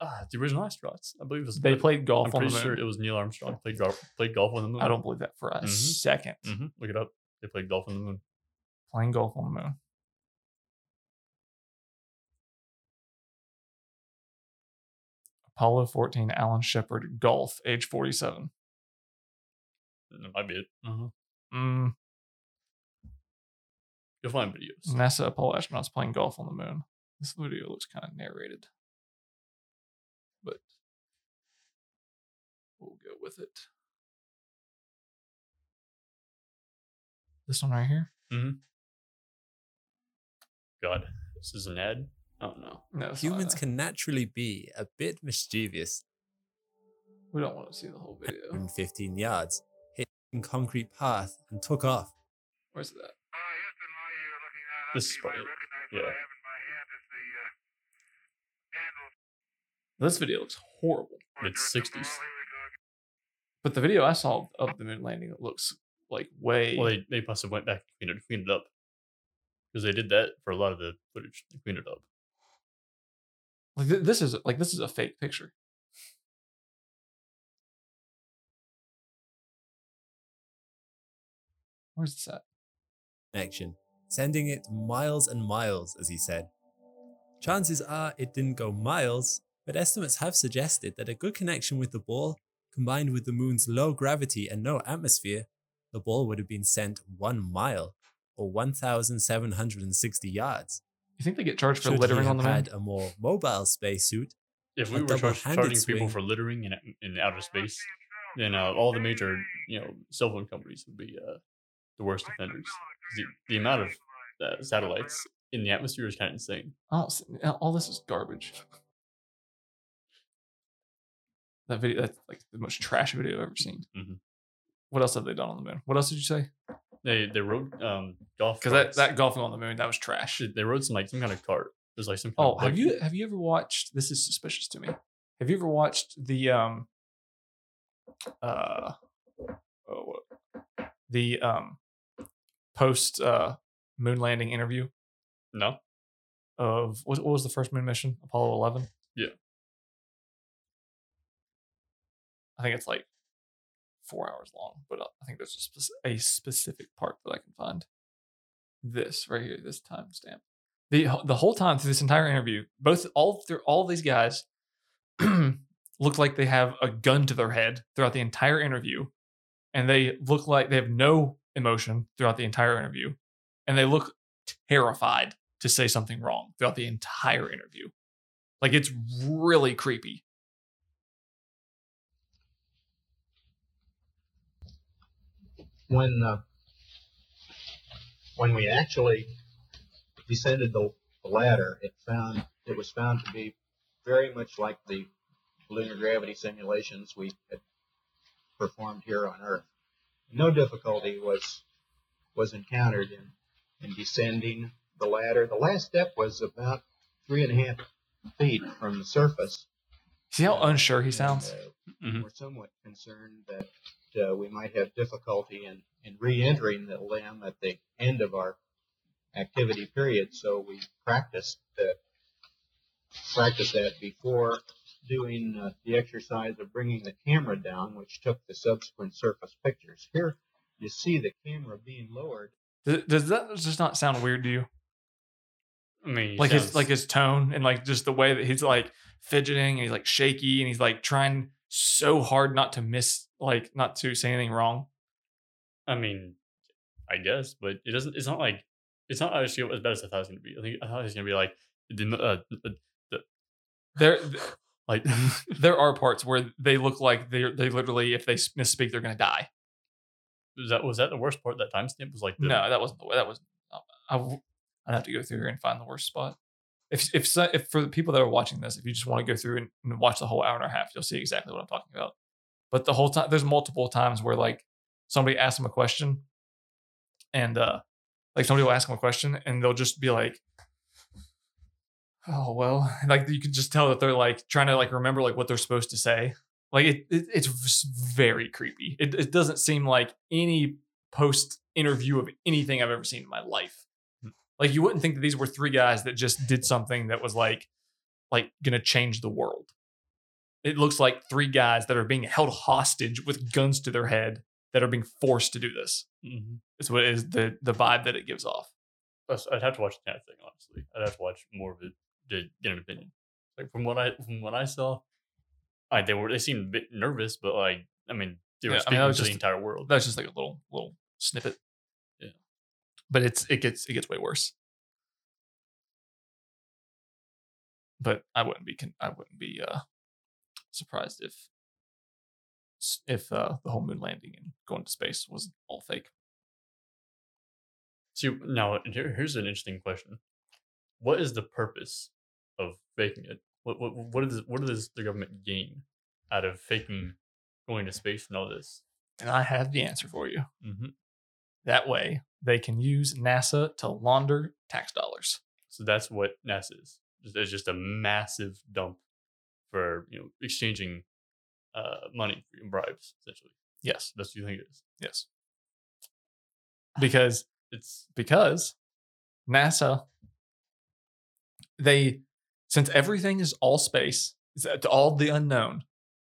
Speaker 2: Ah, the original astronauts. I believe it was
Speaker 1: They
Speaker 2: Neil-
Speaker 1: played golf
Speaker 2: I'm
Speaker 1: on
Speaker 2: pretty
Speaker 1: the moon.
Speaker 2: sure it was Neil Armstrong played golf, played golf on the moon.
Speaker 1: I don't believe that for a
Speaker 2: Mhm.
Speaker 1: second.
Speaker 2: hmm Look it up. They played golf on the moon.
Speaker 1: Playing golf on the moon. Apollo 14, Alan Shepard, golf, age 47.
Speaker 2: That might be it.
Speaker 1: Mm-hmm.
Speaker 2: Uh-huh.
Speaker 1: Mm,
Speaker 2: You'll find videos.
Speaker 1: NASA Apollo astronauts playing golf on the moon. This video looks kind of narrated, but we'll go with it. This one right here?
Speaker 2: God, this is an ad. I don't know.
Speaker 1: No, it's not
Speaker 10: Humans
Speaker 1: that.
Speaker 10: can naturally be a bit mischievous
Speaker 1: We don't want to see the whole video.
Speaker 10: in 15 yards, hit a concrete path, and took off.
Speaker 1: Where's that?
Speaker 2: This is probably it. Yeah.
Speaker 1: This video looks horrible.
Speaker 2: It's 60s.
Speaker 1: But the video I saw of the moon landing looks like way.
Speaker 2: Well, they, they must have went back and cleaned it, cleaned it up. Because they did that for a lot of the footage. They cleaned it up.
Speaker 1: like, th- this is like this is a fake picture. Where's this at?
Speaker 10: connection, sending it miles and miles, as he said. Chances are it didn't go miles, but estimates have suggested that a good connection with the ball, combined with the moon's low gravity and no atmosphere, the ball would have been sent one mile or 1,760 yards.
Speaker 1: You think they get charged for
Speaker 10: Should he
Speaker 1: littering on
Speaker 10: have
Speaker 1: the
Speaker 10: had
Speaker 1: moon?
Speaker 10: a more mobile spacesuit,
Speaker 2: If
Speaker 10: A
Speaker 2: we were char-
Speaker 10: double-handed
Speaker 2: charging people
Speaker 10: swing.
Speaker 2: for littering in, in outer space, then uh, all the major you know cell phone companies would be uh, the worst offenders. 'Cause The, the amount of uh, satellites in the atmosphere is kind of insane.
Speaker 1: I don't see, Oh, all this is garbage. That video, that's like the most trash video I've ever seen.
Speaker 2: Mhm.
Speaker 1: What else have they done on the moon? What else did you say?
Speaker 2: They they rode um golf
Speaker 1: Because that,
Speaker 2: carts.
Speaker 1: that golfing on the moon, that was trash.
Speaker 2: They- they rode some like some kind of cart. There's like some. Kind
Speaker 1: Oh,
Speaker 2: of
Speaker 1: have
Speaker 2: buggy.
Speaker 1: you have you ever watched? This is suspicious to me. Have you ever watched the um, uh, oh, what- the um, post uh moon landing interview
Speaker 2: No,
Speaker 1: of what, what was the first moon mission? Apollo Eleven.
Speaker 2: Yeah.
Speaker 1: I think it's like four hours long, but uh, I think there's a, spec- a specific part that I can find. This right here, this timestamp. The the whole time through this entire interview, both all through all these guys look like they have a gun to their head throughout the entire interview, and they look like they have no emotion throughout the entire interview, and they look terrified to say something wrong throughout the entire interview. Like it's really creepy.
Speaker 11: when uh, when we actually descended the, the ladder, it found it was found to be very much like the lunar gravity simulations we had performed here on Earth. No difficulty was was encountered in in descending the ladder. The last step was about three and a half feet from the surface.
Speaker 1: See how unsure he sounds?
Speaker 11: We're somewhat concerned that uh, we might have difficulty in, in re-entering the limb at the end of our activity period. So we practiced that, practiced that before doing uh, the exercise of bringing the camera down, which took the subsequent surface pictures. Here you see the camera being lowered.
Speaker 1: Does, does that just not sound weird to you?
Speaker 2: I mean,
Speaker 1: like
Speaker 2: it's
Speaker 1: his like his tone and like just the way that he's like fidgeting and he's like shaky and he's like trying so hard not to miss like not to say anything wrong.
Speaker 2: I mean, I guess, but it doesn't. It's not like it's not obviously as bad as I thought it was gonna be. I think I thought it was gonna be like the uh, the, the
Speaker 1: There
Speaker 2: like
Speaker 1: there are parts where they look like they they literally if they s- misspeak they're gonna die.
Speaker 2: was that was that the worst part? That timestamp was like the,
Speaker 1: No, that wasn't the way. That was I. w- I'd have to go through here and find the worst spot. If if so, if for the people that are watching this, if you just want to go through and, and watch the whole hour and a half, you'll see exactly what I'm talking about. But the whole time, there's multiple times where like somebody asks them a question, and uh like somebody will ask them a question, and they'll just be like, "Oh well," like you can just tell that they're like trying to like remember like what they're supposed to say. Like it, it it's very creepy. It, it doesn't seem like any post interview of anything I've ever seen in my life. Like you wouldn't think that these were three guys that just did something that was like like gonna change the world. It looks like three guys that are being held hostage with guns to their head that are being forced to do this.
Speaker 2: Mhm.
Speaker 1: It's what it is the the vibe that it gives off.
Speaker 2: Plus, I'd have to watch the entire thing. Honestly, I'd have to watch more of it to get an opinion. Like from what I from what I saw, I they were they seemed a bit nervous, but like I mean they were
Speaker 1: Yeah, I mean, that
Speaker 2: speaking
Speaker 1: was
Speaker 2: to the
Speaker 1: just-
Speaker 2: entire world.
Speaker 1: That's just like a little little snippet.
Speaker 2: Yeah.
Speaker 1: But it's it gets it gets way worse. But I wouldn't be con- I wouldn't be uh surprised if s- if uh the whole moon landing and going to space was all fake.
Speaker 2: See now here, here's an interesting question: What is the purpose of faking it? What what what is what does the government gain out of faking going to space and all this?
Speaker 1: And I have the answer for you.
Speaker 2: Mm-hmm.
Speaker 1: That way they can use NASA to launder tax dollars.
Speaker 2: So that's what NASA is. It's- It's just a massive dump for you know exchanging uh, money for bribes essentially.
Speaker 1: Yes.
Speaker 2: That's what you think it is.
Speaker 1: Yes. Because
Speaker 2: It's
Speaker 1: because NASA, they, since everything is all space, it's it's all the unknown,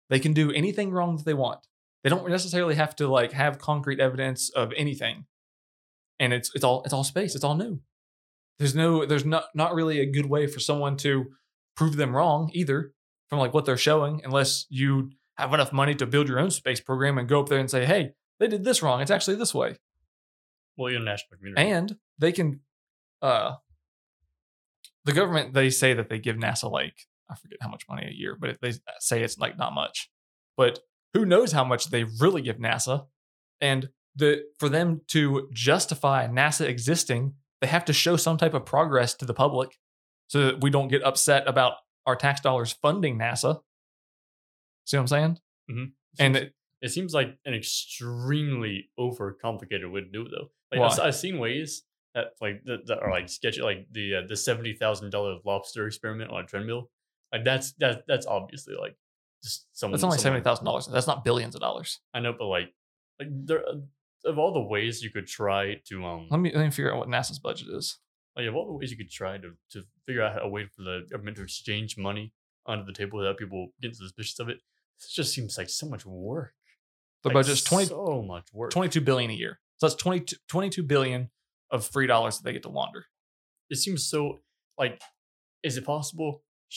Speaker 1: they can do anything wrong that they want. They don't necessarily have to like have concrete evidence of anything, and it's it's all it's all space. It's all new. There's no there's not not really a good way for someone to prove them wrong either from like what they're showing, unless you have enough money to build your own space program and go up there and say, hey, they did this wrong. It's actually this way
Speaker 2: well, you're a national community.
Speaker 1: and they can uh the government they say that they give nasa like i forget how much money a year but they say it's like not much but who knows how much they really give nasa and the for them to justify nasa existing they have to show some type of progress to the public so that we don't get upset about our tax dollars funding nasa see what i'm saying
Speaker 2: Mhm.
Speaker 1: and it,
Speaker 2: It seems like an extremely overcomplicated way to do it, though. Like
Speaker 1: Why?
Speaker 2: I've, s- I've seen ways that like that, that are like sketchy, like the uh, the seventy thousand dollar lobster experiment on a treadmill. Like that's that's that's obviously like just someone.
Speaker 1: that's only
Speaker 2: someone-
Speaker 1: $70000 that's not billions of dollars
Speaker 2: I know, but like like there uh, of all the ways you could try to um
Speaker 1: let me let me figure out what nasa's budget is
Speaker 2: like of all the ways you could try to to figure out a way for the government to exchange money under the table without people getting suspicious of it. This just seems like so much work.
Speaker 1: the
Speaker 2: Like,
Speaker 1: budget's 20
Speaker 2: so much work.
Speaker 1: 22 billion a year. So that's 22, 22 billion of free dollars that they get to launder.
Speaker 2: it seems so like is it possible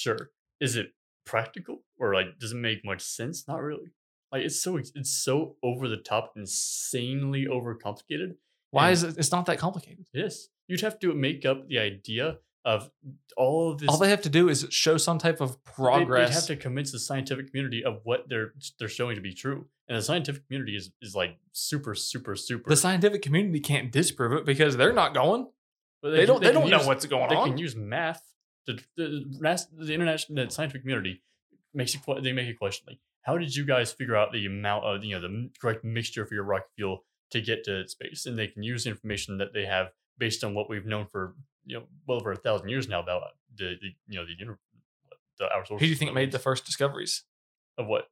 Speaker 2: sure is it practical or like does it make much sense not really like it's so ex- it's so over the top insanely overcomplicated
Speaker 1: Why
Speaker 2: and
Speaker 1: is it? It's not that complicated.
Speaker 2: yes you'd have to make up the idea of all of this.
Speaker 1: All they have to do is show some type of
Speaker 2: they- they'd
Speaker 1: progress.
Speaker 2: have to convince the scientific community of what they're they're showing to be true, and the scientific community is is like super, super, super.
Speaker 1: the scientific community can't disprove it because they're not going.
Speaker 2: But
Speaker 1: they
Speaker 2: can-
Speaker 1: don't- they
Speaker 2: can
Speaker 1: don't know what's going
Speaker 2: they
Speaker 1: on.
Speaker 2: can use math. To, the, the, the international the scientific community makes it, que- they make a question like, how did you guys figure out the amount of you know the m- correct mixture for your rocket fuel to get to space? And they can use the information that they have based on what we've known for you know well over a thousand years now about the, the you know the, uni- the our
Speaker 1: Who do you think made the first discoveries
Speaker 2: of what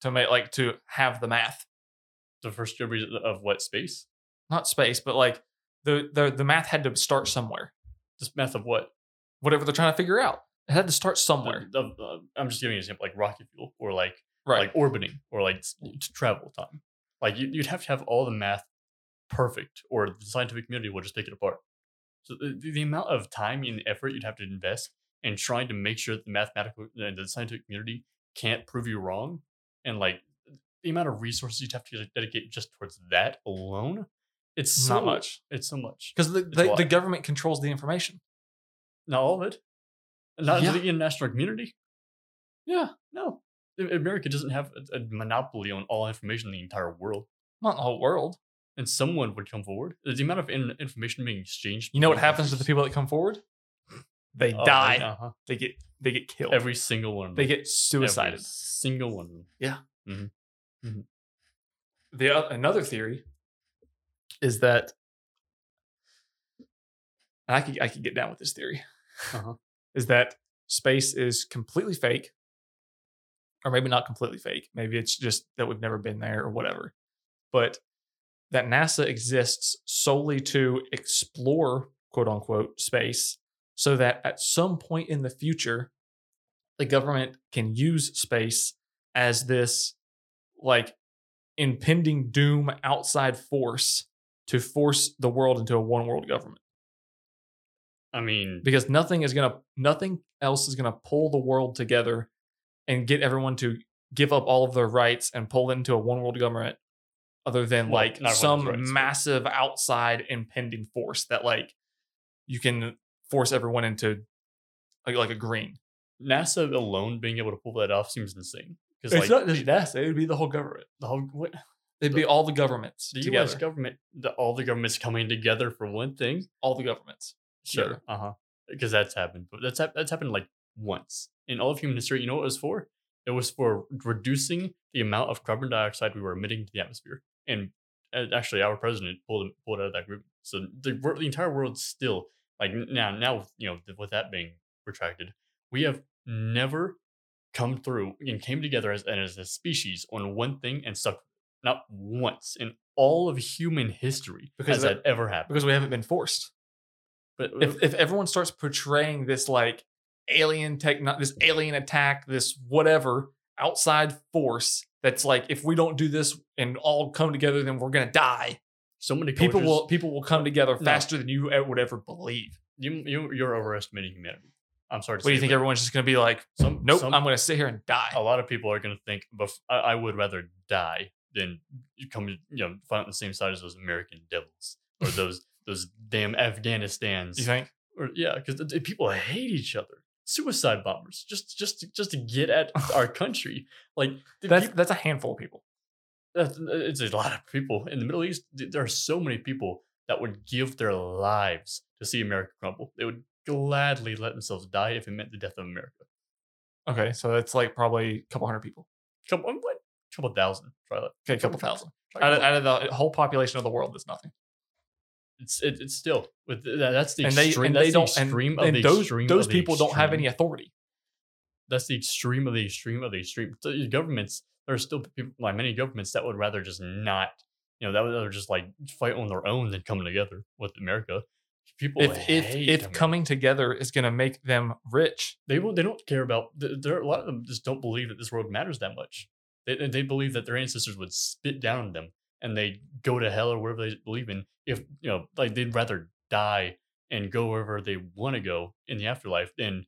Speaker 1: to make like to have the math?
Speaker 2: the first discoveries of- of what space
Speaker 1: Not space, but like the the the math had to start somewhere.
Speaker 2: this math of what
Speaker 1: Whatever they're trying to figure out, it had to start somewhere.
Speaker 2: The- the- uh, I'm just giving you an example, like rocket fuel or like
Speaker 1: Right.
Speaker 2: like orbiting or like s- t- travel time. Like you, you'd have to have all the math perfect, or the scientific community will just pick it apart. So the, the- the amount of time and effort you'd have to invest in trying to make sure that the mathematical and the scientific community can't prove you wrong, and like the amount of resources you'd have to dedicate just towards that alone, it's
Speaker 1: Not
Speaker 2: so-
Speaker 1: much.
Speaker 2: It's so much
Speaker 1: because the,
Speaker 2: a
Speaker 1: the, the
Speaker 2: lot.
Speaker 1: government controls the information.
Speaker 2: not all of it, not
Speaker 1: Yeah.
Speaker 2: the international community.
Speaker 1: Yeah,
Speaker 2: No, A- America doesn't have a, a monopoly on all information in the entire world,
Speaker 1: not the whole world.
Speaker 2: and someone would come forward. The amount of in- information being exchanged.
Speaker 1: You know what
Speaker 2: between
Speaker 1: happens to the people that come forward? They
Speaker 2: countries- Oh,
Speaker 1: die.
Speaker 2: uh-huh.
Speaker 1: They get they get killed.
Speaker 2: Every single one. of
Speaker 1: they
Speaker 2: them.
Speaker 1: get suicided.
Speaker 2: Every single one. of them.
Speaker 1: Yeah.
Speaker 2: Mhm. Mhm.
Speaker 1: The oth- another theory is that, and I could I could get down with this theory,
Speaker 2: Uh-huh.
Speaker 1: is that space is completely fake, or maybe not completely fake. Maybe it's just that we've never been there or whatever. But that NASA exists solely to explore quote unquote space, so that at some point in the future, the government can use space as this like impending doom outside force to force the world into a one world government
Speaker 2: I mean,
Speaker 1: because nothing is going to nothing else is going to pull the world together and get everyone to give up all of their rights and pull into a one world government other than
Speaker 2: Well,
Speaker 1: like
Speaker 2: not everyone has
Speaker 1: some
Speaker 2: rights, but-
Speaker 1: massive outside impending force that like you can force everyone into like, like a green
Speaker 2: NASA alone being able to pull that off seems insane. Because like
Speaker 1: nasa it would be the whole government
Speaker 2: the whole what,
Speaker 1: it'd be all the governments
Speaker 2: the
Speaker 1: together
Speaker 2: U.S. government, the, all the governments coming together for one thing.
Speaker 1: all the governments
Speaker 2: Sure.
Speaker 1: together.
Speaker 2: Uh huh. Because that's happened, but that's hap- that's happened like once in all of human history. You know what it was for? It was for reducing the amount of carbon dioxide we were emitting to the atmosphere. And uh, actually, our president pulled pulled out of that group. So the wor- the entire world's still like n- now now with, you know th- with that being retracted, we have never come through and came together as and as a species on one thing and stuck not once in all of human history
Speaker 1: Because
Speaker 2: has
Speaker 1: that-
Speaker 2: that, ever happened.
Speaker 1: because we haven't been forced
Speaker 2: but
Speaker 1: if if everyone starts portraying this like alien tech this alien attack this whatever outside force that's like if we don't do this and all come together then we're gonna die
Speaker 2: so many
Speaker 1: people
Speaker 2: cultures-
Speaker 1: will people will come together
Speaker 2: No.
Speaker 1: faster than you e- would ever believe
Speaker 2: you, you you're overestimating humanity. I'm sorry. To
Speaker 1: what do you
Speaker 2: say,
Speaker 1: think
Speaker 2: but
Speaker 1: everyone's just gonna be like
Speaker 2: Some,
Speaker 1: nope
Speaker 2: some- Oh,
Speaker 1: i'm gonna sit here and die
Speaker 2: a lot of people are going to think. Bef- I, I would rather die than you come. You know, fight on the same side as those American devils or those those damn Afghanistan's.
Speaker 1: you think
Speaker 2: Or, yeah, because people hate each other. Suicide bombers, just just to- just to get at our country. Like the
Speaker 1: that's
Speaker 2: peop-
Speaker 1: that's a handful of people
Speaker 2: that's, uh, it's a lot of people in the Middle East. th- There are so many people that would give their lives to see America crumble. They would gladly let themselves die if it meant the death of America.
Speaker 1: okay so that's like probably a couple hundred people
Speaker 2: couple what? Couple thousand. Try that.
Speaker 1: okay a couple thousand
Speaker 2: Try
Speaker 1: out of,
Speaker 2: couple-
Speaker 1: out of the whole population of the world that's nothing
Speaker 2: it's it, it's still with th- that- that's the
Speaker 1: and they
Speaker 2: extreme.
Speaker 1: and
Speaker 2: that's
Speaker 1: they
Speaker 2: the
Speaker 1: don't and,
Speaker 2: extreme of
Speaker 1: and
Speaker 2: the
Speaker 1: those
Speaker 2: extreme.
Speaker 1: those
Speaker 2: of the
Speaker 1: people don't have
Speaker 2: extreme.
Speaker 1: any authority
Speaker 2: That's the extreme of the extreme of the extreme. So your governments there are still people, like many governments that would rather just not. You know that would rather just like fight on their own than coming together with America. People
Speaker 1: if if,
Speaker 2: hate
Speaker 1: if
Speaker 2: America.
Speaker 1: coming together is going to make them rich,
Speaker 2: they will they don't care about th- there are a lot of them just don't believe that this world matters that much they, they- they believe that their ancestors would spit down on them and they go to hell or wherever they believe in if you know like they'd rather die and go wherever they want to go in the afterlife than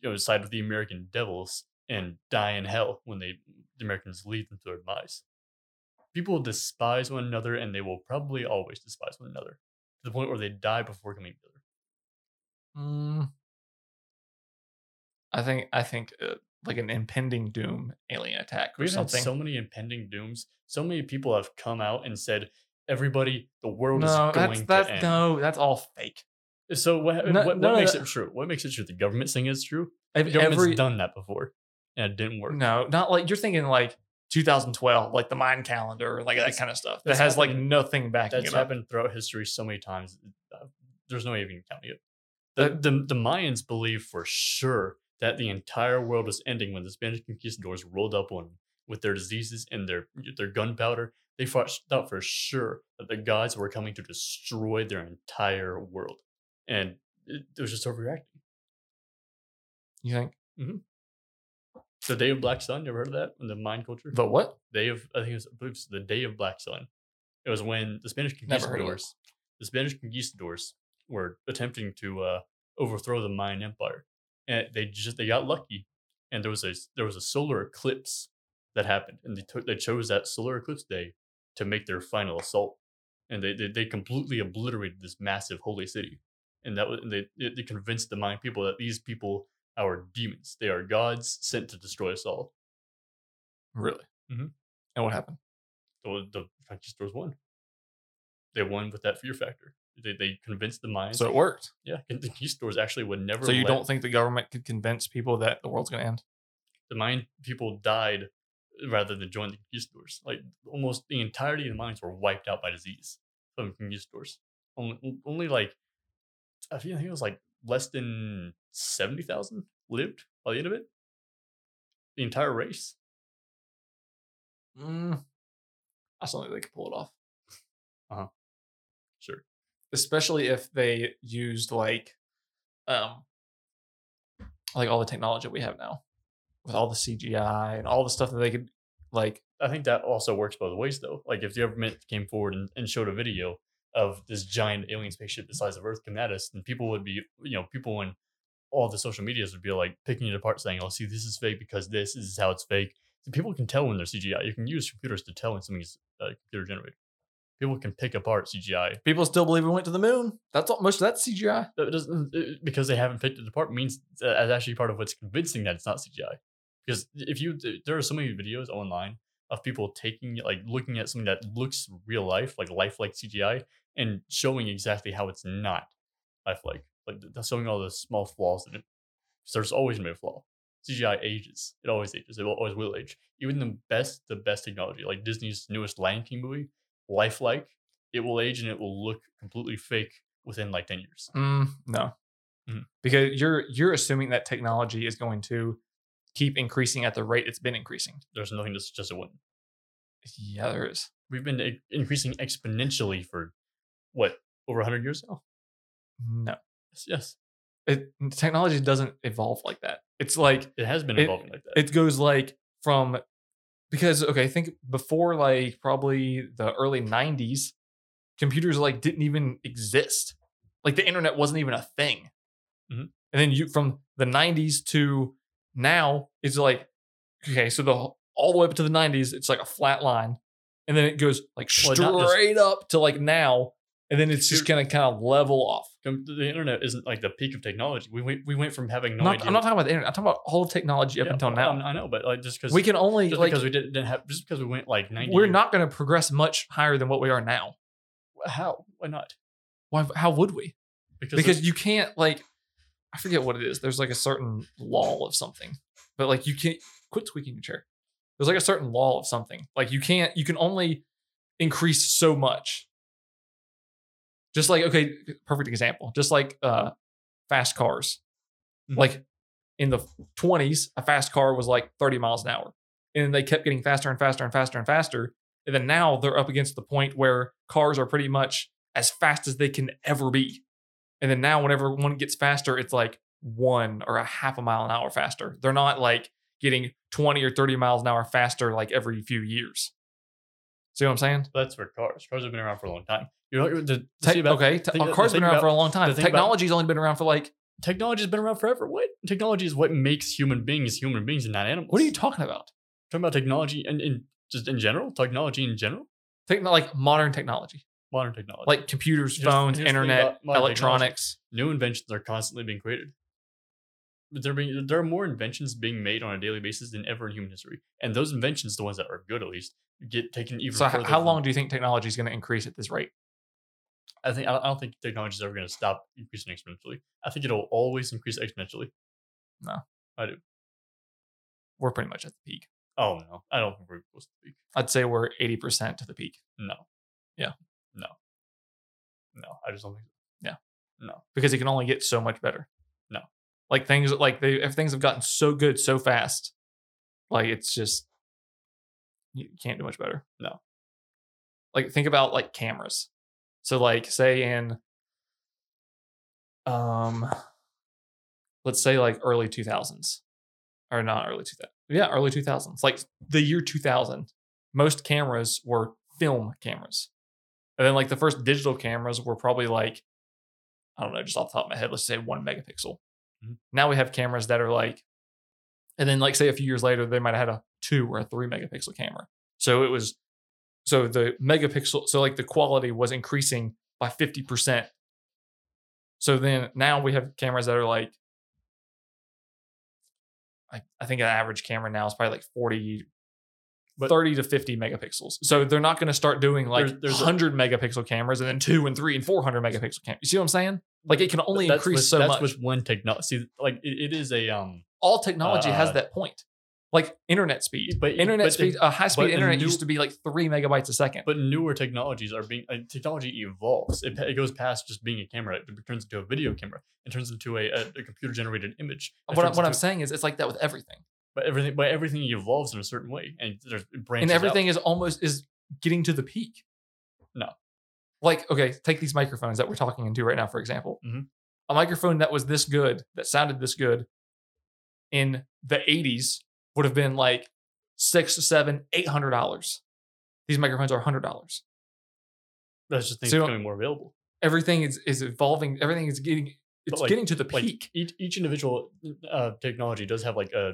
Speaker 2: you know side with the american devils and die in hell when they the americans lead them to their demise people despise one another and they will probably always despise one another to the point where they die before coming together
Speaker 1: Mm. I think I think uh, like an impending doom alien attack or
Speaker 2: We've had
Speaker 1: something.
Speaker 2: so many impending dooms. So many people have come out and said, "Everybody, the world is
Speaker 1: no,
Speaker 2: going
Speaker 1: that's
Speaker 2: to
Speaker 1: that's
Speaker 2: end."
Speaker 1: no, that's all fake.
Speaker 2: So what,
Speaker 1: No-
Speaker 2: what,
Speaker 1: none
Speaker 2: what
Speaker 1: of
Speaker 2: makes
Speaker 1: that-
Speaker 2: it true? What makes it true? The government saying it's true.
Speaker 1: Ev-
Speaker 2: The government's
Speaker 1: every-
Speaker 2: done that before, and it didn't work.
Speaker 1: No, not like you're thinking like 2012, like the Mayan calendar, like that
Speaker 2: That's-
Speaker 1: kind of stuff that
Speaker 2: that's
Speaker 1: has like
Speaker 2: happened-
Speaker 1: nothing backing
Speaker 2: That's
Speaker 1: it up.
Speaker 2: happened throughout history so many times. uh, There's no way even counting it. The, the the Mayans believed for sure that the entire world was ending when the Spanish conquistadors rolled up on 'em with their diseases and their their gunpowder. They thought thought for sure that the gods were coming to destroy their entire world, and it, it was just overreacting.
Speaker 1: You think
Speaker 2: The Day of Black Sun. You ever heard of that in the Mayan culture?
Speaker 1: the what?
Speaker 2: Day of I think it was, I believe it's the Day of Black Sun. It was when the Spanish
Speaker 1: Never heard of it.
Speaker 2: conquistadors, the Spanish conquistadors were attempting to uh, overthrow the Mayan Empire, and they just they got lucky, and there was a there was a solar eclipse that happened, and they took they chose that solar eclipse day to make their final assault, and they they, they completely obliterated this massive holy city, and that was and they they they convinced the Mayan people that these people are demons, they are gods sent to destroy us all.
Speaker 1: Really?
Speaker 2: Mhm.
Speaker 1: And what happened?
Speaker 2: the, the conquistadors won. They won with that fear factor. They, they convinced the minds.
Speaker 1: So it worked.
Speaker 2: yeah, con- the conquistadors actually would never.
Speaker 1: So you
Speaker 2: let-
Speaker 1: don't think the government could convince people that the world's going to end?
Speaker 2: the Mayan people died rather than join the conquistadors? Like almost the entirety of the Mayans were wiped out by disease from conquistadors. Only, only like I think I think it was like less than seventy thousand lived by the end of it. The entire race.
Speaker 1: Mm. I still think they could pull it off, Uh-huh.
Speaker 2: Sure.
Speaker 1: especially if they used like, um, like all the technology we have now, with all the CGI and all the stuff that they could like.
Speaker 2: I think that also works both ways, though. Like if the government came forward and, and showed a video of this giant alien spaceship the size of Earth coming at us, then people would be, you know, people in all the social medias would be like picking it apart, saying, "Oh, see, this is fake because this, this is how it's fake." So people can tell when they're CGI. You can use computers to tell when something's uh, computer generated. People can pick apart CGI.
Speaker 1: People still believe we went to the moon. That's all. Most of that's CGI.
Speaker 2: That doesn't it- because they haven't picked it apart means that that's actually part of what's convincing that it's not CGI. Because if you there are so many videos online of people taking like looking at something that looks real life, like lifelike CGI, and showing exactly how it's not lifelike, like th- showing all the small flaws in it. So there's always gonna be a flaw. CGI ages. It always ages. It will, always will age. Even the best, the best technology, like Disney's newest Lion King movie, lifelike, it will age and it will look completely fake within like ten years.
Speaker 1: Mm, no, Mm.
Speaker 2: Mhm.
Speaker 1: because you're you're assuming that technology is going to keep increasing at the rate it's been increasing.
Speaker 2: there's nothing to suggest it wouldn't.
Speaker 1: Yeah, there is.
Speaker 2: We've been i- increasing exponentially for what over 100 years now.
Speaker 1: No,
Speaker 2: Yes, yes,
Speaker 1: it, technology doesn't evolve like that. It's like
Speaker 2: it has been
Speaker 1: It-
Speaker 2: evolving like that.
Speaker 1: it goes like from because okay, think before like probably the early '90s, computers like didn't even exist. Like the internet wasn't even a thing.
Speaker 2: Mhm.
Speaker 1: And then you from the '90s to now, it's like okay, so the wh- all the way up to the '90s, it's like a flat line, and then it goes like
Speaker 2: Well,
Speaker 1: straight
Speaker 2: not just-
Speaker 1: up to like now, and then it's just gonna kind of level off.
Speaker 2: Com- the internet isn't like the peak of technology. We went, we went from having no
Speaker 1: Not-
Speaker 2: idea.
Speaker 1: I'm not talking about the internet. I'm talking about all technology up
Speaker 2: Yeah,
Speaker 1: until
Speaker 2: I-
Speaker 1: now.
Speaker 2: I know, but like just because
Speaker 1: we can only
Speaker 2: just
Speaker 1: like
Speaker 2: because we didn't, didn't have just because we went like 90.
Speaker 1: we're
Speaker 2: years-
Speaker 1: not going to progress much higher than what we are now.
Speaker 2: how why not
Speaker 1: Why? How would we?
Speaker 2: because,
Speaker 1: Because
Speaker 2: of-
Speaker 1: you can't like I forget what it is. There's like a certain law of something, but like you can't quit tweaking your chair. There's like a certain law of something. Like you can't. You can only increase so much. Just like okay, perfect example. Just like uh, fast cars.
Speaker 2: Mhm.
Speaker 1: Like in the 20s, a fast car was like 30 miles an hour, and they kept getting faster and faster and faster and faster. And then now they're up against the point where cars are pretty much as fast as they can ever be. And then now, whenever one gets faster, it's like one or a half a mile an hour faster. They're not like getting 20 or 30 miles an hour faster like every few years. See what I'm saying?
Speaker 2: that's for cars. Cars have been around for a long time. You know, the, the
Speaker 1: Tech-
Speaker 2: thing about-
Speaker 1: okay, te-
Speaker 2: think- the
Speaker 1: cars have
Speaker 2: thing
Speaker 1: been around for a
Speaker 2: about-
Speaker 1: long time.
Speaker 2: the thing about-
Speaker 1: Technology's only been around for like,
Speaker 2: technology has been around forever. What technology is what makes human beings human beings and not animals?
Speaker 1: what are you talking about?
Speaker 2: talking about? Technology and in just in general, technology in general.
Speaker 1: Techno- like modern technology.
Speaker 2: modern technology.
Speaker 1: Like computers,
Speaker 2: Here's-
Speaker 1: phones,
Speaker 2: here's the thing
Speaker 1: internet,
Speaker 2: about modern technology.
Speaker 1: electronics.
Speaker 2: New inventions are constantly being created. But there, being, there are more inventions being made on a daily basis than ever in human history, and those inventions, the ones that are good at least, get taken even
Speaker 1: So, h-
Speaker 2: further.
Speaker 1: how
Speaker 2: from-
Speaker 1: long do you think technology is going to increase at this rate?
Speaker 2: I think I don't- I don't think technology is ever going to stop increasing exponentially. I think it'll always increase exponentially.
Speaker 1: No.
Speaker 2: I do.
Speaker 1: We're pretty much at the peak.
Speaker 2: Oh no, I don't think we're close to the peak.
Speaker 1: I'd say we're 80% to the peak
Speaker 2: No.
Speaker 1: Yeah.
Speaker 2: No. No, I just don't think.
Speaker 1: Yeah.
Speaker 2: No.
Speaker 1: because it can only get so much better.
Speaker 2: No.
Speaker 1: Like things like they if things have gotten so good so fast, like it's just you can't do much better.
Speaker 2: No.
Speaker 1: Like think about like cameras. So like say in um let's say like early 2000s or not early 2000s. Yeah, early 2000s. Like the year 2000, most cameras were film cameras. And then like the first digital cameras were probably like I don't know, just off the top of my head, let's say one megapixel.
Speaker 2: Mhm.
Speaker 1: Now we have cameras that are like, and then like say a few years later, they might have had a two or a three megapixel camera. So it was, so the megapixel, so like the quality was increasing by 50%. So then now we have cameras that are like, I, I think an average camera now is probably like 40,
Speaker 2: But-
Speaker 1: 30 to 50 megapixels. So they're not going to start doing like
Speaker 2: There's- there's a-
Speaker 1: 100 megapixel cameras and then two and three and 400 megapixel cameras. You see what I'm saying? Like it can
Speaker 2: But
Speaker 1: only
Speaker 2: that's
Speaker 1: increase
Speaker 2: with,
Speaker 1: so
Speaker 2: that's
Speaker 1: much.
Speaker 2: with one technology. Like it, it is a um.
Speaker 1: All technology has
Speaker 2: uh,
Speaker 1: that point. Like internet speed.
Speaker 2: But
Speaker 1: internet
Speaker 2: but
Speaker 1: speed,
Speaker 2: the-
Speaker 1: uh, high
Speaker 2: but
Speaker 1: speed
Speaker 2: the
Speaker 1: internet
Speaker 2: new-
Speaker 1: used to be like three megabytes a second.
Speaker 2: But newer technologies are being uh, technology evolves. It, it goes past just being a camera. It turns into a video camera. It turns into a, a, a computer generated image. It
Speaker 1: what, I,
Speaker 2: turns
Speaker 1: what I'm
Speaker 2: into-
Speaker 1: saying is it's like that with everything.
Speaker 2: but everything but everything evolves in a certain way, and there's it
Speaker 1: And
Speaker 2: branches out.
Speaker 1: everything is almost is getting to the peak.
Speaker 2: No.
Speaker 1: Like, okay, take these microphones that we're talking into right now, for example.
Speaker 2: Mhm.
Speaker 1: A microphone that was this good, that sounded this good in the 80s would have been like six, seven, eight hundred dollars. These microphones are hundred dollars.
Speaker 2: That's just things
Speaker 1: So-
Speaker 2: becoming more available.
Speaker 1: everything is is evolving. Everything is getting it's
Speaker 2: like-
Speaker 1: getting to the peak.
Speaker 2: Like each, each individual uh, technology does have like a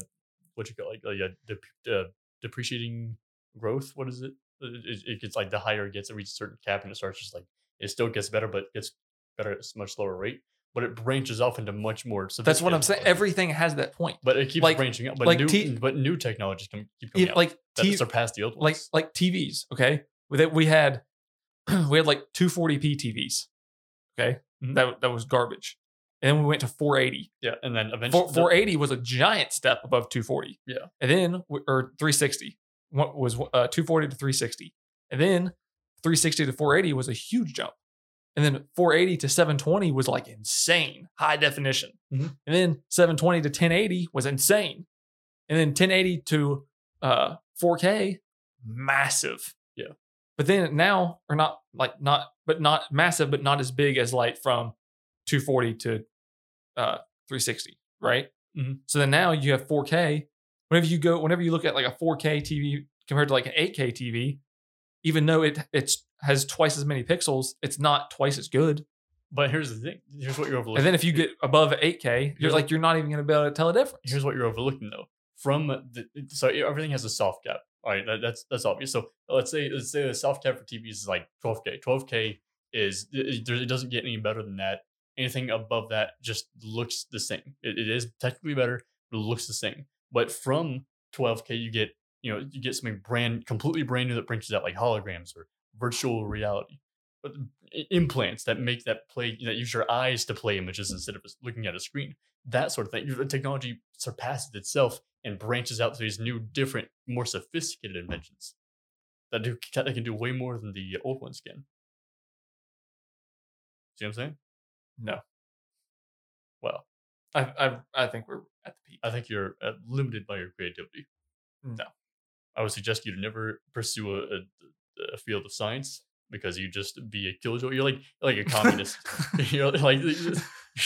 Speaker 2: what you call like a, dep- uh, depreciating growth. What is it? Uh, It, it- it gets like the higher it gets, it reaches a certain cap, and it starts just like it still gets better, but gets better at a much lower rate. But it branches off into much more.
Speaker 1: That's what I'm saying.
Speaker 2: sophisticated technology.
Speaker 1: Everything has that point.
Speaker 2: but it keeps
Speaker 1: like-
Speaker 2: branching out. But
Speaker 1: like
Speaker 2: new,
Speaker 1: T-
Speaker 2: but new technologies come keep coming
Speaker 1: Yeah,
Speaker 2: out
Speaker 1: like
Speaker 2: Oh, that
Speaker 1: T-
Speaker 2: surpass the old
Speaker 1: like
Speaker 2: ones.
Speaker 1: like TVs. Okay, With it, we had we had like 240p TVs. Okay,
Speaker 2: Mhm.
Speaker 1: that that was garbage. And then we went to 480.
Speaker 2: yeah, and then eventually
Speaker 1: Four, 480 was a giant step above 240.
Speaker 2: Yeah.
Speaker 1: And then we- or 360. What was uh, 240 to 360. And then 360 to 480 was a huge jump. And then 480 to 720 was like insane high definition.
Speaker 2: Mhm.
Speaker 1: And then 720 to 1080 was insane. And then 1080 to uh, 4K, massive.
Speaker 2: Yeah.
Speaker 1: But then now are not like not but not massive, but not as big as like from 240 to uh, 360, right?
Speaker 2: Mhm.
Speaker 1: So then now you have 4K. Whenever you go, whenever you look at like a 4K TV compared to like an 8K TV, even though it it's has twice as many pixels, it's not twice as good.
Speaker 2: But here's the thing. Here's what you're overlooking.
Speaker 1: And then if you get above 8K, you're
Speaker 2: Here's-
Speaker 1: like you're not even gonna be able to tell a difference.
Speaker 2: here's what you're overlooking though. From the so e, everything has a soft cap. All right, that, that's that's obvious. So let's say let's say the soft cap for TVs is like 12k. 12k is it, it doesn't get any better than that. Anything above that just looks the same. It, it is technically better, but it looks the same. But from 12k, you get you know you get something brand completely brand new that branches out like holograms or virtual reality. But i- implants that make that play that use your eyes to play images instead of just looking at a screen that sort of thing. The technology surpasses itself and branches out to these new, different, more sophisticated inventions that do that can do way more than the old ones can. See what I'm saying?
Speaker 1: No.
Speaker 2: Well,
Speaker 1: I I I think we're at the peak.
Speaker 2: I think you're uh, limited by your creativity.
Speaker 1: No.
Speaker 2: I would suggest you to never pursue a, a, a field of science because you just be a killjoy. You're like like a communist. you're like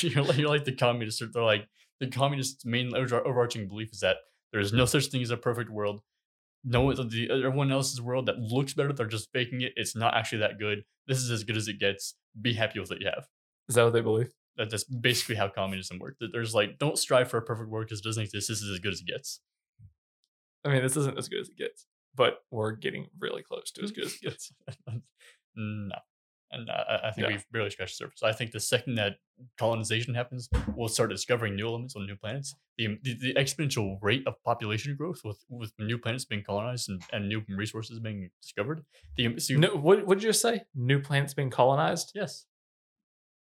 Speaker 2: you're like, you're like the communists. They're like the communists' main over- overarching belief is that there is no such thing as a perfect world. No, one- the everyone else's world that looks better, they're just faking it. It's not actually that good. This is as good as it gets. Be happy with what you have.
Speaker 1: Is that what they believe?
Speaker 2: That, that's basically how communism works. That there's like, don't strive for a perfect world because it doesn't exist. This is as good as it gets.
Speaker 1: I mean, this isn't as good as it gets, but we're getting really close to as good as it gets.
Speaker 2: no, and I, I- I think
Speaker 1: Yeah.
Speaker 2: we've barely scratched the surface. I think the second that colonization happens, we'll start discovering new elements on new planets. The, the, the exponential rate of population growth with, with new planets being colonized and, and new resources being discovered. The, so you-
Speaker 1: No, what what did you just say? New planets being colonized?
Speaker 2: Yes.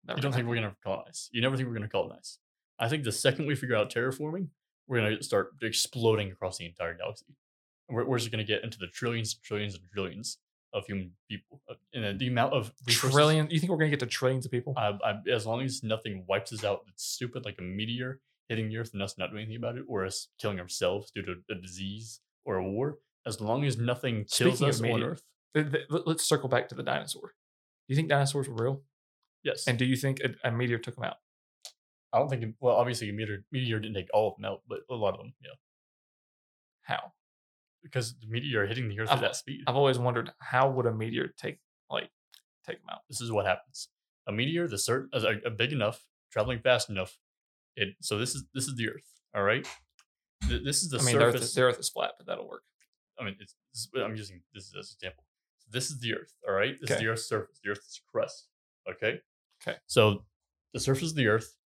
Speaker 1: Never
Speaker 2: you don't think
Speaker 1: mind.
Speaker 2: we're going to colonize. You never think we're going to colonize. I think the second we figure out terraforming, we're going to start exploding across the entire galaxy. We're, we're just going to get into the trillions, trillions, and trillions of human people, uh, and then the amount of resources- Uh,
Speaker 1: trillion? You think we're gonna get to trillions of people?
Speaker 2: I, I, as long as nothing wipes us out, it's stupid, like a meteor hitting the earth and us not doing anything about it, or us killing ourselves due to a disease or a war. As long as nothing kills
Speaker 1: Speaking
Speaker 2: us
Speaker 1: of
Speaker 2: on
Speaker 1: meteor,
Speaker 2: Earth,
Speaker 1: th- th- let- let's circle back to the dinosaur. Do you think dinosaurs were real?
Speaker 2: yes.
Speaker 1: And do you think a, a meteor took them out?
Speaker 2: I don't think. it- Well, obviously, a meteor meteor didn't take all of them out, but a lot of them, yeah.
Speaker 1: How?
Speaker 2: Because the meteor hitting the Earth
Speaker 1: I've-
Speaker 2: at that speed.
Speaker 1: I've always wondered how would a meteor take like take them out?
Speaker 2: This is what happens. A meteor, the certain, a, a big enough, traveling fast enough. It so this is this is the Earth. All right. Th- this is the
Speaker 1: I mean, the
Speaker 2: surface.
Speaker 1: Earth, is, the Earth is flat, but that'll work.
Speaker 2: I mean, it's, this is- I'm using this as an example. So this is the Earth, all right? This is
Speaker 1: Okay.
Speaker 2: the Earth's surface, the Earth's crust, okay?
Speaker 1: Okay.
Speaker 2: So the surface of the Earth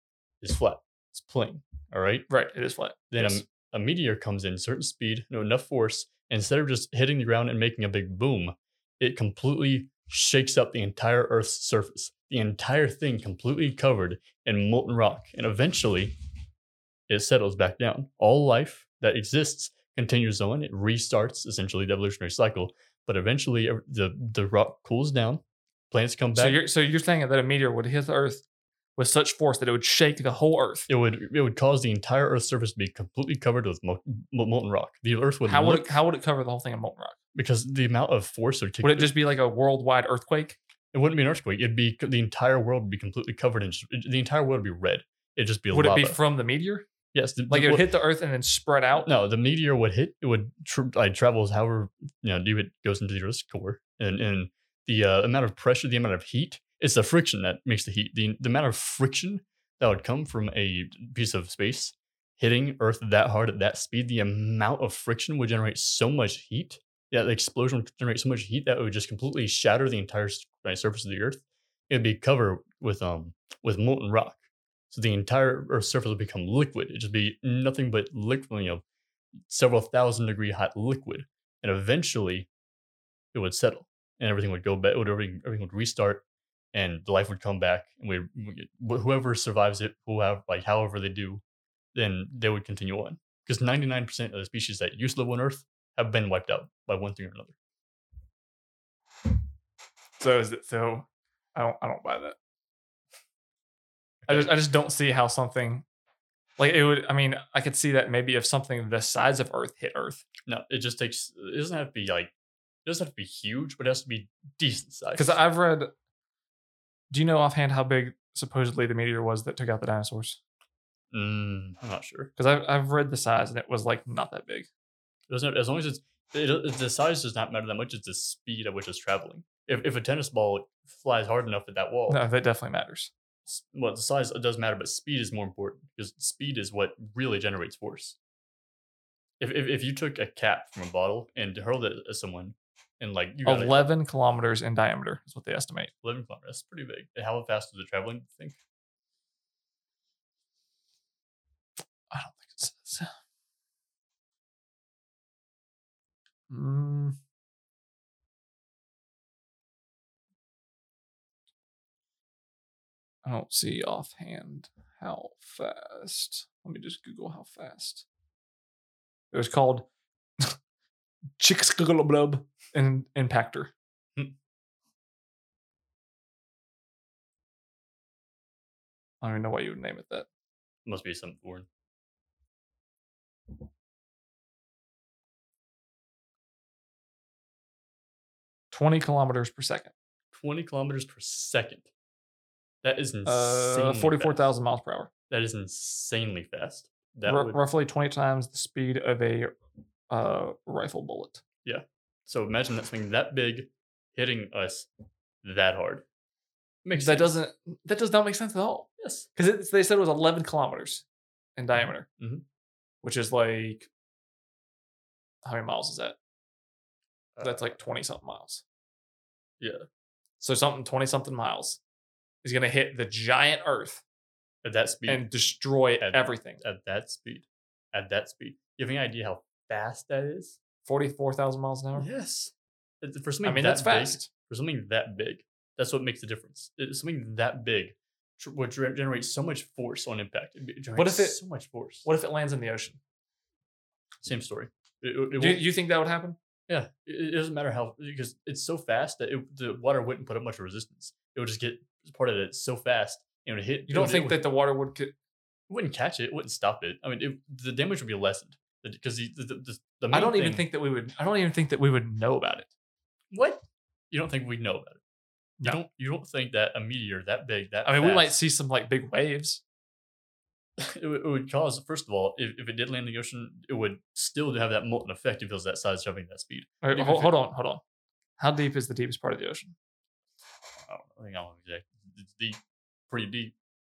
Speaker 2: is flat, it's plain, all right?
Speaker 1: Right, it is flat.
Speaker 2: Then
Speaker 1: Yes.
Speaker 2: a, a meteor comes in, certain speed, no enough force, and instead of just hitting the ground and making a big boom, it completely shakes up the entire Earth's surface, the entire thing completely covered in molten rock, and eventually it settles back down. All life that exists continues on. It restarts essentially the evolutionary cycle, but eventually ev- the the rock cools down. Plants come back.
Speaker 1: So you're so you're saying that a meteor would hit the Earth with such force that it would shake the whole Earth.
Speaker 2: it would it would cause the entire Earth's surface to be completely covered with mol- mol- molten rock. The Earth would
Speaker 1: how would
Speaker 2: look-
Speaker 1: it, how would it cover the whole thing in molten rock?
Speaker 2: because the amount of force or
Speaker 1: Would it just be like a worldwide earthquake?
Speaker 2: it wouldn't be an earthquake. It'd be the entire world would be completely covered in the entire world would be red. It'd just be
Speaker 1: Would
Speaker 2: lava.
Speaker 1: it be from the meteor?
Speaker 2: yes, the-
Speaker 1: Like it
Speaker 2: what-
Speaker 1: would hit the Earth and then spread out.
Speaker 2: No, the meteor would hit. It would tr- like travels however you know it goes into the Earth's core, and and the uh, amount of pressure, the amount of heat, it's the friction that makes the heat. The, the amount of friction that would come from a piece of space hitting Earth that hard at that speed, the amount of friction would generate so much heat. Yeah, the explosion would generate so much heat that it would just completely shatter the entire s- like, surface of the Earth. It'd be covered with um with molten rock. So the entire Earth's surface would become liquid. It'd just be nothing but liquid, you know, several thousand degree hot liquid, and eventually it would settle, and everything would go back. Would everything, everything would restart, and the life would come back. And we, we- wh- whoever survives it, whoever like however they do, then they would continue on because ninety nine percent of the species that used to live on Earth have been wiped out by one thing or another.
Speaker 1: So is it so? I don't I don't buy that. I just I just don't see how something like it would. I mean, I could see that maybe if something the size of Earth hit Earth,
Speaker 2: No, it just takes. It doesn't have to be like. It doesn't have to be huge, but it has to be decent size.
Speaker 1: because I've read. Do you know offhand how big supposedly the meteor was that took out the dinosaurs?
Speaker 2: Mm, I'm not sure.
Speaker 1: Because I've I've read the size and it was like not that big.
Speaker 2: It doesn't as long as it's it, it- the size does not matter that much. It's the speed at which it's traveling. If if a tennis ball flies hard enough at that wall,
Speaker 1: No, that definitely matters.
Speaker 2: s- well, the size does matter, but speed is more important because speed is what really generates force. If if, if you took a cap from a bottle and hurled it at someone, and like you got eleven,
Speaker 1: Eleven kilometers in diameter is what they estimate.
Speaker 2: 11 kilometers, that's pretty big. And How fast is it traveling? I think
Speaker 1: I don't think it says. Mm. I don't see offhand how fast. Let me just Google how fast. It was called Chicksgloblob and Impactor. I don't even know why you would name it that.
Speaker 2: must be some foreign.
Speaker 1: Twenty kilometers per second.
Speaker 2: 20 kilometers per second. That is insane.
Speaker 1: Uh, 44,000 miles per hour.
Speaker 2: That is insanely fast. That
Speaker 1: Ru-
Speaker 2: would,
Speaker 1: Roughly 20 times the speed of a uh, rifle bullet.
Speaker 2: so imagine that thing that big hitting us that hard. Makes
Speaker 1: that doesn't that does not make sense at all.
Speaker 2: Yes.
Speaker 1: Because they said it was 11 kilometers in diameter,
Speaker 2: Mhm.
Speaker 1: which is like
Speaker 2: uh,
Speaker 1: how many miles is that? That's like 20 something miles.
Speaker 2: Yeah.
Speaker 1: So something 20 something miles is going to hit the giant Earth
Speaker 2: at that speed
Speaker 1: and destroy
Speaker 2: At-
Speaker 1: everything.
Speaker 2: at that speed. At that speed. You have any idea how fast that is?
Speaker 1: 44,000 miles an hour?
Speaker 2: Yes. It- For
Speaker 1: I
Speaker 2: something
Speaker 1: mean,
Speaker 2: that
Speaker 1: that's
Speaker 2: big-
Speaker 1: fast.
Speaker 2: for something that big, that's what makes the difference. It- something that big tr- would gener- generate so much force on impact. It generates
Speaker 1: What if it-
Speaker 2: so much force?
Speaker 1: What if it lands in the ocean?
Speaker 2: Same story. It, it- it
Speaker 1: Do
Speaker 2: won't-
Speaker 1: you think that would happen?
Speaker 2: yeah, it, it doesn't matter how because it's so fast that it, the water wouldn't put up much resistance. It would just get part of it so fast and it would hit.
Speaker 1: You don't
Speaker 2: it
Speaker 1: think
Speaker 2: would-
Speaker 1: that the water would. co-
Speaker 2: it wouldn't catch it, it wouldn't stop it. I mean, it, the damage would be lessened because the, the, the,
Speaker 1: I
Speaker 2: the main
Speaker 1: don't even
Speaker 2: thing-
Speaker 1: think that we would. I don't even think that we would know about it.
Speaker 2: What? You don't think we know about it? You
Speaker 1: No.
Speaker 2: don't. You don't think that a meteor that big that
Speaker 1: I mean, we might
Speaker 2: fast-
Speaker 1: see some like big waves.
Speaker 2: it, would- it would cause first of all, if, if it did land in the ocean, it would still have that molten effect if it was that size traveling that speed.
Speaker 1: All right,
Speaker 2: Even
Speaker 1: hold,
Speaker 2: if
Speaker 1: hold
Speaker 2: it-
Speaker 1: on, hold on. How deep is the deepest part of the ocean?
Speaker 2: I don't know. I think I don't know exactly. It's deep, pretty deep.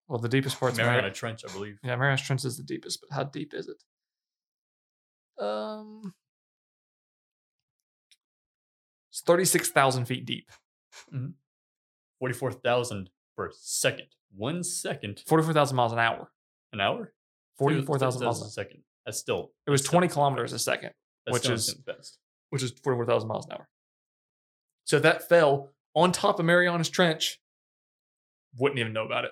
Speaker 1: Well, the deepest part's
Speaker 2: Mariana
Speaker 1: Mariana.
Speaker 2: Trench, I believe.
Speaker 1: Yeah, Mariana Trench is the deepest, but how deep is it? Um, it's thirty-six thousand feet deep.
Speaker 2: Forty-four thousand per second. One second,
Speaker 1: Forty-four thousand miles an hour.
Speaker 2: an hour.
Speaker 1: Forty-four thousand miles.
Speaker 2: a
Speaker 1: An
Speaker 2: second. That's still
Speaker 1: It was twenty kilometers a second,
Speaker 2: that's
Speaker 1: which
Speaker 2: still
Speaker 1: is
Speaker 2: insane fast.
Speaker 1: which is forty-four thousand miles an hour. So if that fell on top of Mariana's Trench, wouldn't even know about it.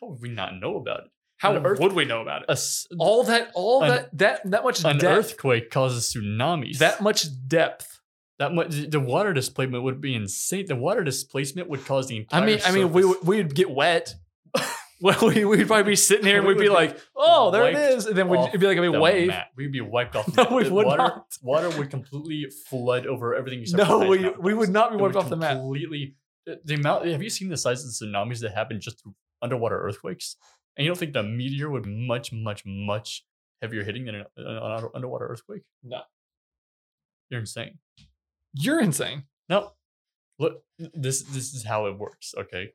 Speaker 2: How would we not know about it?
Speaker 1: How
Speaker 2: An earth-
Speaker 1: would we know about it?
Speaker 2: A s-
Speaker 1: all that all
Speaker 2: An-
Speaker 1: that that that much
Speaker 2: an
Speaker 1: depth
Speaker 2: earthquake causes tsunamis.
Speaker 1: that much depth
Speaker 2: that much, the water displacement would be insane. The water displacement would cause the entire.
Speaker 1: i mean i mean we
Speaker 2: surface-
Speaker 1: would we'd get wet well we, we'd probably be sitting here and
Speaker 2: We
Speaker 1: we'd be
Speaker 2: would be
Speaker 1: like oh there it
Speaker 2: wiped
Speaker 1: is and then we'd
Speaker 2: off
Speaker 1: it'd be like a big
Speaker 2: the
Speaker 1: wave
Speaker 2: map. We'd be wiped off.
Speaker 1: No,
Speaker 2: map.
Speaker 1: we
Speaker 2: The
Speaker 1: would
Speaker 2: water,
Speaker 1: not.
Speaker 2: Water would completely flood over everything. Except for
Speaker 1: no
Speaker 2: the highest
Speaker 1: we we
Speaker 2: mountain tops.
Speaker 1: would not be
Speaker 2: It
Speaker 1: wiped
Speaker 2: would
Speaker 1: off the map
Speaker 2: Completely. the- The amount. Have you seen the size of the tsunamis that happen just through underwater earthquakes? And you don't think the meteor would much, much, much heavier hitting than an, an under- underwater earthquake?
Speaker 1: No.
Speaker 2: you're insane.
Speaker 1: you're insane
Speaker 2: No, look. This this is how it works. Okay,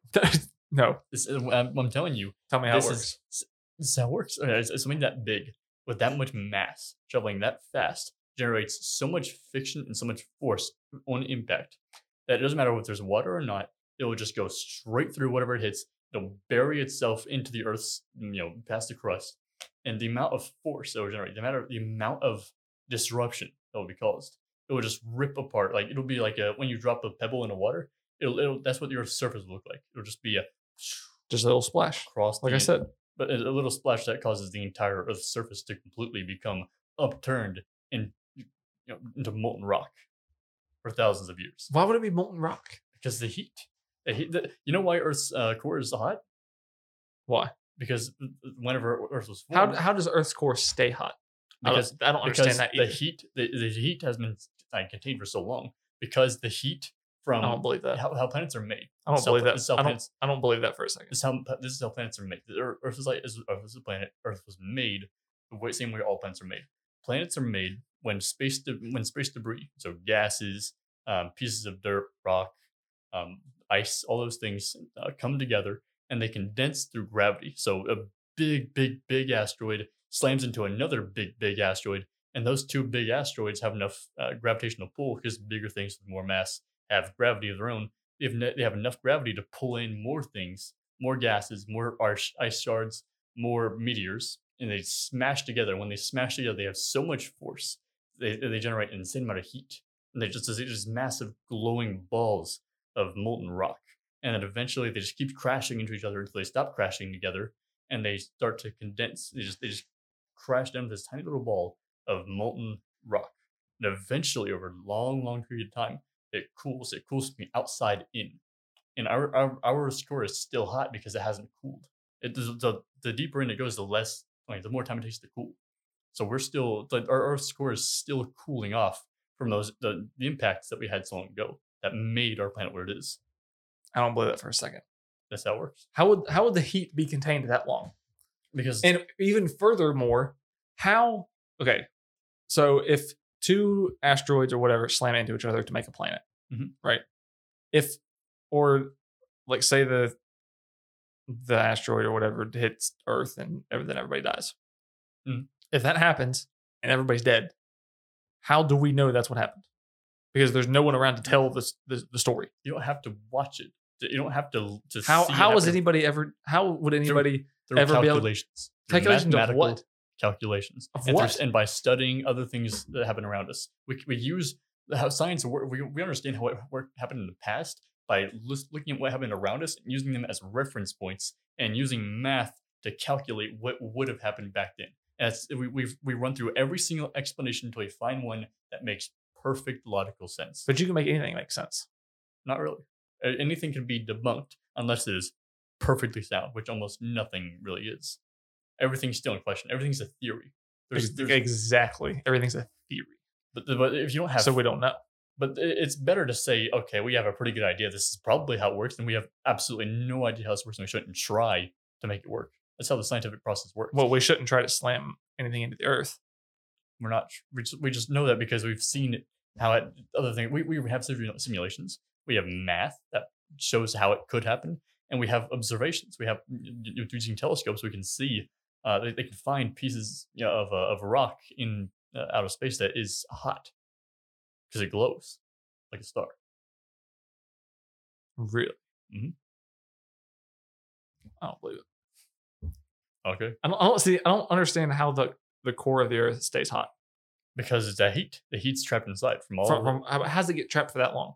Speaker 1: no
Speaker 2: this is, I'm, I'm telling you.
Speaker 1: tell me how
Speaker 2: This
Speaker 1: it
Speaker 2: is-
Speaker 1: works
Speaker 2: s- This is how it works. Uh, It's, it's something that big with that much mass traveling that fast generates so much friction and so much force on impact that it doesn't matter if there's water or not. It will just go straight through whatever it hits. It'll bury itself into the earth's, you know, past the crust. And the amount of force that will generate, the matter, the amount of disruption that will be caused, it will just rip apart. Like it'll be like a, when you drop a pebble in the water. It'll, it'll that's what the Earth's surface will look like. It'll just be a
Speaker 1: just a little splash
Speaker 2: cross.
Speaker 1: like
Speaker 2: the
Speaker 1: i
Speaker 2: en-
Speaker 1: said
Speaker 2: but a a little splash that causes the entire Earth's surface to completely become upturned and you know, into molten rock for thousands of years
Speaker 1: why would it be molten rock
Speaker 2: because the heat. The heat the, you know why Earth's uh, core is hot?
Speaker 1: why
Speaker 2: Because uh, whenever Earth was
Speaker 1: how,
Speaker 2: formed,
Speaker 1: how does earth's core stay hot I don't-
Speaker 2: because
Speaker 1: i don't understand
Speaker 2: because
Speaker 1: that
Speaker 2: the
Speaker 1: either
Speaker 2: heat the, the heat has been like, contained for so long because the heat from
Speaker 1: i don't believe that
Speaker 2: how, how planets are made.
Speaker 1: i don't
Speaker 2: cell-
Speaker 1: believe that
Speaker 2: cell
Speaker 1: i don't
Speaker 2: planets-
Speaker 1: i don't believe that for a second
Speaker 2: This is how this is how planets are made. The Ear- Earth is like is- Earth is a planet. Earth was made the way, same way all planets are made. Planets are made when space de- when space debris, so gases, um, pieces of dirt, rock, um, ice, all those things uh, come together and they condense through gravity. So a big, big, big asteroid slams into another big, big asteroid, and those two big asteroids have enough uh, gravitational pull because bigger things with more mass have gravity of their own. They have, ne- they have enough gravity to pull in more things, more gases, more arsh- ice shards, more meteors, and they smash together. When they smash together, they have so much force. They, they generate an insane amount of heat. And they're just, they're just massive glowing balls of molten rock. And then eventually they just keep crashing into each other until they stop crashing together and they start to condense. They just they just crash down to this tiny little ball of molten rock. And eventually over a long, long period of time, it cools. It cools from the outside in. And our our, our score is still hot because it hasn't cooled. It does- the, the deeper in it goes, the less like the more time it takes to cool. So we're still like our Earth's core is still cooling off from those the, the impacts that we had so long ago that made our planet where it is.
Speaker 1: i don't believe that for a second
Speaker 2: That's how it works.
Speaker 1: How would how would the heat be contained that long?
Speaker 2: Because
Speaker 1: And even furthermore, how okay. So if two asteroids or whatever slam into each other to make a planet,
Speaker 2: Mhm.
Speaker 1: right? If or like say the the asteroid or whatever hits Earth and ev- then everybody dies.
Speaker 2: Mhm.
Speaker 1: If that happens and everybody's dead, how do we know that's what happened? because there's no one around to tell the the, the story.
Speaker 2: You don't have to watch it. You don't have to. to
Speaker 1: How
Speaker 2: see
Speaker 1: how
Speaker 2: it
Speaker 1: was
Speaker 2: happen.
Speaker 1: anybody ever? How would anybody
Speaker 2: Through
Speaker 1: ever be able?
Speaker 2: calculations? Through
Speaker 1: Calculations of
Speaker 2: mathematical
Speaker 1: what?
Speaker 2: Calculations
Speaker 1: Of
Speaker 2: and, through-
Speaker 1: what?
Speaker 2: and by studying other things that happen around us, we we use how science wor- we we understand how it work, happened in the past by lis- looking at what happened around us and using them as reference points and using math to calculate what would have happened back then. As we we've, we run through every single explanation until we find one that makes perfect logical sense.
Speaker 1: But you can make anything make sense.
Speaker 2: Not really. A- Anything can be debunked unless it is perfectly sound, which almost nothing really is. Everything's still in question. Everything's a theory. There's,
Speaker 1: Ex-
Speaker 2: there's
Speaker 1: exactly. Everything's a theory.
Speaker 2: but, the- but if you don't have
Speaker 1: So we don't know.
Speaker 2: But i- it's better to say, okay, we have a pretty good idea. This is probably how it works, and we have absolutely no idea how this works, and we shouldn't try to make it work. That's how the scientific process works.
Speaker 1: Well, we shouldn't try to slam anything into the earth.
Speaker 2: we're not we just, we just know that because we've seen how it other thing we, we have simu- simulations we have math that shows how it could happen and we have observations we have y- y- using telescopes we can see uh, they, they can find pieces you know, of, uh, of rock in uh, outer space that is hot because it glows like a star
Speaker 1: Really?
Speaker 2: Mhm.
Speaker 1: I don't believe it.
Speaker 2: okay
Speaker 1: I don't, I don't see. I don't understand how the the core of the earth stays hot.
Speaker 2: because it's a heat the heat's trapped inside from all
Speaker 1: From,
Speaker 2: over-
Speaker 1: from how how does it get trapped for that long?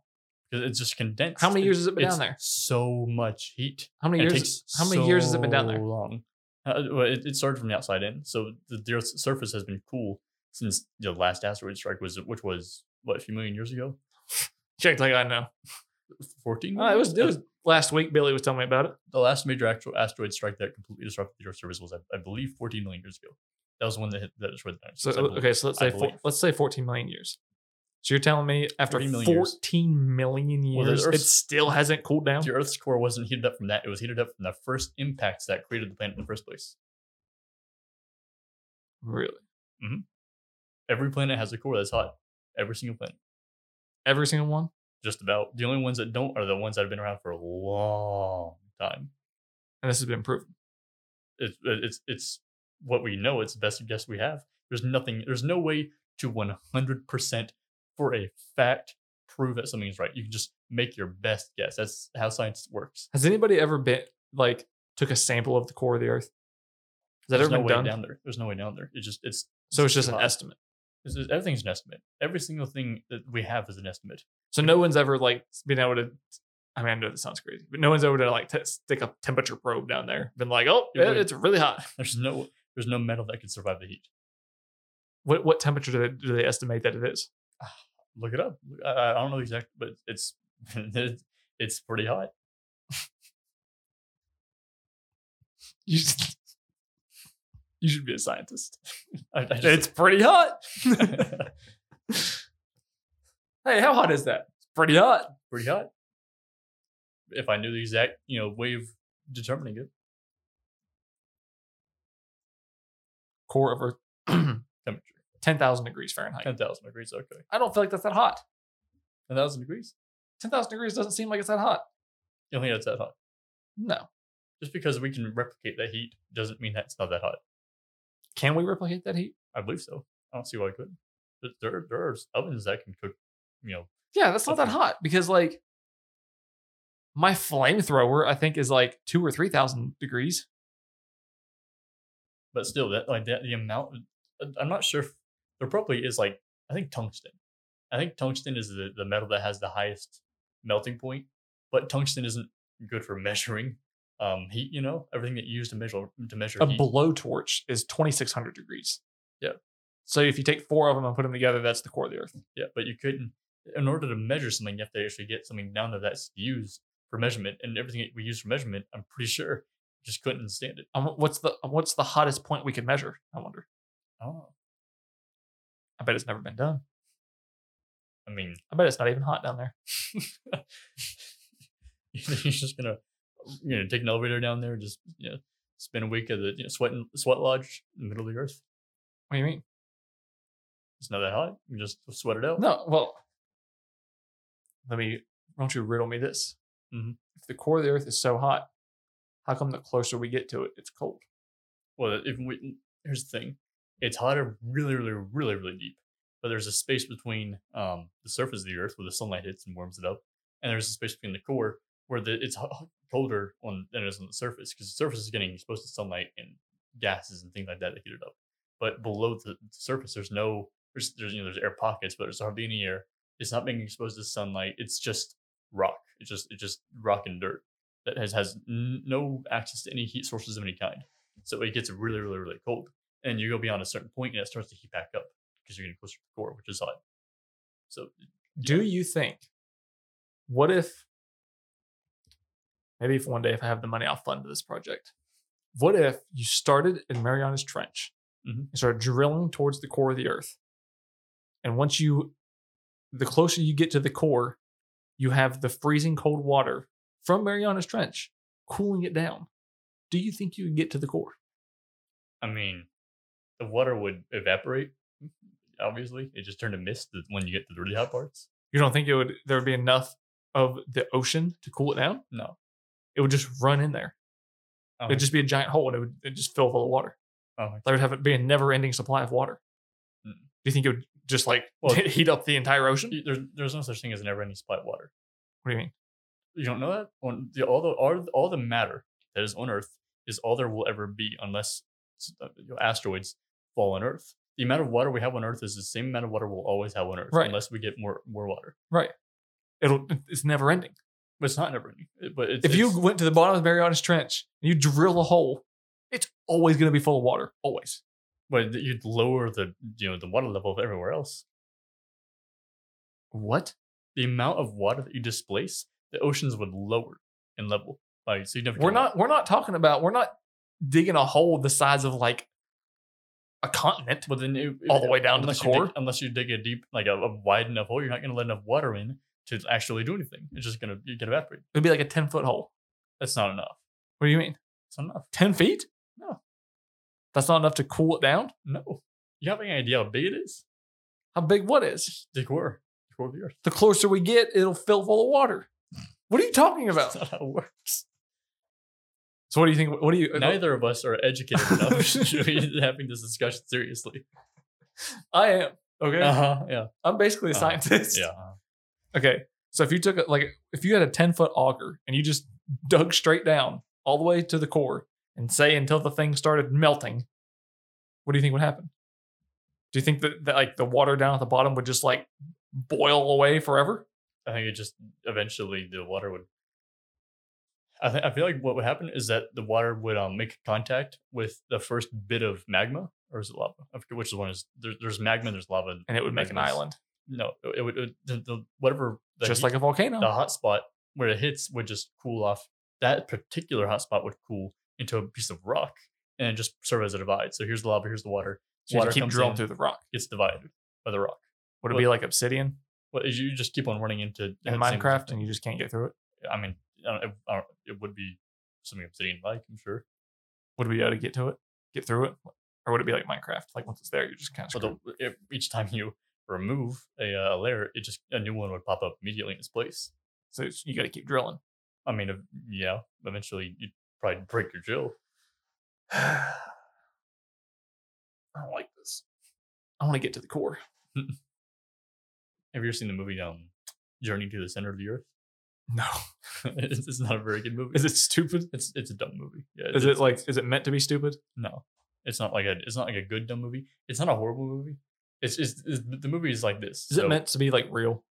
Speaker 2: because it's just condensed
Speaker 1: How many years has it been
Speaker 2: It's
Speaker 1: down there?
Speaker 2: so much heat
Speaker 1: How many
Speaker 2: and it
Speaker 1: years?
Speaker 2: takes
Speaker 1: How many years has it been down
Speaker 2: so
Speaker 1: there?
Speaker 2: Long. Uh, well, it, it started from the outside in, so the, the Earth's surface has been cool since the last asteroid strike was, which was what a few million years ago,
Speaker 1: Checked like I know.
Speaker 2: fourteen.
Speaker 1: Uh, it was it was last week. Billy was telling me about it.
Speaker 2: the last major actual asteroid strike that completely disrupted the Earth's surface was, I, I believe, fourteen million years ago. That was the one that hit that destroyed the
Speaker 1: So
Speaker 2: dinosaurs. I believe.
Speaker 1: okay, so let's
Speaker 2: I
Speaker 1: say four,
Speaker 2: believe.
Speaker 1: let's say 14 million years. So you're telling me after
Speaker 2: 14
Speaker 1: 14
Speaker 2: million
Speaker 1: million
Speaker 2: years.
Speaker 1: years,
Speaker 2: Well, the
Speaker 1: it
Speaker 2: Earth's-
Speaker 1: still hasn't cooled down?
Speaker 2: the Earth's core wasn't heated up from that; it was heated up from the first impacts that created the planet in the first place.
Speaker 1: Really?
Speaker 2: Every planet has a core that's hot. Every single planet.
Speaker 1: Every single one?
Speaker 2: just about. The only ones that don't are the ones that have been around for a long time.
Speaker 1: And this has been proven.
Speaker 2: It's uh, it's it's what we know. It's the best guess we have. There's nothing. There's no way to 100 percent for a fact prove that something is right. You can just make your best guess. That's how science works.
Speaker 1: Has anybody ever been like took a sample of the core of the Earth? Has that
Speaker 2: There's
Speaker 1: ever
Speaker 2: no
Speaker 1: been
Speaker 2: way
Speaker 1: done?
Speaker 2: down there. There's no way down there. It's just it's
Speaker 1: So it's just
Speaker 2: too
Speaker 1: an
Speaker 2: high.
Speaker 1: estimate.
Speaker 2: It's- it's- everything's an estimate. Every single thing that we have is an estimate.
Speaker 1: So no one's ever like been able to. I mean, I know this sounds crazy, but no one's ever to like t- stick a temperature probe down there. Been like, oh,
Speaker 2: It
Speaker 1: it-
Speaker 2: would.
Speaker 1: it's really hot.
Speaker 2: There's no there's no metal that can survive the heat.
Speaker 1: What what temperature do they, do they estimate that it is?
Speaker 2: Look it up. I- I, I don't know the exact, but it's it's pretty hot.
Speaker 1: You should, you should be a scientist.
Speaker 2: I, I just,
Speaker 1: It's pretty hot.
Speaker 2: pretty
Speaker 1: Hey, how hot is that? It's pretty hot.
Speaker 2: hot. If I knew the exact, you know, way of determining it,
Speaker 1: Core over
Speaker 2: temperature
Speaker 1: ten thousand degrees Fahrenheit.
Speaker 2: ten thousand degrees. Okay,
Speaker 1: I don't feel like that's that hot.
Speaker 2: ten thousand degrees.
Speaker 1: Ten thousand degrees doesn't seem like it's that hot.
Speaker 2: You don't think that's that hot?
Speaker 1: No.
Speaker 2: Just because we can replicate that heat doesn't mean that it's not that hot.
Speaker 1: Can we replicate that heat?
Speaker 2: I believe so. I don't see why I could. There, there, there are ovens that can cook, you know,
Speaker 1: Yeah, that's not that
Speaker 2: Okay.
Speaker 1: hot because like my flamethrower, I think, is like two or three thousand degrees.
Speaker 2: but still that like that the amount uh, i'm not sure if there probably is like i think tungsten i think tungsten is the, the metal that has the highest melting point but tungsten isn't good for measuring um heat you know everything that you use to measure to measure
Speaker 1: A
Speaker 2: heat.
Speaker 1: blowtorch is twenty six hundred degrees.
Speaker 2: Mm-hmm. Yeah.
Speaker 1: So if you take four of them and put them together, that's the core of the Earth.
Speaker 2: yeah but you couldn't in order to measure something you have to actually get something down there that's used for measurement and everything that we use for measurement i'm pretty sure just couldn't stand it
Speaker 1: Um, what's the what's the hottest point we could measure? I wonder.
Speaker 2: oh
Speaker 1: I bet it's never been done.
Speaker 2: i mean
Speaker 1: I bet it's not even hot down there.
Speaker 2: You're just gonna, you know, take an elevator down there, and just you know, spend a week at the you know, sweat sweat lodge in the middle of the earth.
Speaker 1: What do you mean?
Speaker 2: It's not that hot. You just sweat it out.
Speaker 1: No, well, let me. Why don't you riddle me this?
Speaker 2: Mhm.
Speaker 1: If the core of the Earth is so hot, how come the closer we get to it, it's cold?
Speaker 2: Well, if we, here's the thing, it's hotter really, really, really, really deep. but there's a space between um, the surface of the Earth where the sunlight hits and warms it up, and there's a space between the core where the, it's ho- colder on than it is on the surface because the surface is getting exposed to sunlight and gases and things like that that heat it up. But below the surface, there's no there's, there's you know there's air pockets, but there's hardly any air. It's not being exposed to sunlight. It's just rock. It's just it's just rock and dirt that has has n- no access to any heat sources of any kind. So it gets really really really cold, and you go beyond a certain point, and it starts to heat back up because you're getting closer to the core, which is hot. So
Speaker 1: Do you think? What if? Maybe if one day, if I have the money, I'll fund this project. What if you started in Mariana's Trench
Speaker 2: Mhm.
Speaker 1: and started drilling towards the core of the Earth? And once you, the closer you get to the core, you have the freezing cold water from Mariana's Trench cooling it down. Do you think you could get to the core?
Speaker 2: I mean, the water would evaporate. Obviously, it just turned to mist that- when you get to the really hot parts.
Speaker 1: You don't think it would there would be enough of the ocean to cool it down?
Speaker 2: No,
Speaker 1: It would just run in there.
Speaker 2: I don't
Speaker 1: It'd just be a giant hole and it would it'd just fill full of water.
Speaker 2: Oh, I don't think
Speaker 1: There would have be a never ending supply of water.
Speaker 2: Mm.
Speaker 1: Do you think it would just like
Speaker 2: Well-
Speaker 1: heat up the entire ocean?
Speaker 2: Y- There's there's no such thing as an ever-ending supply of water.
Speaker 1: What do you mean?
Speaker 2: You don't know that. On the, all the all, the- all the matter that is on Earth is all there will ever be, unless s- uh, you know, asteroids fall on Earth. The amount of water we have on Earth is the same amount of water we'll always have on Earth,
Speaker 1: Right.
Speaker 2: unless we get more more water.
Speaker 1: Right. It'll it's never ending.
Speaker 2: But it's not never ending. It- But it's,
Speaker 1: If you
Speaker 2: it's-
Speaker 1: went to the bottom of the Marianas Trench and you drill a hole, it's always gonna be full of water. Always.
Speaker 2: but you'd lower the you know the water level of everywhere else.
Speaker 1: What?
Speaker 2: The amount of water that you displace, the oceans would lower in level by significantly.
Speaker 1: We're not we're not talking about we're not digging a hole the size of like a continent.
Speaker 2: Well, then it,
Speaker 1: All the way down to the
Speaker 2: unless you dig-
Speaker 1: core?
Speaker 2: unless you dig a deep, like a, a wide enough hole, you're not going to let enough water in to actually do anything. It's just going to you get evaporate.
Speaker 1: It'd be like a ten foot hole.
Speaker 2: That's not enough.
Speaker 1: What do you mean?
Speaker 2: It's not enough.
Speaker 1: Ten feet?
Speaker 2: No.
Speaker 1: That's not enough to cool it down?
Speaker 2: No, you have any idea how big it is?
Speaker 1: How big what is?
Speaker 2: The core, the core of the earth.
Speaker 1: The closer we get, it'll fill full of water. What are you talking about?
Speaker 2: That's not how it works.
Speaker 1: So what do you think? What do you?
Speaker 2: Neither of us are educated enough to be having this discussion seriously.
Speaker 1: I am. Okay.
Speaker 2: Uh-huh, yeah,
Speaker 1: I'm basically a
Speaker 2: uh-huh,
Speaker 1: scientist.
Speaker 2: yeah. uh-huh.
Speaker 1: Okay. So if you took a, like if you had a 10 foot auger and you just dug straight down all the way to the core and say until the thing started melting, what do you think would happen? Do you think that, that like the water down at the bottom would just like boil away forever?
Speaker 2: I think it just eventually the water would. I th- I feel like what would happen is that the water would um, make contact with the first bit of magma, or is it lava? I forget which one is. There, there's magma, and there's lava,
Speaker 1: And it would make an
Speaker 2: magma's-
Speaker 1: island,
Speaker 2: No, it would it- the, the, whatever the
Speaker 1: just
Speaker 2: heat-
Speaker 1: like a volcano.
Speaker 2: the hot spot where it hits would just cool off. That particular hot spot would cool into a piece of rock and just serve as a divide. So here's the lava, here's the water.
Speaker 1: so you
Speaker 2: water
Speaker 1: just keep
Speaker 2: comes
Speaker 1: drilling
Speaker 2: in.
Speaker 1: through the rock.
Speaker 2: Gets divided by the rock.
Speaker 1: Would it be like obsidian
Speaker 2: Well, you just keep on running into
Speaker 1: in
Speaker 2: that same
Speaker 1: Minecraft
Speaker 2: thing.
Speaker 1: and you just can't get through it?
Speaker 2: I mean, I don't, I don't, it would be something obsidian like, I'm sure.
Speaker 1: Would we be able to get to it? Get through it? Or would it be like Minecraft? Like once it's there, you're just kind of
Speaker 2: But the, if- each time you remove a, uh, layer, it just a new one would pop up immediately in its place.
Speaker 1: so it's- you got to keep drilling.
Speaker 2: I mean, if- yeah, eventually you'd probably break your drill.
Speaker 1: I don't like this. I want to get to the core.
Speaker 2: Have you ever seen the movie um, Journey to the Center of the Earth?
Speaker 1: No.
Speaker 2: it's, it's not a very good movie.
Speaker 1: Is it stupid?
Speaker 2: It's it's a dumb movie. Yeah,
Speaker 1: Is it
Speaker 2: it's-
Speaker 1: like is it meant to be stupid?
Speaker 2: no? It's not like a it's not like a good dumb movie. It's not a horrible movie. It's it's, it's the movie is like this.
Speaker 1: Is
Speaker 2: so
Speaker 1: it meant to be like real?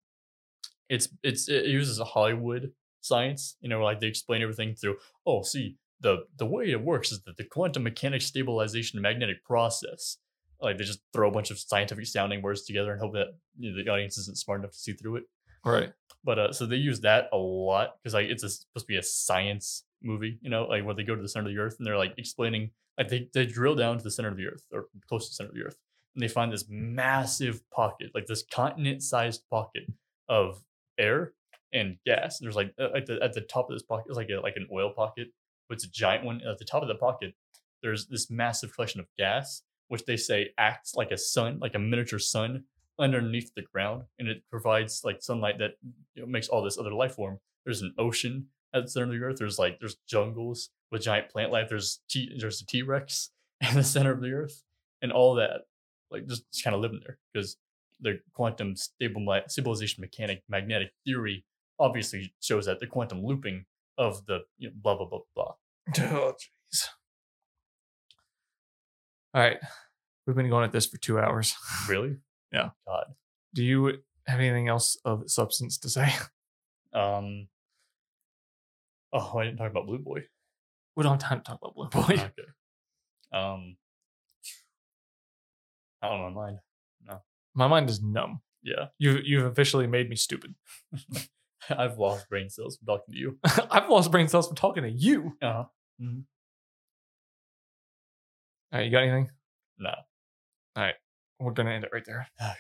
Speaker 2: it's it's it uses Hollywood science. You know, like they explain everything through. Oh, see the the way it works is that the quantum mechanics stabilization magnetic process. Like they just throw a bunch of scientific sounding words together and hope that you know, the audience isn't smart enough to see through it.
Speaker 1: Right.
Speaker 2: But uh, so they use that a lot because like it's a, supposed to be a science movie, you know, like where they go to the center of the earth and they're like explaining, like they, they drill down to the center of the earth or close to the center of the earth, and they find this massive pocket, like this continent-sized pocket of air and gas. There's like uh, like the, at the top of this pocket is like a, like an oil pocket, but it's a giant one. At the top of the pocket, there's this massive collection of gas, which they say acts like a sun, like a miniature sun underneath the ground, and it provides like sunlight that you know, makes all this other life form. There's an ocean at the center of the earth. There's like there's jungles with giant plant life. There's t there's a T Rex in the center of the earth, and all that like just, just kind of living there because the quantum stable mi- stabilization mechanic magnetic theory obviously shows that the quantum looping of the you know, blah blah blah blah.
Speaker 1: Oh, jeez. All right. We've been going at this for two hours.
Speaker 2: Really?
Speaker 1: Yeah.
Speaker 2: God.
Speaker 1: Do you have anything else of substance to say?
Speaker 2: Um. Oh, I didn't talk about Blue Boy.
Speaker 1: We don't have time to talk about Blue Boy.
Speaker 2: Okay. Um. I don't know mine. No.
Speaker 1: My mind is numb.
Speaker 2: Yeah.
Speaker 1: You you've officially made me stupid.
Speaker 2: I've lost brain cells from talking to you.
Speaker 1: I've lost brain cells from talking to you.
Speaker 2: Uh-huh.
Speaker 1: All right, you got anything?
Speaker 2: No.
Speaker 1: All right, we're gonna end it right there.